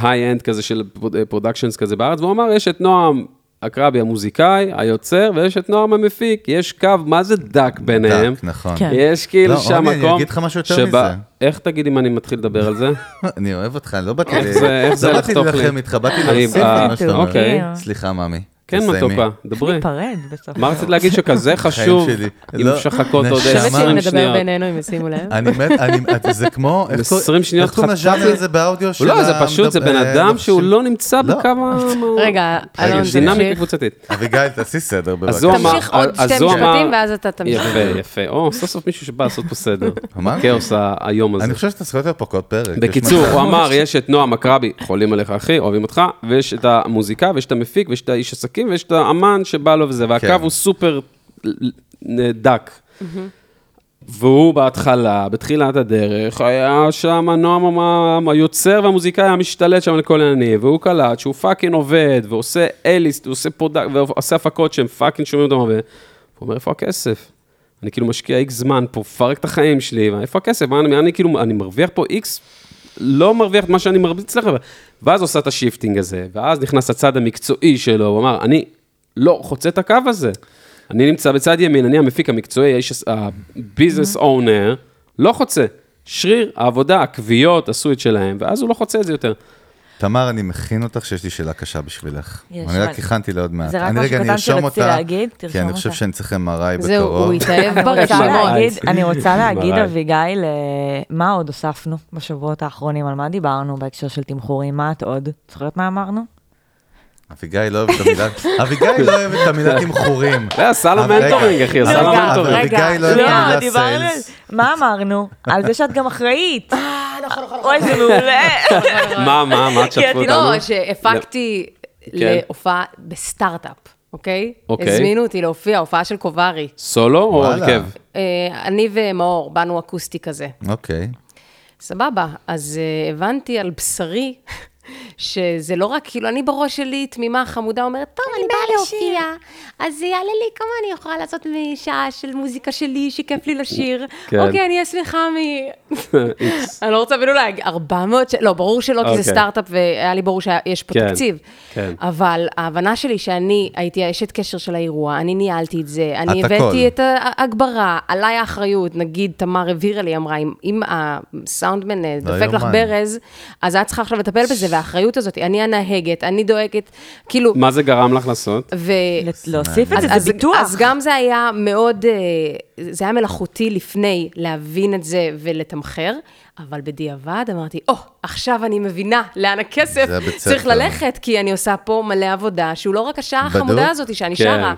היי-אנד כזה של פרודקשנס כזה בארץ, והוא אמר, יש את נועם אקרבי המוזיקאי, היוצר, ויש את נועם המפיק, יש קו, מה זה דק ביניהם? דק, נכון. כן. יש כאילו לא, שם רוני, מקום... אני אגיד לך משהו יותר שבה- מזה. איך תגיד אם אני מתחיל לדבר על זה? אני אוהב אותך, לא באתי איך זה- איך זה לא באתי לחתוך לי? להילחם איתך, באתי אני- להוסיף על מה אה, שאתה אומר. אוקיי. סליחה, מאמי. כן, תסיימי. מתוקה, איך דברי. ניפרד בסוף? מה רצית להגיד שכזה החיים חשוב, שלי. אם לא, אפשר לחכות עוד נשמה. חושבת 20 שנדבר שניות? בינינו אם ישימו לב. אני מת, אני- את- זה כמו, איך קורא- 20 שניות איך קוראים חטפתי. לז'אנר הזה באודיו של לא, זה פשוט, זה המדבר- אה, בן אדם שהוא של- לא נמצא לא. בקו ה... אה, רגע, אלון, דינמיקה תמשיך. קבוצתית. אביגיל, תעשי סדר אז בבקשה. הוא אמר... תמשיך עוד אז שתי הוא אמר- משפטים ואז אתה תמשיך. יפה, יפה. או, סוף סוף מישהו שבא לעשות פה סדר. אמרתי. הכאוס ה- היום הזה. אני חושב שאתה צריך להיות פה כל פרק. בקיצור, יש הוא אמר, יש את נועם אקרבי, חולים עליך אחי, אוהבים אותך, ויש את המוזיקה, ויש את המפיק, ויש את האיש עסקים, ויש את האמן שבא לו וזה, והקו כן. הוא סופר דק. והוא בהתחלה, בתחילת הדרך, היה שם נועם המ- היוצר והמוזיקאי המשתלט שם לכל העניינים, והוא קלט שהוא פאקינג עובד, ועושה אליסט, ועושה פרודקט, ועושה הפקות שהם פאקינג שומעים אותם הרבה. הוא אומר, איפה הכסף? אני כאילו משקיע איקס זמן פה, מפרק את החיים שלי, איפה הכסף? מה אני, אני כאילו, אני מרוויח פה איקס, לא מרוויח את מה שאני מרוויח אצלך, אבל ואז עושה את השיפטינג הזה, ואז נכנס הצד המקצועי שלו, הוא אמר, אני לא חוצה את הקו הזה. אני נמצא בצד ימין, אני המפיק המקצועי, האיש, הביזנס אונר, לא חוצה. שריר, העבודה, הכוויות עשו את שלהם, ואז הוא לא חוצה את זה יותר. תמר, אני מכין אותך שיש לי שאלה קשה בשבילך. יש, אני רק אבל- הכנתי לעוד מעט. זה רק אני משהו רגע, אני קטן ארשום שרציתי אותה, להגיד, כי אני תרשום חושב אותה. שאני צריך MRI זהו, בקרוב. הוא אני התאהב רוצה ברשימות. להגיד- אני רוצה להגיד, מראה. אביגיל, אה, מה עוד הוספנו בשבועות האחרונים? על מה דיברנו בהקשר של תמחורים? מה את עוד? את זוכרת מה אמרנו? אביגיל לא אוהבת את המילה, אביגיל לא אוהבת את המילה תמחולים. זה הסל אבל רגע, המנטורינג, אחי, הסל אבל- רגע, המנטורינג. אבל אביגיל לא אוהבת את לא, המילה דיברנו... סיילס. מה אמרנו? על זה שאת גם אחראית. אה, נכון, נכון. אוי, זה מעולה. מה, מה, מה, כי תשתפו אני אותנו? לא, שהפקתי כן. להופעה בסטארט-אפ, אוקיי? אוקיי. הזמינו אותי להופיע, הופעה של קוברי. סולו או וואלה. הרכב? אה, אני ומאור, באנו אקוסטי כזה. אוקיי. סבבה, אז אה, הבנתי על בשרי שזה לא רק, כאילו, אני בראש שלי תמימה חמודה אומרת, טוב, אני באה להופיע, אז יעלה לי כמה אני יכולה לעשות משעה של מוזיקה שלי, שכיף לי לשיר. כן. אוקיי, אני אהיה שמחה מ... אני לא רוצה אפילו להגיד, 400, ש- לא, ברור שלא, כי זה אוקיי. סטארט-אפ, והיה לי ברור שיש פה כן, תקציב. כן. אבל ההבנה שלי שאני הייתי אשת קשר של האירוע, אני ניהלתי את זה, אני את הכל. הבאתי את ההגברה, עליי האחריות, נגיד תמר הבהירה לי, אמרה, אם- אם הסאונדמן לא אה, דופק לך יאומן. ברז, אז את צריכה עכשיו לטפל בזה, והאחריות הזאת, אני הנהגת, אני דואגת, כאילו, מה זה גרם לך לעשות? ו... להוסיף את אז, זה, אז, זה ביטוח. אז גם זה היה מאוד, אה, זה היה מלאכותי לפני להבין את זה ולתמחר, אבל בדיעבד אמרתי, או, oh, עכשיו אני מבינה לאן הכסף זה הבית צריך ספר." ללכת, כי אני עושה פה מלא עבודה, שהוא לא רק השעה בדוק? החמודה הזאת שאני כן. שרה.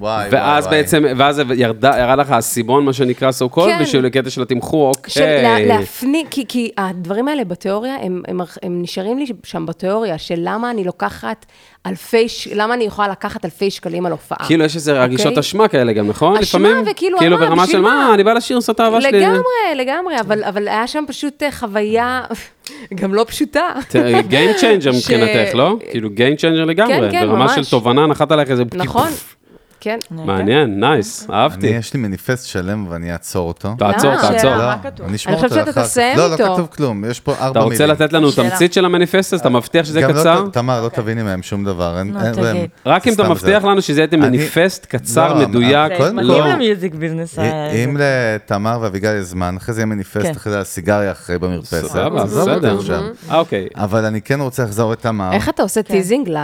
וואי, ואז בעצם, ואז ירדה, ירד לך האסימון, מה שנקרא so called, כן. בשביל הקטע של התמחור, אוקיי. של לה, להפנים, כי, כי הדברים האלה בתיאוריה, הם, הם, הם נשארים לי שם בתיאוריה, של למה אני לוקחת אלפי, ש- למה אני יכולה לקחת אלפי שקלים על הופעה. כאילו, יש איזה רגישות אה, אוקיי. אשמה כאלה גם, נכון? אשמה, לפעמים? וכאילו, כאילו, אה, ברמה בשביל של מה, מה? אני בא לשיר, עושה את האהבה שלי. לגמרי, לגמרי, אבל, אבל היה שם פשוט אה, חוויה גם לא פשוטה. אה, Game changer ש- מבחינתך, לא? כאילו, game changer לגמרי. כן, כן, ברמה של ממש. תובנה, נחת עלייך איזה... נכון, כן. אה. מעניין, נייס, אני, אהבתי. יש לי מניפסט שלם ואני אעצור אותו. תעצור, למה? תעצור. שאלה. לא, מה כתוב? אני אשמור אני אותו חושבת לאחר שאתה כך. תסיים לא, אותו. לא כתוב כלום, יש פה אתה ארבע מילים. רוצה לתת לנו שאלה. תמצית של המניפסט? אז אתה מבטיח שזה גם לא- קצר? תמר, לא תביני מהם שום דבר. אין- נו, אין- לא, תגיד. אין- רק אם אתה סתם מבטיח זה. לנו שזה יהיה אני- מניפסט קצר, לא, מדויק. קודם מתאים כל- אה, למיוזיק ביזנס. אה, ה- אם לתמר ואביגיל יש זמן, אחרי זה יהיה כן. מניפסט, אחרי זה על סיגריה אחרי במרפסת. סבבה, עזוב אותנו בסדר. שם. אה, אוקיי. אבל אני כן רוצה לחזור את תמר. איך אתה עושה טיזינג ל-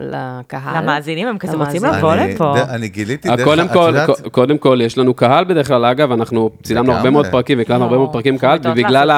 לקהל? כן. למאזינים, הם כזה רוצים למאזינים. אני- לבוא לפה. ד- אני גיליתי אה, דרך... קודם את כל, יודעת- ק- קודם כל, יש לנו קהל בדרך כלל, אגב, אנחנו צילמנו הרבה לגמרי. מאוד פרקים, הקלטנו לא. הרבה לא, מאוד פרקים קהל, ובגלל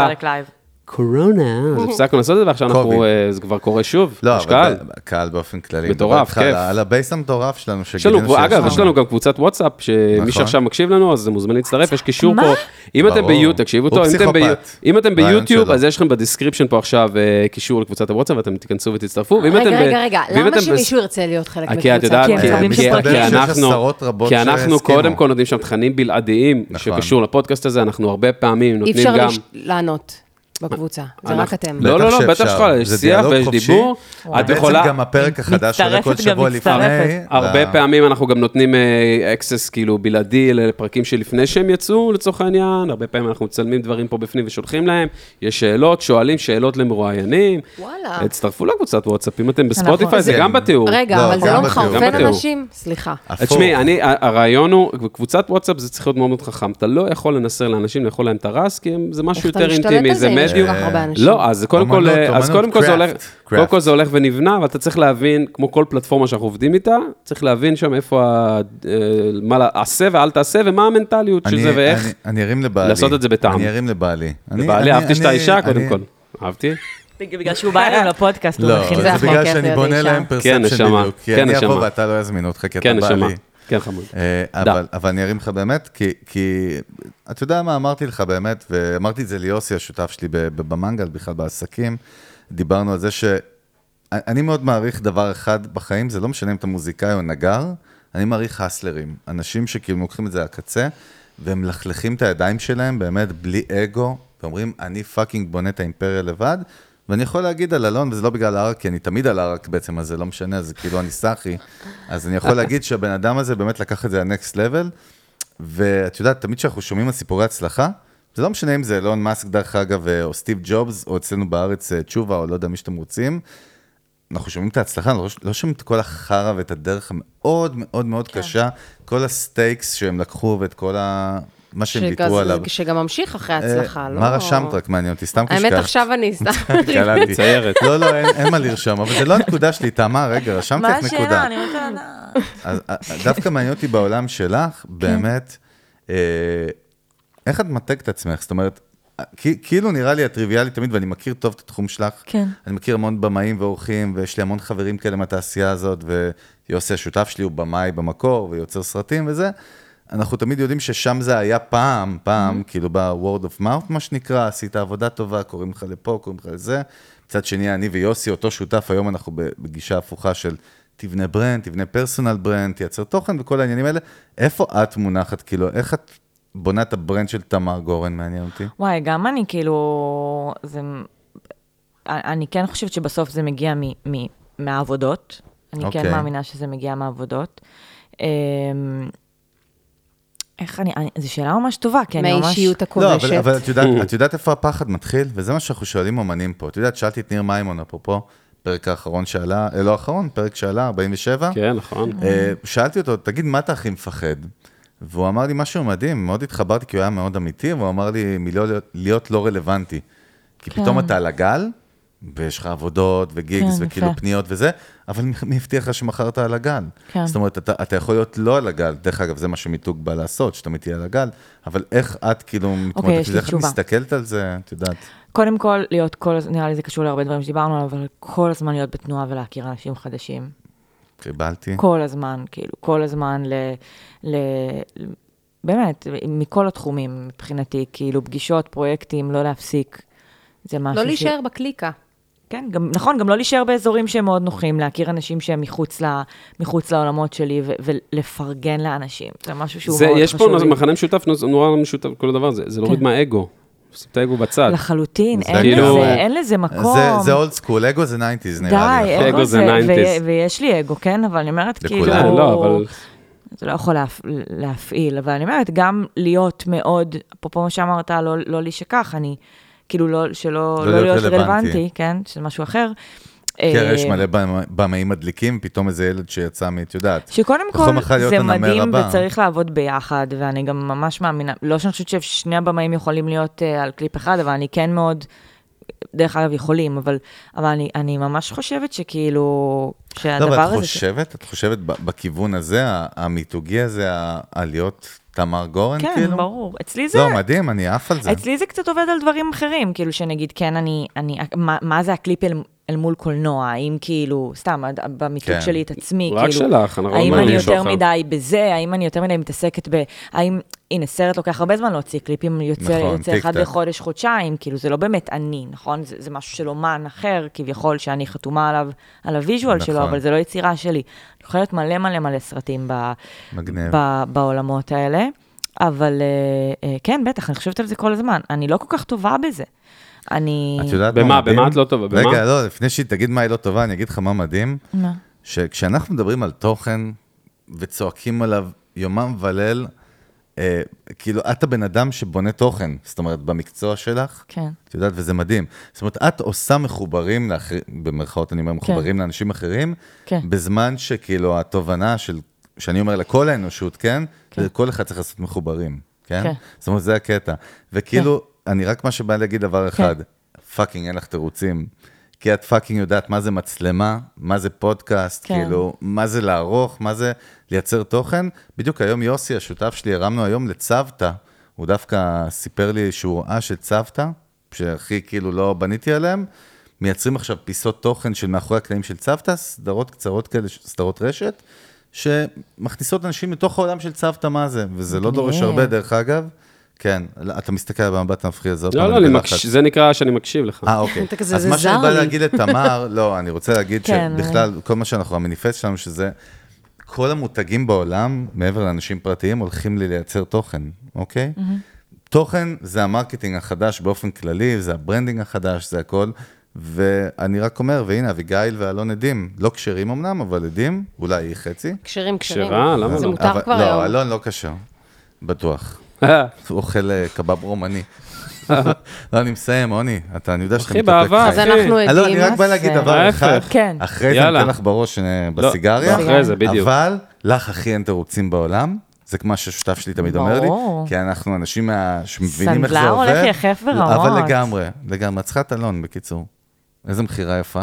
הקורונה, אז הפסקנו לעשות את זה, ועכשיו אנחנו, קוביד. אה, זה כבר קורה שוב, לא, יש קהל. אבל ב- קהל באופן כללי. מטורף, מדבר איתך כיף. על הבייס המטורף שלנו, יש לנו, שגילינו כבר- אגב, יש לנו גם קבוצת וואטסאפ, שמי נכון. שעכשיו מקשיב לנו, אז מוזמן להצטרף, יש קישור מה? פה. אם אתם ברור. ביוטיוב, תקשיבו הוא טוב, אם אתם פסיכופת. לא, ביו- אם אתם רעיון ביוטיוב, שלו. אז יש לכם בדיסקריפשן פה עכשיו אה, קישור לקבוצת הוואטסאפ, ואתם תיכנסו ותצטרפו. ואם אתם רגע, ב- רגע, רגע, ואם אתם למה בס- שמישהו ירצה להיות חלק אה, כי את מקבוצה? יודעת, כן, כי- חייבים כי- שפרקים. כי מסתבר שיש אנחנו, עשרות רבות כי אנחנו שהסכימו. קודם כל נותנים שם תכנים בלעדיים, נכון. שקשור לפודקאסט הזה, אנחנו הרבה פעמים אי נותנים אפשר גם... לש- לענות בקבוצה, זה רק אנחנו- אתם. לא, לא, לא, שאפשר. בטח שאפשר, יש זה שיח דיאלוג ויש חופשי. דיבור. את בעצם יכולה, גם הפרק החדש עולה כל מצטרפת גם שבוע לפני. מצטרפת. הרבה ל- פעמים אנחנו גם נותנים אקסס כאילו בלעדי לפרקים שלפני שהם יצאו, לצורך העניין. הרבה פעמים אנחנו מצלמים דברים פה בפנים ושולחים להם. יש שאלות, שואלים שאלות למרואיינים. וואלה. הצטרפו לקבוצת וואטסאפ, אם אתם בספוטיפיי, זה כן. גם בתיאור. רגע, לא, אבל זה גם לא בתיאור, גם מחרפן בתיאור. אנשים? סליחה. הפוך. תשמעי, אני, ה- הרעיון הוא, קבוצת וואטסאפ זה צריך להיות מאוד מאוד חכם. אתה לא יכול לנסר לאנשים לאכול להם את הרס, כי הם- זה משהו יותר אינטימי, זה איך אתה משתלט על זה אם מדיום. יש כל כך הרבה אנשים? לא, אז זה קודם כל, אמנות, אז אמנות, קודם כל זה craft, הולך, craft. קודם כל זה הולך ונבנה, ואתה צריך להבין, כמו כל פלטפורמה שאנחנו עובדים איתה, צריך להבין שם איפה, ה- אה, מה לה- עשה ואל תעשה, ומה המנטליות של אני- זה ואיך. אני- אני ארים לבעלי. לעשות את זה בטעם. אני ארים לבעלי. אני- ובעלי, אני- אהבתי שאתה אני- אישה, אני- קודם כל. אהבתי? בגלל שהוא בא אלינו לפודקאסט, הוא לא, מכין זה זה את אחלה בגלל כיף שאני להיות בונה אישה. להם כן, פרספשן נשמה. בדיוק. כן, כי אני נשמה. אבוא ואתה לא יזמין אותך, כי אתה כן, נשמה. בעלי. כן, חמוד. אה, דה. אבל, אבל אני ארים לך באמת, כי, כי אתה יודע מה אמרתי לך באמת, ואמרתי את זה ליוסי, השותף שלי ב- ב- במנגל, בכלל בעסקים, דיברנו על זה ש- אני- אני מאוד מעריך דבר אחד בחיים, זה לא משנה אם אתה מוזיקאי או נגר, אני מעריך הסלרים, אנשים שכאילו לוקחים את זה לקצה, והם מלכלכים את הידיים שלהם באמת בלי אגו, ואומרים, אני פאקינג בונה את האימפריה לבד. ואני יכול להגיד על אלון, וזה לא בגלל הערק, כי אני תמיד על הערק בעצם, אז זה לא משנה, זה כאילו אני סאחי. אז אני יכול להגיד שהבן אדם הזה באמת לקח את זה לנקסט לבל, ואת יודעת, תמיד כשאנחנו שומעים על סיפורי הצלחה, זה לא משנה אם זה אילון מאסק, דרך אגב, אה, או סטיב ג'ובס, או אצלנו בארץ אה, תשובה, או לא יודע מי שאתם רוצים. אנחנו שומעים את ההצלחה, אנחנו לא ש- לא שומעים את כל החרא ואת הדרך המאוד מאוד מאוד כן. קשה, כל הסטייקס שהם לקחו ואת כל ה... מה שהם שגם- ויתרו עליו. שגם ממשיך אחרי אה, ההצלחה, לא? מה רשמת רק מעניין אותי, סתם קשקשת. האמת, עכשיו אני סתם... קלנתי. כן, מציירת. לא, לא, אין- אין מה לרשום, אבל זה לא הנקודה שלי, תמה, רגע, רשמתי מה לך נקודה. השאלה? אני רוצה לדעת. אז אה, דווקא מעניין אותי בעולם שלך, באמת, אה, איך את מתקת את עצמך? זאת אומרת, אה, כי- כאילו נראה לי הטריוויאלי תמיד, ואני מכיר טוב את התחום שלך. כן. אני מכיר המון במאים ואורחים, ויש לי המון חברים כאלה מהתעשייה הזאת, ויוסי השותף שלי הוא במאי במקור, ויוצר סרטים וזה. אנחנו תמיד יודעים ששם זה היה פעם, פעם, כאילו ב-word of mouth, מה שנקרא, עשית עבודה טובה, קוראים לך לפה, קוראים לך לזה. מצד שני, אני ויוסי, אותו שותף, היום אנחנו בגישה הפוכה של תבנה ברנד, תבנה פרסונל ברנד, תייצר תוכן וכל העניינים האלה. איפה את מונחת, כאילו, איך את בונה את הברנד של תמר גורן, מעניין אותי? וואי, גם אני כאילו, זה... אני כן חושבת שבסוף זה מגיע מ, מ, מהעבודות. אני okay. אוקיי. כן מאמינה שזה מגיע מהעבודות. אמ, איך אני, אני, זו שאלה ממש טובה, כי אני ממש... מהאישיות לא, אבל, אבל הכובשת. את, יודעת, את יודעת איפה הפחד מתחיל? וזה מה שאנחנו שואלים אומנים פה. את יודעת, שאלתי את ניר מימון, אפרופו, פרק האחרון שעלה, אה, לא האחרון, פרק שעלה, 47. כן, נכון. אה, שאלתי אותו, תגיד, מה אתה הכי מפחד? והוא אמר לי משהו מדהים, מאוד התחברתי, כי הוא היה מאוד אמיתי, והוא אמר לי, מלהיות להיות לא רלוונטי. כי כן. פתאום אתה על הגל, ויש לך עבודות, וגיגס, כן, וכאילו יפה. פניות וזה, אבל מי- מי הבטיח לך שמכרת על הגל? כן. זאת אומרת, אתה, אתה יכול להיות לא על הגל, דרך אגב, זה מה שמיתוג בא לעשות, שאתה תהיה על הגל, אבל איך את כאילו מתמודדת, אוקיי, יש עם לי זה? איך את תשובה. מסתכלת על זה, את יודעת. קודם כל, להיות כל הזמן, נראה לי זה קשור להרבה דברים שדיברנו עליו, אבל כל הזמן להיות בתנועה ולהכיר אנשים חדשים. קיבלתי. כל הזמן, כאילו, כל הזמן ל... ל... באמת, מכל התחומים מבחינתי, כאילו, פגישות, פרויקטים, לא להפסיק. זה משהו לא ש- להישאר בקליקה. כן, גם, נכון, גם לא להישאר באזורים שהם מאוד נוחים, להכיר אנשים שהם מחוץ, ל, מחוץ לעולמות שלי ו, ולפרגן לאנשים. זה משהו שהוא זה, מאוד יש פה חשוב. לי. מכנה משותף, נוס- נורא משותף, כל הדבר הזה, כן. זה להוריד מהאגו. שים את האגו בצד. לחלוטין, זה אין, כאילו- לזה, אין לזה מקום. זה- זה אולד סקול, אגו זה 90's נראה לי. די, נכון? אגו אגו זה זה, 90s. ו- ויש לי אגו, כן? אבל אני אומרת, כאילו... לכולנו. כן, לא, אבל... זה לא יכול להפ... להפעיל, אבל אני אומרת, גם להיות מאוד, אפרופו מה שאמרת, לא, לא להישכח, אני, כאילו, לא, שלא לא להיות רלוונטי, כן? שזה משהו אחר. כן, יש אה, מלא במ- במאים מדליקים, פתאום איזה ילד שיצא מ... את יודעת. שקודם יכול מחר כל, להיות זה הנמר מדהים הבא. וצריך לעבוד ביחד, ואני גם ממש מאמינה, לא שאני חושבת ששני הבמאים יכולים להיות אה, על קליפ אחד, אבל אני כן מאוד, דרך אגב, יכולים, אבל, אבל אני, אני ממש חושבת שכאילו, לא, שהדבר אבל את הזה... חושבת, את חושבת ב- בכיוון הזה, ה- המיתוגי הזה, ה- הלהיות תמר גורן, כן, כאילו? ברור. אצלי זה... לא, מדהים, אני עף על זה. אצלי זה קצת עובד על דברים אחרים, כאילו שנגיד, כן, אני, אני מה, מה זה הקליפ אל, אל מול קולנוע, האם כאילו, סתם, עד- במיתוג כן. שלי את עצמי, רק כאילו, שלך, אנחנו לא האם מדברים אני על יותר מישהו אחר. מדי בזה, האם אני יותר מדי מתעסקת ב... האם, הנה, סרט לוקח הרבה זמן להוציא קליפים, יוצא, נכון, נכון, יוצא טיק אחד טק. לחודש, חודשיים, כאילו, זה לא באמת אני, נכון? זה, זה משהו של אומן אחר, כביכול, שאני חתומה עליו, על הוויז'ואל נכון. שלו, נכון. אבל זה לא יצירה שלי. אני יכולה להיות מלא מלא מלא סרטים ב... מגניב. ב- בעולמות האלה. אבל אה, אה, כן, בטח, אני חושבת על זה כל הזמן. אני לא כל כך טובה בזה. אני... את יודעת במה? מה מדהים? במה את לא טובה? במה? רגע, לא, לפני שהיא תגיד מה היא לא טובה, אני אגיד לך מה מדהים. מה? שכשאנחנו מדברים על תוכן וצועקים עליו יומם וליל, אה, כאילו, את הבן אדם שבונה תוכן, זאת אומרת, במקצוע שלך. כן. את יודעת, וזה מדהים. זאת אומרת, את עושה מחוברים, לאחר... במרכאות אני אומר, מחוברים לאנשים אחרים, כן. בזמן שכאילו התובנה של, שאני אומר לכל האנושות, כן? כן. זה כל אחד צריך לעשות מחוברים, כן? כן. זאת אומרת, זה הקטע. וכאילו, אני רק מה שבא להגיד דבר כן. אחד, פאקינג אין לך תירוצים. כי את פאקינג יודעת מה זה מצלמה, מה זה פודקאסט, כן. כאילו, מה זה לערוך, מה זה לייצר תוכן. בדיוק היום יוסי, השותף שלי, הרמנו היום לצוותא, הוא דווקא סיפר לי שהוא ראה שצוותא, שהכי כאילו לא בניתי עליהם, מייצרים עכשיו פיסות תוכן של מאחורי הקלעים של צוותא, סדרות קצרות כאלה, סדרות רשת, שמכניסות אנשים לתוך העולם של צוותא מה זה, וזה לא דורש מגניב. הרבה דרך אגב. כן, לא, אתה מסתכל על המבט המפחיד הזה. עוד לא, פעם, לא, אני אני בלחץ. מקש- זה נקרא שאני מקשיב לך. אה, אוקיי. אתה כזה, אז "זה מה שאני זר בא לי". להגיד לתמר, לא, אני רוצה להגיד כן, אה. שבכלל, כל מה שאנחנו, המניפסט שלנו, שזה כל המותגים בעולם, מעבר לאנשים פרטיים, הולכים לי לייצר תוכן, אוקיי? תוכן זה המרקטינג החדש באופן כללי, זה הברנדינג החדש, זה הכל. ואני רק אומר, והנה, אביגיל ואלון עדים, לא כשרים אמנם, אבל עדים, אולי היא חצי. כשרים, כשרים. כשרה? למה זה לא? מותר אבל- כבר לא, היום. אלון לא כשר, בטוח. הוא אוכל אה, קבב רומני. לא, אני מסיים, עוני, אתה, אני יודע שאתה אחי, מתאפק. באהבה, אז אנחנו אה, לא, אני עדים. רק בא להגיד זה- דבר אחד, ההפך. כן. אחרי זה יאללה. נותן לך בראש אה, לא, בסיגריה, אחרי זה, בדיוק. אבל לך הכי אין תירוצים בעולם, זה כמו ששותף שלי תמיד אומר לי, ברור. כי אנחנו אנשים מה- שמבינים איך זה סנדלר עובד. הולך יחף ברמות. אבל לגמרי, לגמרי, את צריכה את אלון בקיצור. איזה מכירה יפה.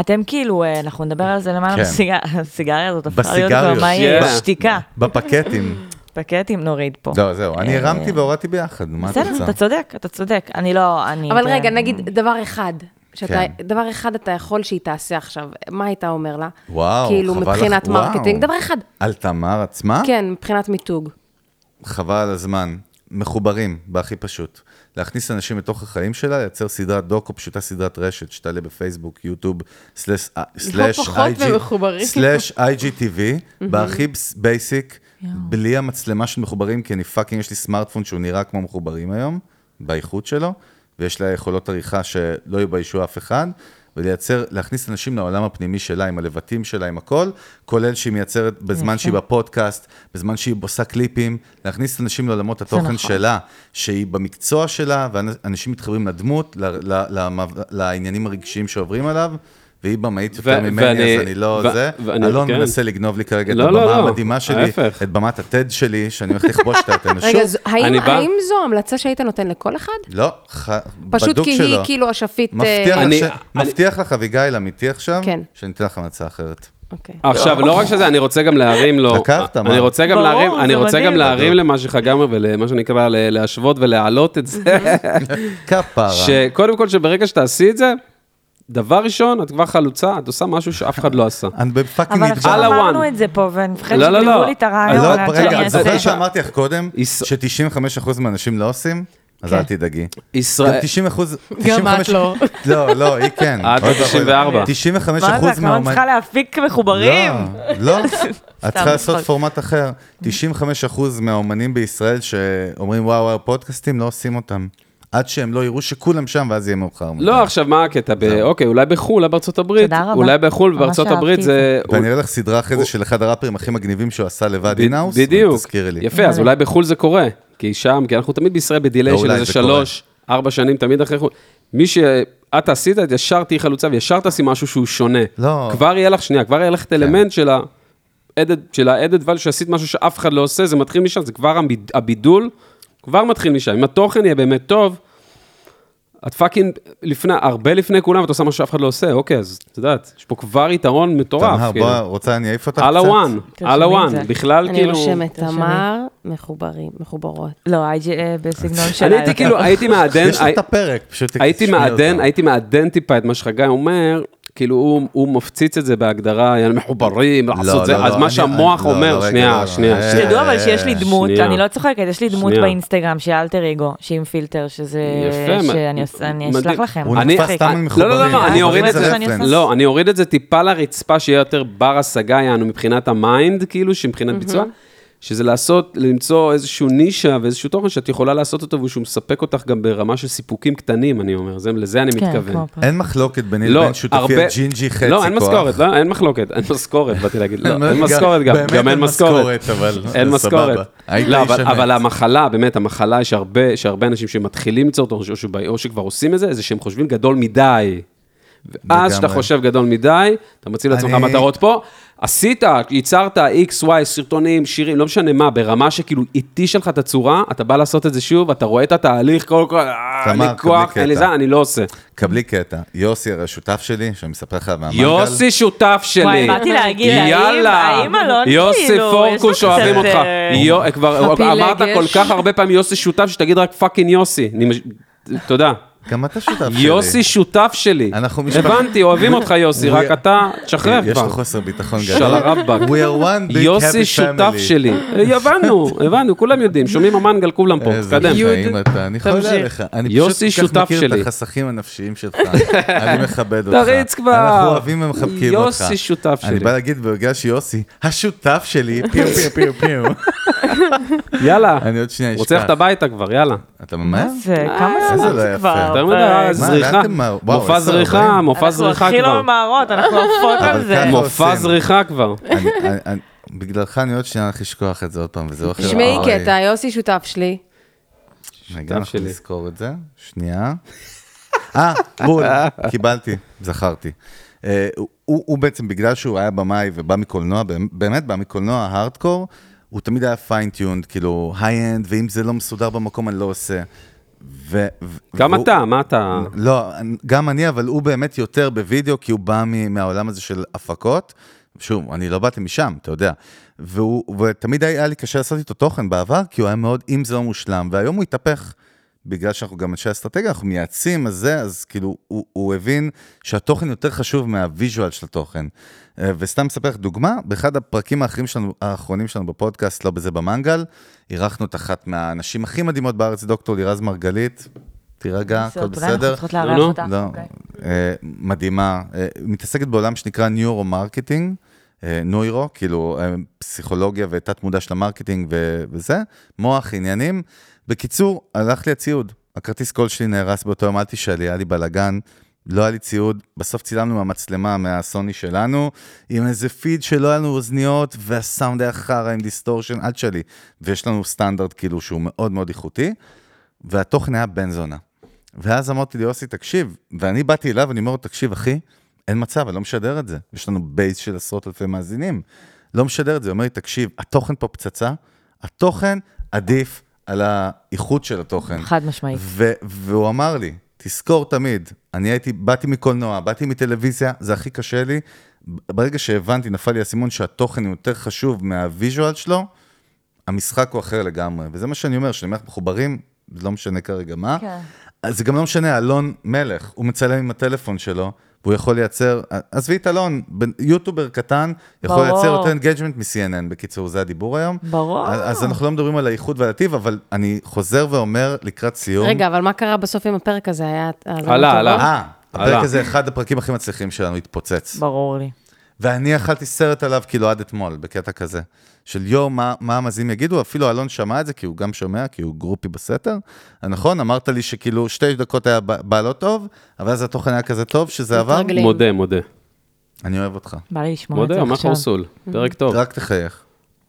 אתם כאילו, אה, אנחנו נדבר על זה למעלה כן. בסיגר- הסיגריה הזאת, הפכה להיות בסיגריות. כבר מה יהיה, Yeah. שתיקה. בפקטים. פקטים נוריד פה. לא, זהו, אני הרמתי והורדתי ביחד, מה את אה. בסדר, רוצה? אתה צודק, אתה צודק. אני לא, אני... אבל ב- רגע, נגיד דבר אחד. שאתה, כן. דבר אחד אתה יכול שהיא תעשה עכשיו, מה היית אומר לה? וואו, כאילו, חבל לך- מבחינת וואו. אה? מרקטינג, דבר אחד, על תמר עצמה? כן, מבחינת מיתוג. חבל על הזמן. מחוברים, בהכי פשוט. להכניס אנשים לתוך החיים שלה, לייצר סדרת דוקו, פשוטה סדרת רשת, שתעלה בפייסבוק, יוטיוב, אה, סלאש סלאש פחות IG, ומחוברים. סלאש IGTV, בהכי בייסיק, בלי המצלמה של מחוברים, כי אני פאקינג, יש לי סמארטפון שהוא נראה כמו מחוברים היום, באיכות שלו, ויש לה יכולות עריכה שלא יביישו אף אחד. ולייצר, להכניס אנשים לעולם הפנימי שלה, עם הלבטים שלה, עם הכל, כולל שהיא מייצרת בזמן שהיא בפודקאסט, בזמן שהיא עושה קליפים, להכניס אנשים לעולמות התוכן נכון. שלה, שהיא במקצוע שלה, ואנשים מתחברים לדמות, ל, ל, למב- לעניינים הרגשיים שעוברים עליו, והיא במאית יותר ו- ממני, ואני- אז אני לא ו- זה. ואני- אלון כן. מנסה לגנוב לי כרגע את לא, לא, הבמה לא, המדהימה שלי, ההפך. את במת הטד שלי, שאני הולך לכבוש את האנושות. רגע, זו- האם אני בא- האם זו המלצה שהיית נותן לכל אחד? לא, ח... פשוט בדוק כי שלו. היא כאילו אשפית... אה, מבטיח, אני- לך ש... אני- מבטיח לך, אביגיל אמיתי עכשיו, כן. שאני אתן לך המלצה אחרת. אוקיי. עכשיו, לא רק שזה, אני רוצה גם להרים לו. לקחת, מה? אני רוצה גם ברור, להרים, זה אני רוצה מדהים. גם להרים למה שלך גמר ולמה שנקרא ל- להשוות ולהעלות את זה. כפרה. שקודם כל, שברגע שתעשי את זה, דבר ראשון, את כבר חלוצה, את עושה משהו שאף אחד לא עשה. אני בפאקינג אבל עכשיו על נתג'ר. הוואן. אמרנו את זה פה, ואני מפחדת לא, לא, שגנבו לא. לי את הרעיון. לא, עד שאני רגע, את אעשה. זוכרת שאמרתי לך קודם, יש- ש-95% מהאנשים לא עושים? אז כן. אל תדאגי. גם ישראל... 90 אחוז, גם את לא. לא, לא, היא כן. את אוי ואבוי. 94. 95 מה אחוז לא זה, כמה מהאומנים. צריכה להפיק מחוברים? לא, לא. את צריכה מצחיק. לעשות פורמט אחר. 95 אחוז מהאומנים בישראל שאומרים וואו, וואו, פודקאסטים, לא עושים אותם. עד שהם לא יראו שכולם שם, ואז יהיה מאוחר. מדי. לא, עכשיו, מה הקטע? ב- אוקיי, אולי בחו"ל, אולי בארצות הברית. תודה רבה. אולי בחו"ל ממש ובארצות אהבתי הברית את זה. זה... ואני אראה לך סדרה אחרי זה של אחד הראפרים הכי מגניבים שהוא עשה לבד אינהאוס. בדיוק. תזכירי לי. יפה, אז אולי בחו"ל זה קורה. כי שם, כי אנחנו תמיד בישראל בדיליי לא, של אולי איזה זה קורה. שלוש, ארבע שנים, תמיד אחרי חו"ל. מי שאת עשית, את ישר תהיי חלוצה וישר תעשי משהו שהוא שונה. לא. כן. כבר יהיה לך, שנייה, כבר יהיה לך את האלמנט של ה... added- של ה-added value שעשית משהו שאף אחד לא עושה, זה מתחיל משם, זה כבר הביד- הבידול, כבר מתחיל משם. אם התוכן יהיה באמת טוב, את פאקינג לפני, הרבה לפני כולם, את עושה משהו שאף אחד לא עושה, אוקיי, אז את יודעת, יש פה כבר יתרון מטורף. תמר, כאילו. בוא, רוצה אני אעיף אותך קצת? על הוואן, תרשמי על את זה. הוואן, בכלל אני כאילו... רושמת, תרשמי. תמר, מחוברים, מחוברות. לא, IG, אה, בסגנון שלה. אני הייתי כאילו, הייתי מעדן, יש לי את הפרק, פשוט תשמעי הייתי מעדן, אותו. הייתי מעדן טיפה את מה שחגי אומר, כאילו הוא- הוא מפציץ את זה בהגדרה, "יאללה, מחוברים, לעשות לא, זה, לא, אז לא, מה אני- שהמוח אני- לא, לא, אומר, רגע, שנייה, לא, שנייה, אה, שנייה. תדעו אבל שיש לי דמות, שנייה. אני לא צוחקת, יש לי דמות שנייה. באינסטגרם שהיא אלטר אגו, שהיא עם פילטר, שזה... יפה, שאני מה- עושה, אני מדהים. אשלח לכם. הוא אני- נתפס סתם אה, עם לא, לא, לא, מחוברים. לא, אני זה אוריד את reference. זה, שאני עושה. לא, אני אוריד את זה טיפה לרצפה, שיהיה יותר בר השגה, יענו, מבחינת המיינד, כאילו, שמבחינת ביצוע, שזה לעשות, למצוא איזשהו נישה ואיזשהו תוכן שאת יכולה לעשות אותו, ושהוא מספק אותך גם ברמה של סיפוקים קטנים, אני אומר, זה- לזה אני כן, מתכוון. כמו פה. אין מחלוקת ביני לא, לבין שותפי הרבה- הג'ינג'י חצי כוח. לא, אין משכורת, לא, אין מחלוקת, אין משכורת, באתי להגיד, לא, אין משכורת גם, באמת גם אין משכורת. אבל אין זה משכורת. סבבה. היית לא, איש אבל- אמת. אבל המחלה, באמת, המחלה, יש הרבה, שהרבה אנשים שמתחילים ליצור תוכן, או שבא- או שכבר עושים את זה, זה שהם חושבים גדול מדי. ואז כשאתה לגמרי. חושב גדול מדי, אתה מציב לעצמך אני- מטרות פה, עשית, ייצרת x, y, סרטונים, שירים, לא משנה מה, ברמה שכאילו התיש לך את הצורה, אתה בא לעשות את זה שוב, אתה רואה את התהליך, כל כל, "אה, אין לי תמר, קבלי כוח, אין לי קטע. זה, אני לא עושה. קבלי קטע. יוסי, הרי השותף שלי, שאני מספר לך, מהמנגל. יוסי שותף שלי. וואי, באתי להגיד, האם- האם אלון יוסי כאילו, יש פורקוש לו אוהבים קצת, אותך. אה, יו- כבר חפיל אמרת רגש. כל כך הרבה פעמים יוסי שותף, שתגיד רק פאקינג יוסי. אני מש- תודה. גם אתה שותף שלי. יוסי שותף שלי. אנחנו משפחה. הבנתי, אוהבים אותך יוסי, We- רק אתה, תשחרר יש לו כבר. חוסר ביטחון גדול. של הרבאק. We are one big happy family. יוסי שותף שלי. אה, הבנו, הבנו, כולם יודעים, שומעים המנגל כולם פה, איזה תקדם. חיים אתה, אני חולה תמשיך. עליך. אני יוסי פשוט כל כך שותף מכיר את שלי. החסכים הנפשיים שלך. אני מכבד אותך. תריץ כבר. אנחנו אוהבים ומחבקים אותך. יוסי שותף אני שלי. בא להגיד, בגלל שיוסי, השותף שלי, פיו פיו פיו פיו. יאללה, אני עוד שנייה רוצה ללכת אשכח. הביתה כבר, יאללה. אתה ממהר? זה, כמה איזה זמן לא זה יפה. אה, כבר? יותר מדי, אבל- מה, זריחה. לאן אתם מה- וואו, מופע עשר, זריחה, ארבעים? מופע זריחה אנחנו אוקיי. הכי לא כבר. ממהרות, אנחנו עפות אבל כן, על זה. ככה- מופע עושים. זריחה כבר. אני- אני- אני- בגללך אני עוד שנייה הולך לשכוח את זה עוד פעם, וזה אוכל... תשמעי, אוי. כי אתה יוסי שותף שלי. רגע, אנחנו שלי. נזכור את זה. שנייה. אה, בול, קיבלתי, זכרתי. אה, הוא- הוא בעצם, בגלל שהוא היה במאי ובא מקולנוע, באמת- באמת בא מקולנוע הארדקור, הוא תמיד היה פיינטיונד, כאילו, היי-אנד, ואם זה לא מסודר במקום, אני לא עושה. ו- ו- גם והוא- אתה, מה אתה... לא, גם אני, אבל הוא באמת יותר בווידאו, כי הוא בא מ- מהעולם הזה של הפקות. שוב, אני לא באתי משם, אתה יודע. והוא, ותמיד היה לי קשה לעשות איתו תוכן בעבר, כי הוא היה מאוד, אם זה לא מושלם, והיום הוא התהפך. בגלל שאנחנו גם אנשי אסטרטגיה, אנחנו מייעצים, אז זה, אז כאילו, הוא, הוא הבין שהתוכן יותר חשוב מהוויז'ואל של התוכן. אה, וסתם אספר לך דוגמה, באחד הפרקים האחרים שלנו, האחרונים שלנו בפודקאסט, לא בזה במנגל, אירחנו את אחת מהנשים הכי מדהימות בארץ, דוקטור לירז מרגלית. תירגע, הכל אולי אנחנו בסדר. צריכות לא, לארח לא. אותך. לא, אוקיי. אה, מדהימה. אה, מתעסקת בעולם שנקרא Neuro-Marketing, אה, נוירו, כאילו אה, פסיכולוגיה ותת מודע של המרקטינג ו- וזה, מוח, עניינים. בקיצור, הלך לי הציוד. הכרטיס קול שלי נהרס באותו יום, אל תשאלי, היה לי בלאגן. לא היה לי ציוד, בסוף צילמנו מהמצלמה, מהסוני שלנו, עם איזה פיד שלא היה לנו אוזניות, והסאונד היה חרא עם דיסטורשן, אל תשאלי. ויש לנו סטנדרט כאילו שהוא מאוד מאוד איכותי. והתוכן היה בן זונה. ואז אמרתי ליוסי, תקשיב, ואני באתי אליו, אני אומר לו, תקשיב, אחי, אין מצב, אני לא משדר את זה. יש לנו בייס של עשרות אלפי מאזינים. לא משדר את זה, הוא אומר לי, תקשיב, התוכן פה פצצה, התוכן עדיף על האיכות של התוכן. חד משמעית. ו- והוא אמר לי, תזכור תמיד, אני הייתי, באתי מקולנוע, באתי מטלוויזיה, זה הכי קשה לי. ברגע שהבנתי, נפל לי האסימון שהתוכן הוא יותר חשוב מהוויז'ואל שלו, המשחק הוא אחר לגמרי. וזה מה שאני אומר, שאני אומר, מחוברים, זה לא משנה כרגע מה. כן. אז זה גם לא משנה, אלון מלך, הוא מצלם עם הטלפון שלו, והוא יכול לייצר, עזבי את אלון, בן- יוטובר קטן, יכול ברור. לייצר יותר אינגייג'מנט מ-CNN, בקיצור, זה הדיבור היום. ברור. אז אז אנחנו לא מדברים על האיכות ועל הטיב, אבל אני חוזר ואומר לקראת סיום. רגע, אבל מה קרה בסוף עם הפרק הזה? היה... האזנות עלה, טובות? עלה. אה, עלה. הפרק הזה אחד הפרקים הכי מצליחים שלנו, התפוצץ. ברור לי. ואני אכלתי סרט עליו כאילו עד אתמול, בקטע כזה. של יו, מה מה המאזינים יגידו, אפילו אלון שמע את זה, כי הוא גם שומע, כי הוא גרופי בסתר. נכון, אמרת לי שכאילו שתי דקות היה בא בא לא טוב, אבל אז התוכן היה כזה טוב, שזה עבר. מתרגלים. מודה, מודה. אני אוהב אותך. בא לי לשמוע את מודה, זה אומר עכשיו. חורסול. פרק טוב. רק תחייך.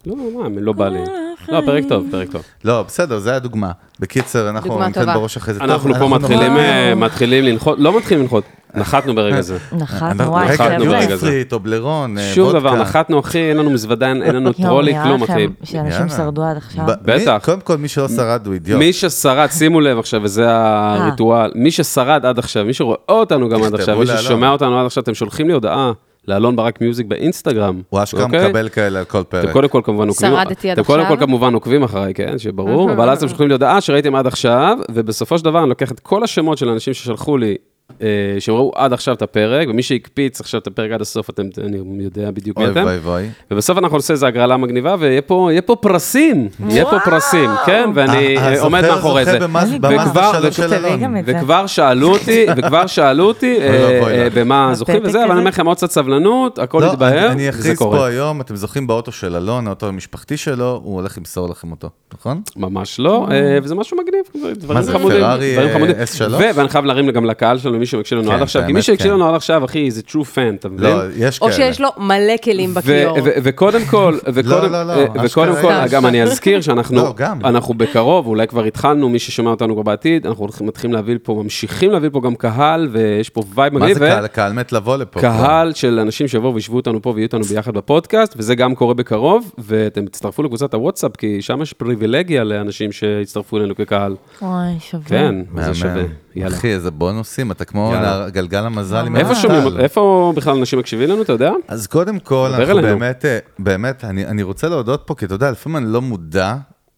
לא, מה, לא בא לי. לא, פרק טוב, פרק טוב. לא, בסדר, זה הדוגמה. בקיצר, אנחנו דוגמה ניתן טובה. בראש אחרי זה. אנחנו טוב, פה מתחילים, נורא- אה, מתחילים לנחות, לא מתחילים לנחות, נחתנו ברגע זה. נחתנו, אנחנו- וואי, נחתנו רגע, חבר'ה. ברגע דיוטי זה. פרי, טובלרון, אה, שום וודקה. דבר, לא נחתנו אחי, אין לנו מזוודן, אין לנו יואו, טרולי, נראה כלום אחי. לכם שאנשים יאללה. שרדו עד עכשיו. ב- בטח. מי- קודם כל, מי שלא שרד הוא אידיוט. מי ששרד, שימו לב עכשיו, וזה אה. הריטואל, מי ששרד עד עכשיו, מי שרואה אותנו גם עד תכתבו עכשיו, מי לאלון. ששומע אותנו עד עכשיו, אתם שולחים לי הודעה לאלון ברק מיוזיק באינסטגרם. הוא אשכרה אוקיי? מקבל כאלה על כל אתם פרק. קודם כל כמובן עוקבים, שרדתי עד אתם קודם כל עכשיו. כמובן עוקבים אחריי, כן, שברור, אבל אז אתם שולחים לי הודעה שראיתם עד עכשיו, ובסופו של דבר אני לוקח את כל השמות של האנשים ששלחו לי, אה, שהם ראו עד עכשיו את הפרק, ומי שהקפיץ עכשיו את הפרק עד הסוף, אתם, אני יודע בדיוק מי אוי אתם, ואי ואי. ובסוף אנחנו נעשה איזה הגרלה מגניבה, ויהיה פה, יהיה פה פרסים, יהיה פה פרסים, כן, ואני הזוכה אה, עומד מאחורי זה. זוכה במה- אין לי במה כבר- זה שלוש של וכבר- אלון. את זה. וכבר שאלו אותי, וכבר שאלו אותי אה, אוי ואבוי אה, לך. במה זוכים הפתק וזה, אבל אני הזה. אומר לכם עוד קצת סבלנות, הכל לא, יתבהר, אני- אני וזה אכריז פה קורה. היום, אתם זוכרים באוטו של אלון, האוטו המשפחתי שלו, הוא הולך למסור לכם אותו, נכון? ממש לא, אה, וזה משהו מגניב, דברים זה, חמודים, פרארי, דברים אה, חמודים. S3? ו- ואני חייב להרים גם לקהל שלנו, למי שמקשיב לנו כן, עד עכשיו, כי מי באמת, שמקשיב כן. לנו עד עכשיו, אחי, זה true fan, אתה מבין? לא, יש או כאלה. שיש לו מלא כלים בכיור. ו- ו- וקודם כל, וקודם, לא, לא, אה, אשכרה וקודם כל, יש. גם אני אזכיר שאנחנו לא, גם. אנחנו בקרוב, אולי כבר התחלנו, מי ששומע אותנו כבר בעתיד, אנחנו הולכים- מתחילים להביא פה, ממשיכים להביא פה גם קהל, ויש פה וייב מה מגניב. זה ו- קהל? הקהל מת לבוא לפה. קהל של אנשים שיבואו וישבו אותנו פה ויהיו איתנו ביחד בפודקאסט, וזה גם קורה בקרוב, ואתם תצטרפו לקבוצת הוואטסאפ, כי שם יש פריבילגיה לאנשים שהצטרפו אלינו כקהל. וואי, שווה. כן, זה מהמם. שווה, יאללה. אחי, איזה בונוסים, אתה כמו יאללה. נער- גלגל המזל עם איפה המזל. שומעים, איפה בכלל אנשים מקשיבים לנו, אתה יודע? אז קודם כל, דבר אנחנו אלינו. באמת, אה, באמת, אני, אני רוצה להודות פה, כי אתה יודע, לפעמים אני לא מודע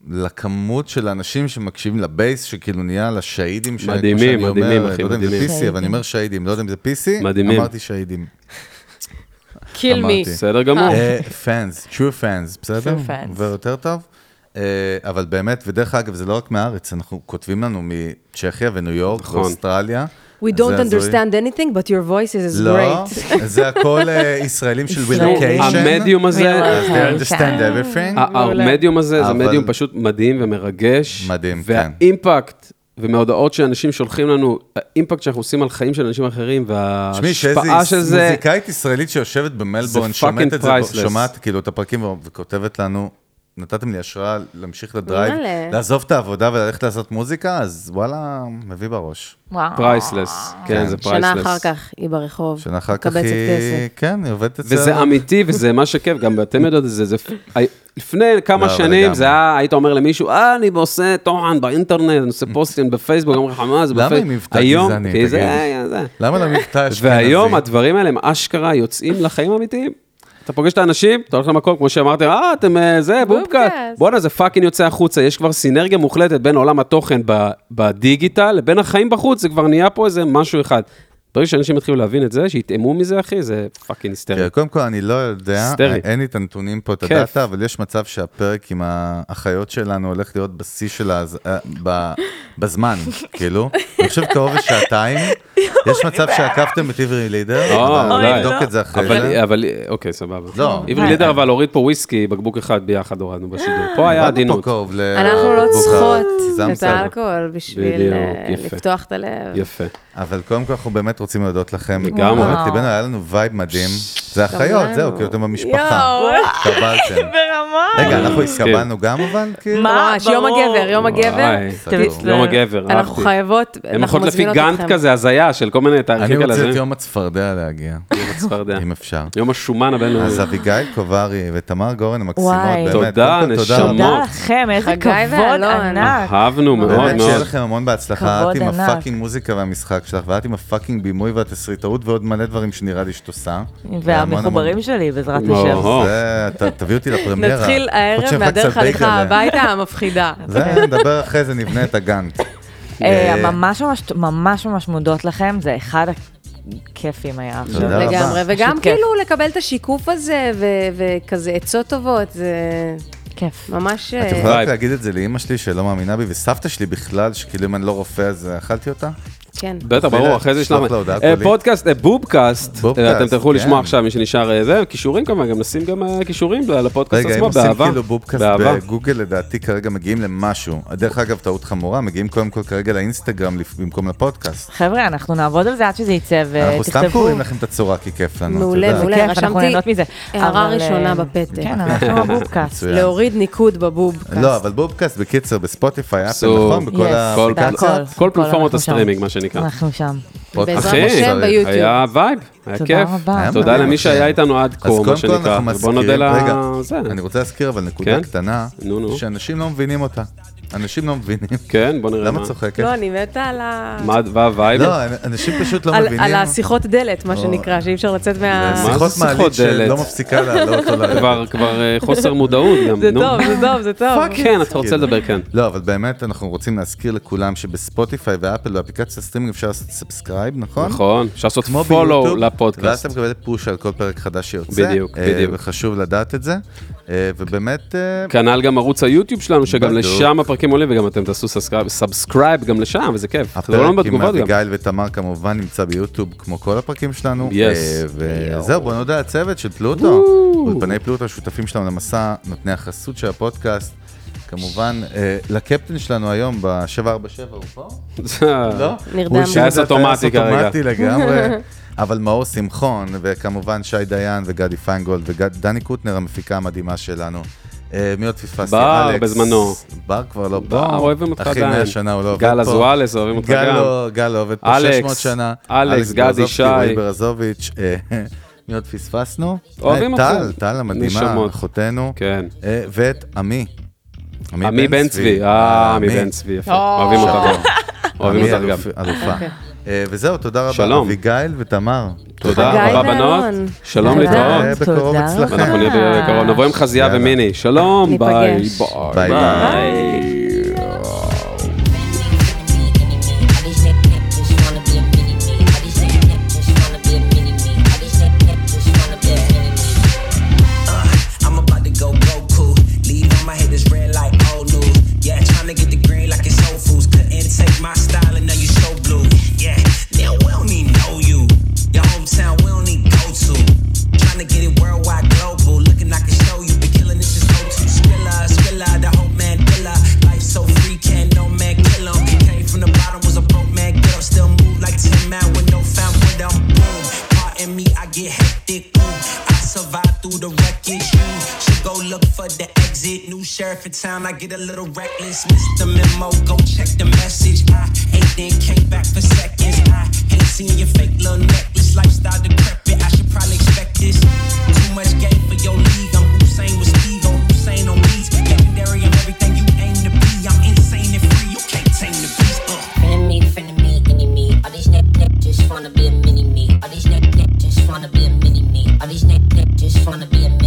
לכמות של האנשים שמקשיבים לבייס, שכאילו נהיה לשהידים, ש- כמו מדהימים, שאני אומר, מדהימים, אה, אחי, לא יודע אם זה מדהימים. PC, אבל אני אומר שהידים, לא יודע אם זה PC, מדהימים. אמרתי שהידים. קיל מי. אמרתי. בסדר גמור. אה, פאנס, true fans, בסדר? True fans. ויותר טוב. אה, אבל באמת, ודרך אגב, זה לא רק מהארץ, אנחנו כותבים לנו מצ'כיה וניו יורק נכון. ואוסטרליה. We don't זה הזוי. understand anything, but your voice is לא, great. זה הכל אה, ישראלים של ישראלים. רילוקיישן. המדיום הזה, They understand everything. ה- המדיום הזה זה אבל- מדיום פשוט מדהים ומרגש. מדהים, כן. והאימפקט ומההודעות שאנשים שולחים לנו, האימפקט שאנחנו עושים על חיים של אנשים אחרים, תשמעי, שאיזו וההשפעה של זה, מוזיקאית ישראלית שיושבת במלבורן, זה שומעת fucking את זה, priceless. שומעת כאילו את הפרקים וכותבת לנו, נתתם לי השראה להמשיך לדרייב, וואלה. לעזוב את העבודה וללכת לעשות מוזיקה, אז וואלה, מביא בראש. וואו. פרייסלס. כן, זה פרייסלס. שנה אחר כך היא ברחוב, שנה אחר כך מקבצת היא, כסף. כן, היא עובדת אצל... וזה אמיתי, וזה מה שכיף, גם אתם יודעות את זה, זה... לפני כמה לא, אבל שנים לגמרי. זה היה, היית אומר למישהו, אה, אני עושה טוחן באינטרנט, אני עושה פוסטים בפייסבוק, אני אומר לך, מה זה למה בפייסבוק? עם מבטא היום, גזעני, כי זה תגיד? היה זה. למה למבטא אשכנזי? והיום הדברים האלה הם אשכרה יוצאים לחיים אמיתיים. אתה פוגש את האנשים, אתה הולך למקום, כמו שאמרתם, אה, אתם אה, זה, בובקאט. בובקאט. בואנה, זה פאקינג יוצא החוצה, יש כבר סינרגיה מוחלטת בין עולם התוכן ב- בדיגיטל לבין החיים בחוץ, זה כבר נהיה פה איזה משהו אחד. ברגע שאנשים יתחילו להבין את זה, שיטעמו מזה, אחי, זה פאקינג היסטרי. תראה, קודם כל, אני לא יודע, היסטרי. אין לי את הנתונים פה, את כיף. הדאטה, אבל יש מצב שהפרק עם האחיות שלנו הולך להיות בשיא של ה... אה, בזמן, כאילו. אני חושב קרוב לשעתיים. יש מצב שעקפתם את עברי לידר, או, אבל לא, אולי. לא. נבדוק את זה אחרי לא אבל- זה. אבל, אוקיי, סבבה. לא. עברי לידר אבל הוריד פה וויסקי, בקבוק אחד ביחד הורדנו בשידור. פה היה הורדנו פה עדינות. קרוב ל- אנחנו לא בוקה. צריכות זה את המסר. האלכוהול בשביל אה, בדיוק, יפה. לפתוח את הלב. יפה. אבל קודם כל אנחנו באמת רוצים להודות לכם. לגמרי. באמת, ליבנו, היה לנו וייב מדהים. זה אחיות, לנו. זהו, כאילו אתם במשפחה. יואו. התקבלתם. ברמה. רגע, כן. אנחנו התקבלנו גם, אבל כאילו... מה? ממש, יום ברור. הגבר, יום הגבר. וואי, אתם מצטערים. יום הגבר, אנחנו אהבתי. חייבות, הם אנחנו הולכות לפי מזמינות גאנט אתכם. כזה, הזיה של כל מיני אני תאריכים כאלה. רוצה את זה- יום הצפרדע להגיע, צפרדע. אם אפשר. יום השומן אז הבינלאומי. אביגיל קוברי ותמר גורן המקסימות, וואי. באמת. תודה, קודם כל, נשמות. רבה. תודה לכם, איזה חגי כבוד ואלון. ענק. נכון. אהבנו מאוד באמת שיהיה מאוד. לכם המון בהצלחה, את כבוד עם ענק. הפאקינג מוזיקה והמשחק שלך, ואת עם הפאקינג בימוי והתסריטאות ועוד מלא דברים שנראה לי שאת עושה. והמון והמחוברים שלי, בעזרת וואו. השם. המון- זה, ת- תביא אותי לפרמיירה. נתחיל חוץ הערב שאנחנו מהדרך קצת בייגלה. הליכה הביתה המפחידה. זה, נדבר אחרי זה, נבנה את הגאנט. אה, אה, ממש ממש ממש ממש מודות לכם, זה אחד הכיפים היה עכשיו. תודה רבה. לגמרי, וגם פשוט כיף. כאילו לקבל את השיקוף הזה, ו- וכזה עצות טובות, זה כיף. את ממש... אה, יכולה רק וייב. להגיד את זה לאימא שלי שלא מאמינה בי, וסבתא שלי בכלל, שכאילו אם אני לא רופא אז אכלתי אותה? כן. בטח, ברור, תודה, אחרי זה יש תשלח לנו... לה הודעה אה, קולית. פודקאסט, אה, בובקאסט, בובקאסט, אה, אתם תלכו כן. לשמוע עכשיו, מי שנשאר אה, זה, כישורים כמובן, גם נשים גם אה, כישורים ל- לפודקאסט רגע, אם עצמו, עושים באהבה. כאילו בובקאסט באהבה. בגוגל, לדעתי כרגע מגיעים למשהו. דרך אגב, טעות חמורה, מגיעים קודם כל כרגע לאינסטגרם לפ- במקום לפודקאסט. חבר'ה, אנחנו נעבוד על זה עד שזה אה, יצא, אנחנו סתם ותכתבו. קוראים לכם את הצורה, כי כיף לנו. את אה, מעולה, יודעת. מעולה. כיף, אנחנו רשמתי נהנות מזה. הערה אבל, אה, ראשונה בפתק. כן, אנחנו הבובקאסט. מצוין. להוריד ניקוד בבוב. לא, אבל בובקאסט, בקיצר, בספוטיפיי, אפל, So- נכון? בכל Yes, כל- האפליקציות. בהכל. כל פלטפורמות אנחנו שם. נכון. הסטרימינג, מה שנקרא. אנחנו שם. פודקאסט. בעזרת אחי, השם ביוטיוב. היה וייב, היה תודה כיף. רבה. היה תודה מדהים, למי אחי. שהיה איתנו עד כה, אז מה קודם כל שנקרא. אנחנו בוא נודה מזכירים, רגע, ל... זה. אני רוצה להזכיר אבל נקודה כן? קטנה, נו, נו. שאנשים לא מבינים אותה. אנשים לא מבינים. כן, בוא נראה למה מה. את צוחקת? לא, אני מתה על ה... מה מה הווייב? לא, אנשים פשוט לא על- מבינים. על השיחות דלת, מה שנקרא, שאי אפשר לצאת מה... מה? שיחות זה שיחות מעלית שלא דלת? מפסיקה לעלות או לרדת. כבר- כבר אה, חוסר מודעות גם, זה נו. טוב, זה טוב, זה טוב. כן, אתה רוצה לדבר, כן. לא, אבל באמת אנחנו רוצים להזכיר לכולם שבספוטיפיי ואפל ואפליקציות הסטרימינג אפשר לעשות סאבסקרייב, נכון? נכון, אפשר לעשות כמו follow ביוטיוב, ואז לפודקאסט. אתה מקבל פוש על כל פרק חדש שיוצא. בדיוק, אה, בדיוק. כן, וחשוב לדעת את זה. אה, ובאמת, אה, כנ"ל גם ערוץ היוטיוב שלנו, שגם בדיוק. לשם הפרקים עולים, וגם אתם תעשו סאסקרייב- סאבסקרייב גם לשם, וזה כיף. זה עולם הפרק עם בתגובות לא גם. אביגיל ותמר כמובן נמצא ביוטיוב, כמו כל הפרקים שלנו. Yes. אה, וזהו, בוא נודה לצוות של פלוטו. אולפני פלוטו, השותפים שלנו למסע, נותני החסות של הפודקאסט. כמובן, אה, לקפטן שלנו היום ב-747, הוא פה? אה, לא? נרדם. הוא השאיר את זה טייס אוטומטי טייס כרגע. אוטומטי לגמרי. אבל מאור שמחון, וכמובן שי דיין וגדי פיינגולד ודני קוטנר, המפיקה המדהימה שלנו. אה, מי עוד פספסתי? בר אלכס. בזמנו. בר כבר לא פה. בר, אוהבים אותך אחי, עדיין. מאה שנה הוא לא עובד פה. גל אזואלס, אוהבים אותך גל גם. לא- גל לא עובד פה אלכס, 600 שנה. אלכס, גדי, ברזובסקי, שי. רועי ברזוביץ'. אה, מי עוד פספסנו? אוהבים אה, אתכם. טל, טל המדהימה, נשמות. אחותנו. כן. אה, ואת עמי. עמי בן צבי, אה, עמי בן צבי, יפה. אוהבים אותך גם. אוהבים אני אותך גם. אלוף- אלופה. אה, וזהו, תודה רבה, אוקיי. שלום. אביגיל ותמר. תודה חגי רבה בנות, ואלון. שלום תודה. להתראות. נתראה בקרוב תודה. אצלכם. אנחנו נהיה בקרוב, נבוא עם חזייה יאללה. ומיני. שלום, ביי. ניפגש. ביי ביי. Uh, I'm about to go Goku. Leave on my head is red like old news. Yeah, tryna get the green like it's Whole Foods. Couldn't take my style and now you so blue. Yeah, now we don't need know you. Your hometown we don't need go to. Tryna get it worldwide global. Looking I can show you. Be killing this is go to. Spiller, spiller, the whole man killer. through the wreckage. You should go look for the exit. New sheriff in town, I get a little reckless. Missed the memo, go check the message. I ate then came back for seconds. I hate seeing your fake little necklace. Lifestyle decrepit, I should probably expect this. Too much game for your league. I'm Hussein with Steve, on Hussein on leads. Legendary, I'm everything you aim to be. I'm insane and free, you can't tame the beast. Uh. Enemy, frenemy, enemy. All these neck neck just wanna be a mini me. All these neck neck just wanna be a mini me. All these neck neck just wanna be a mini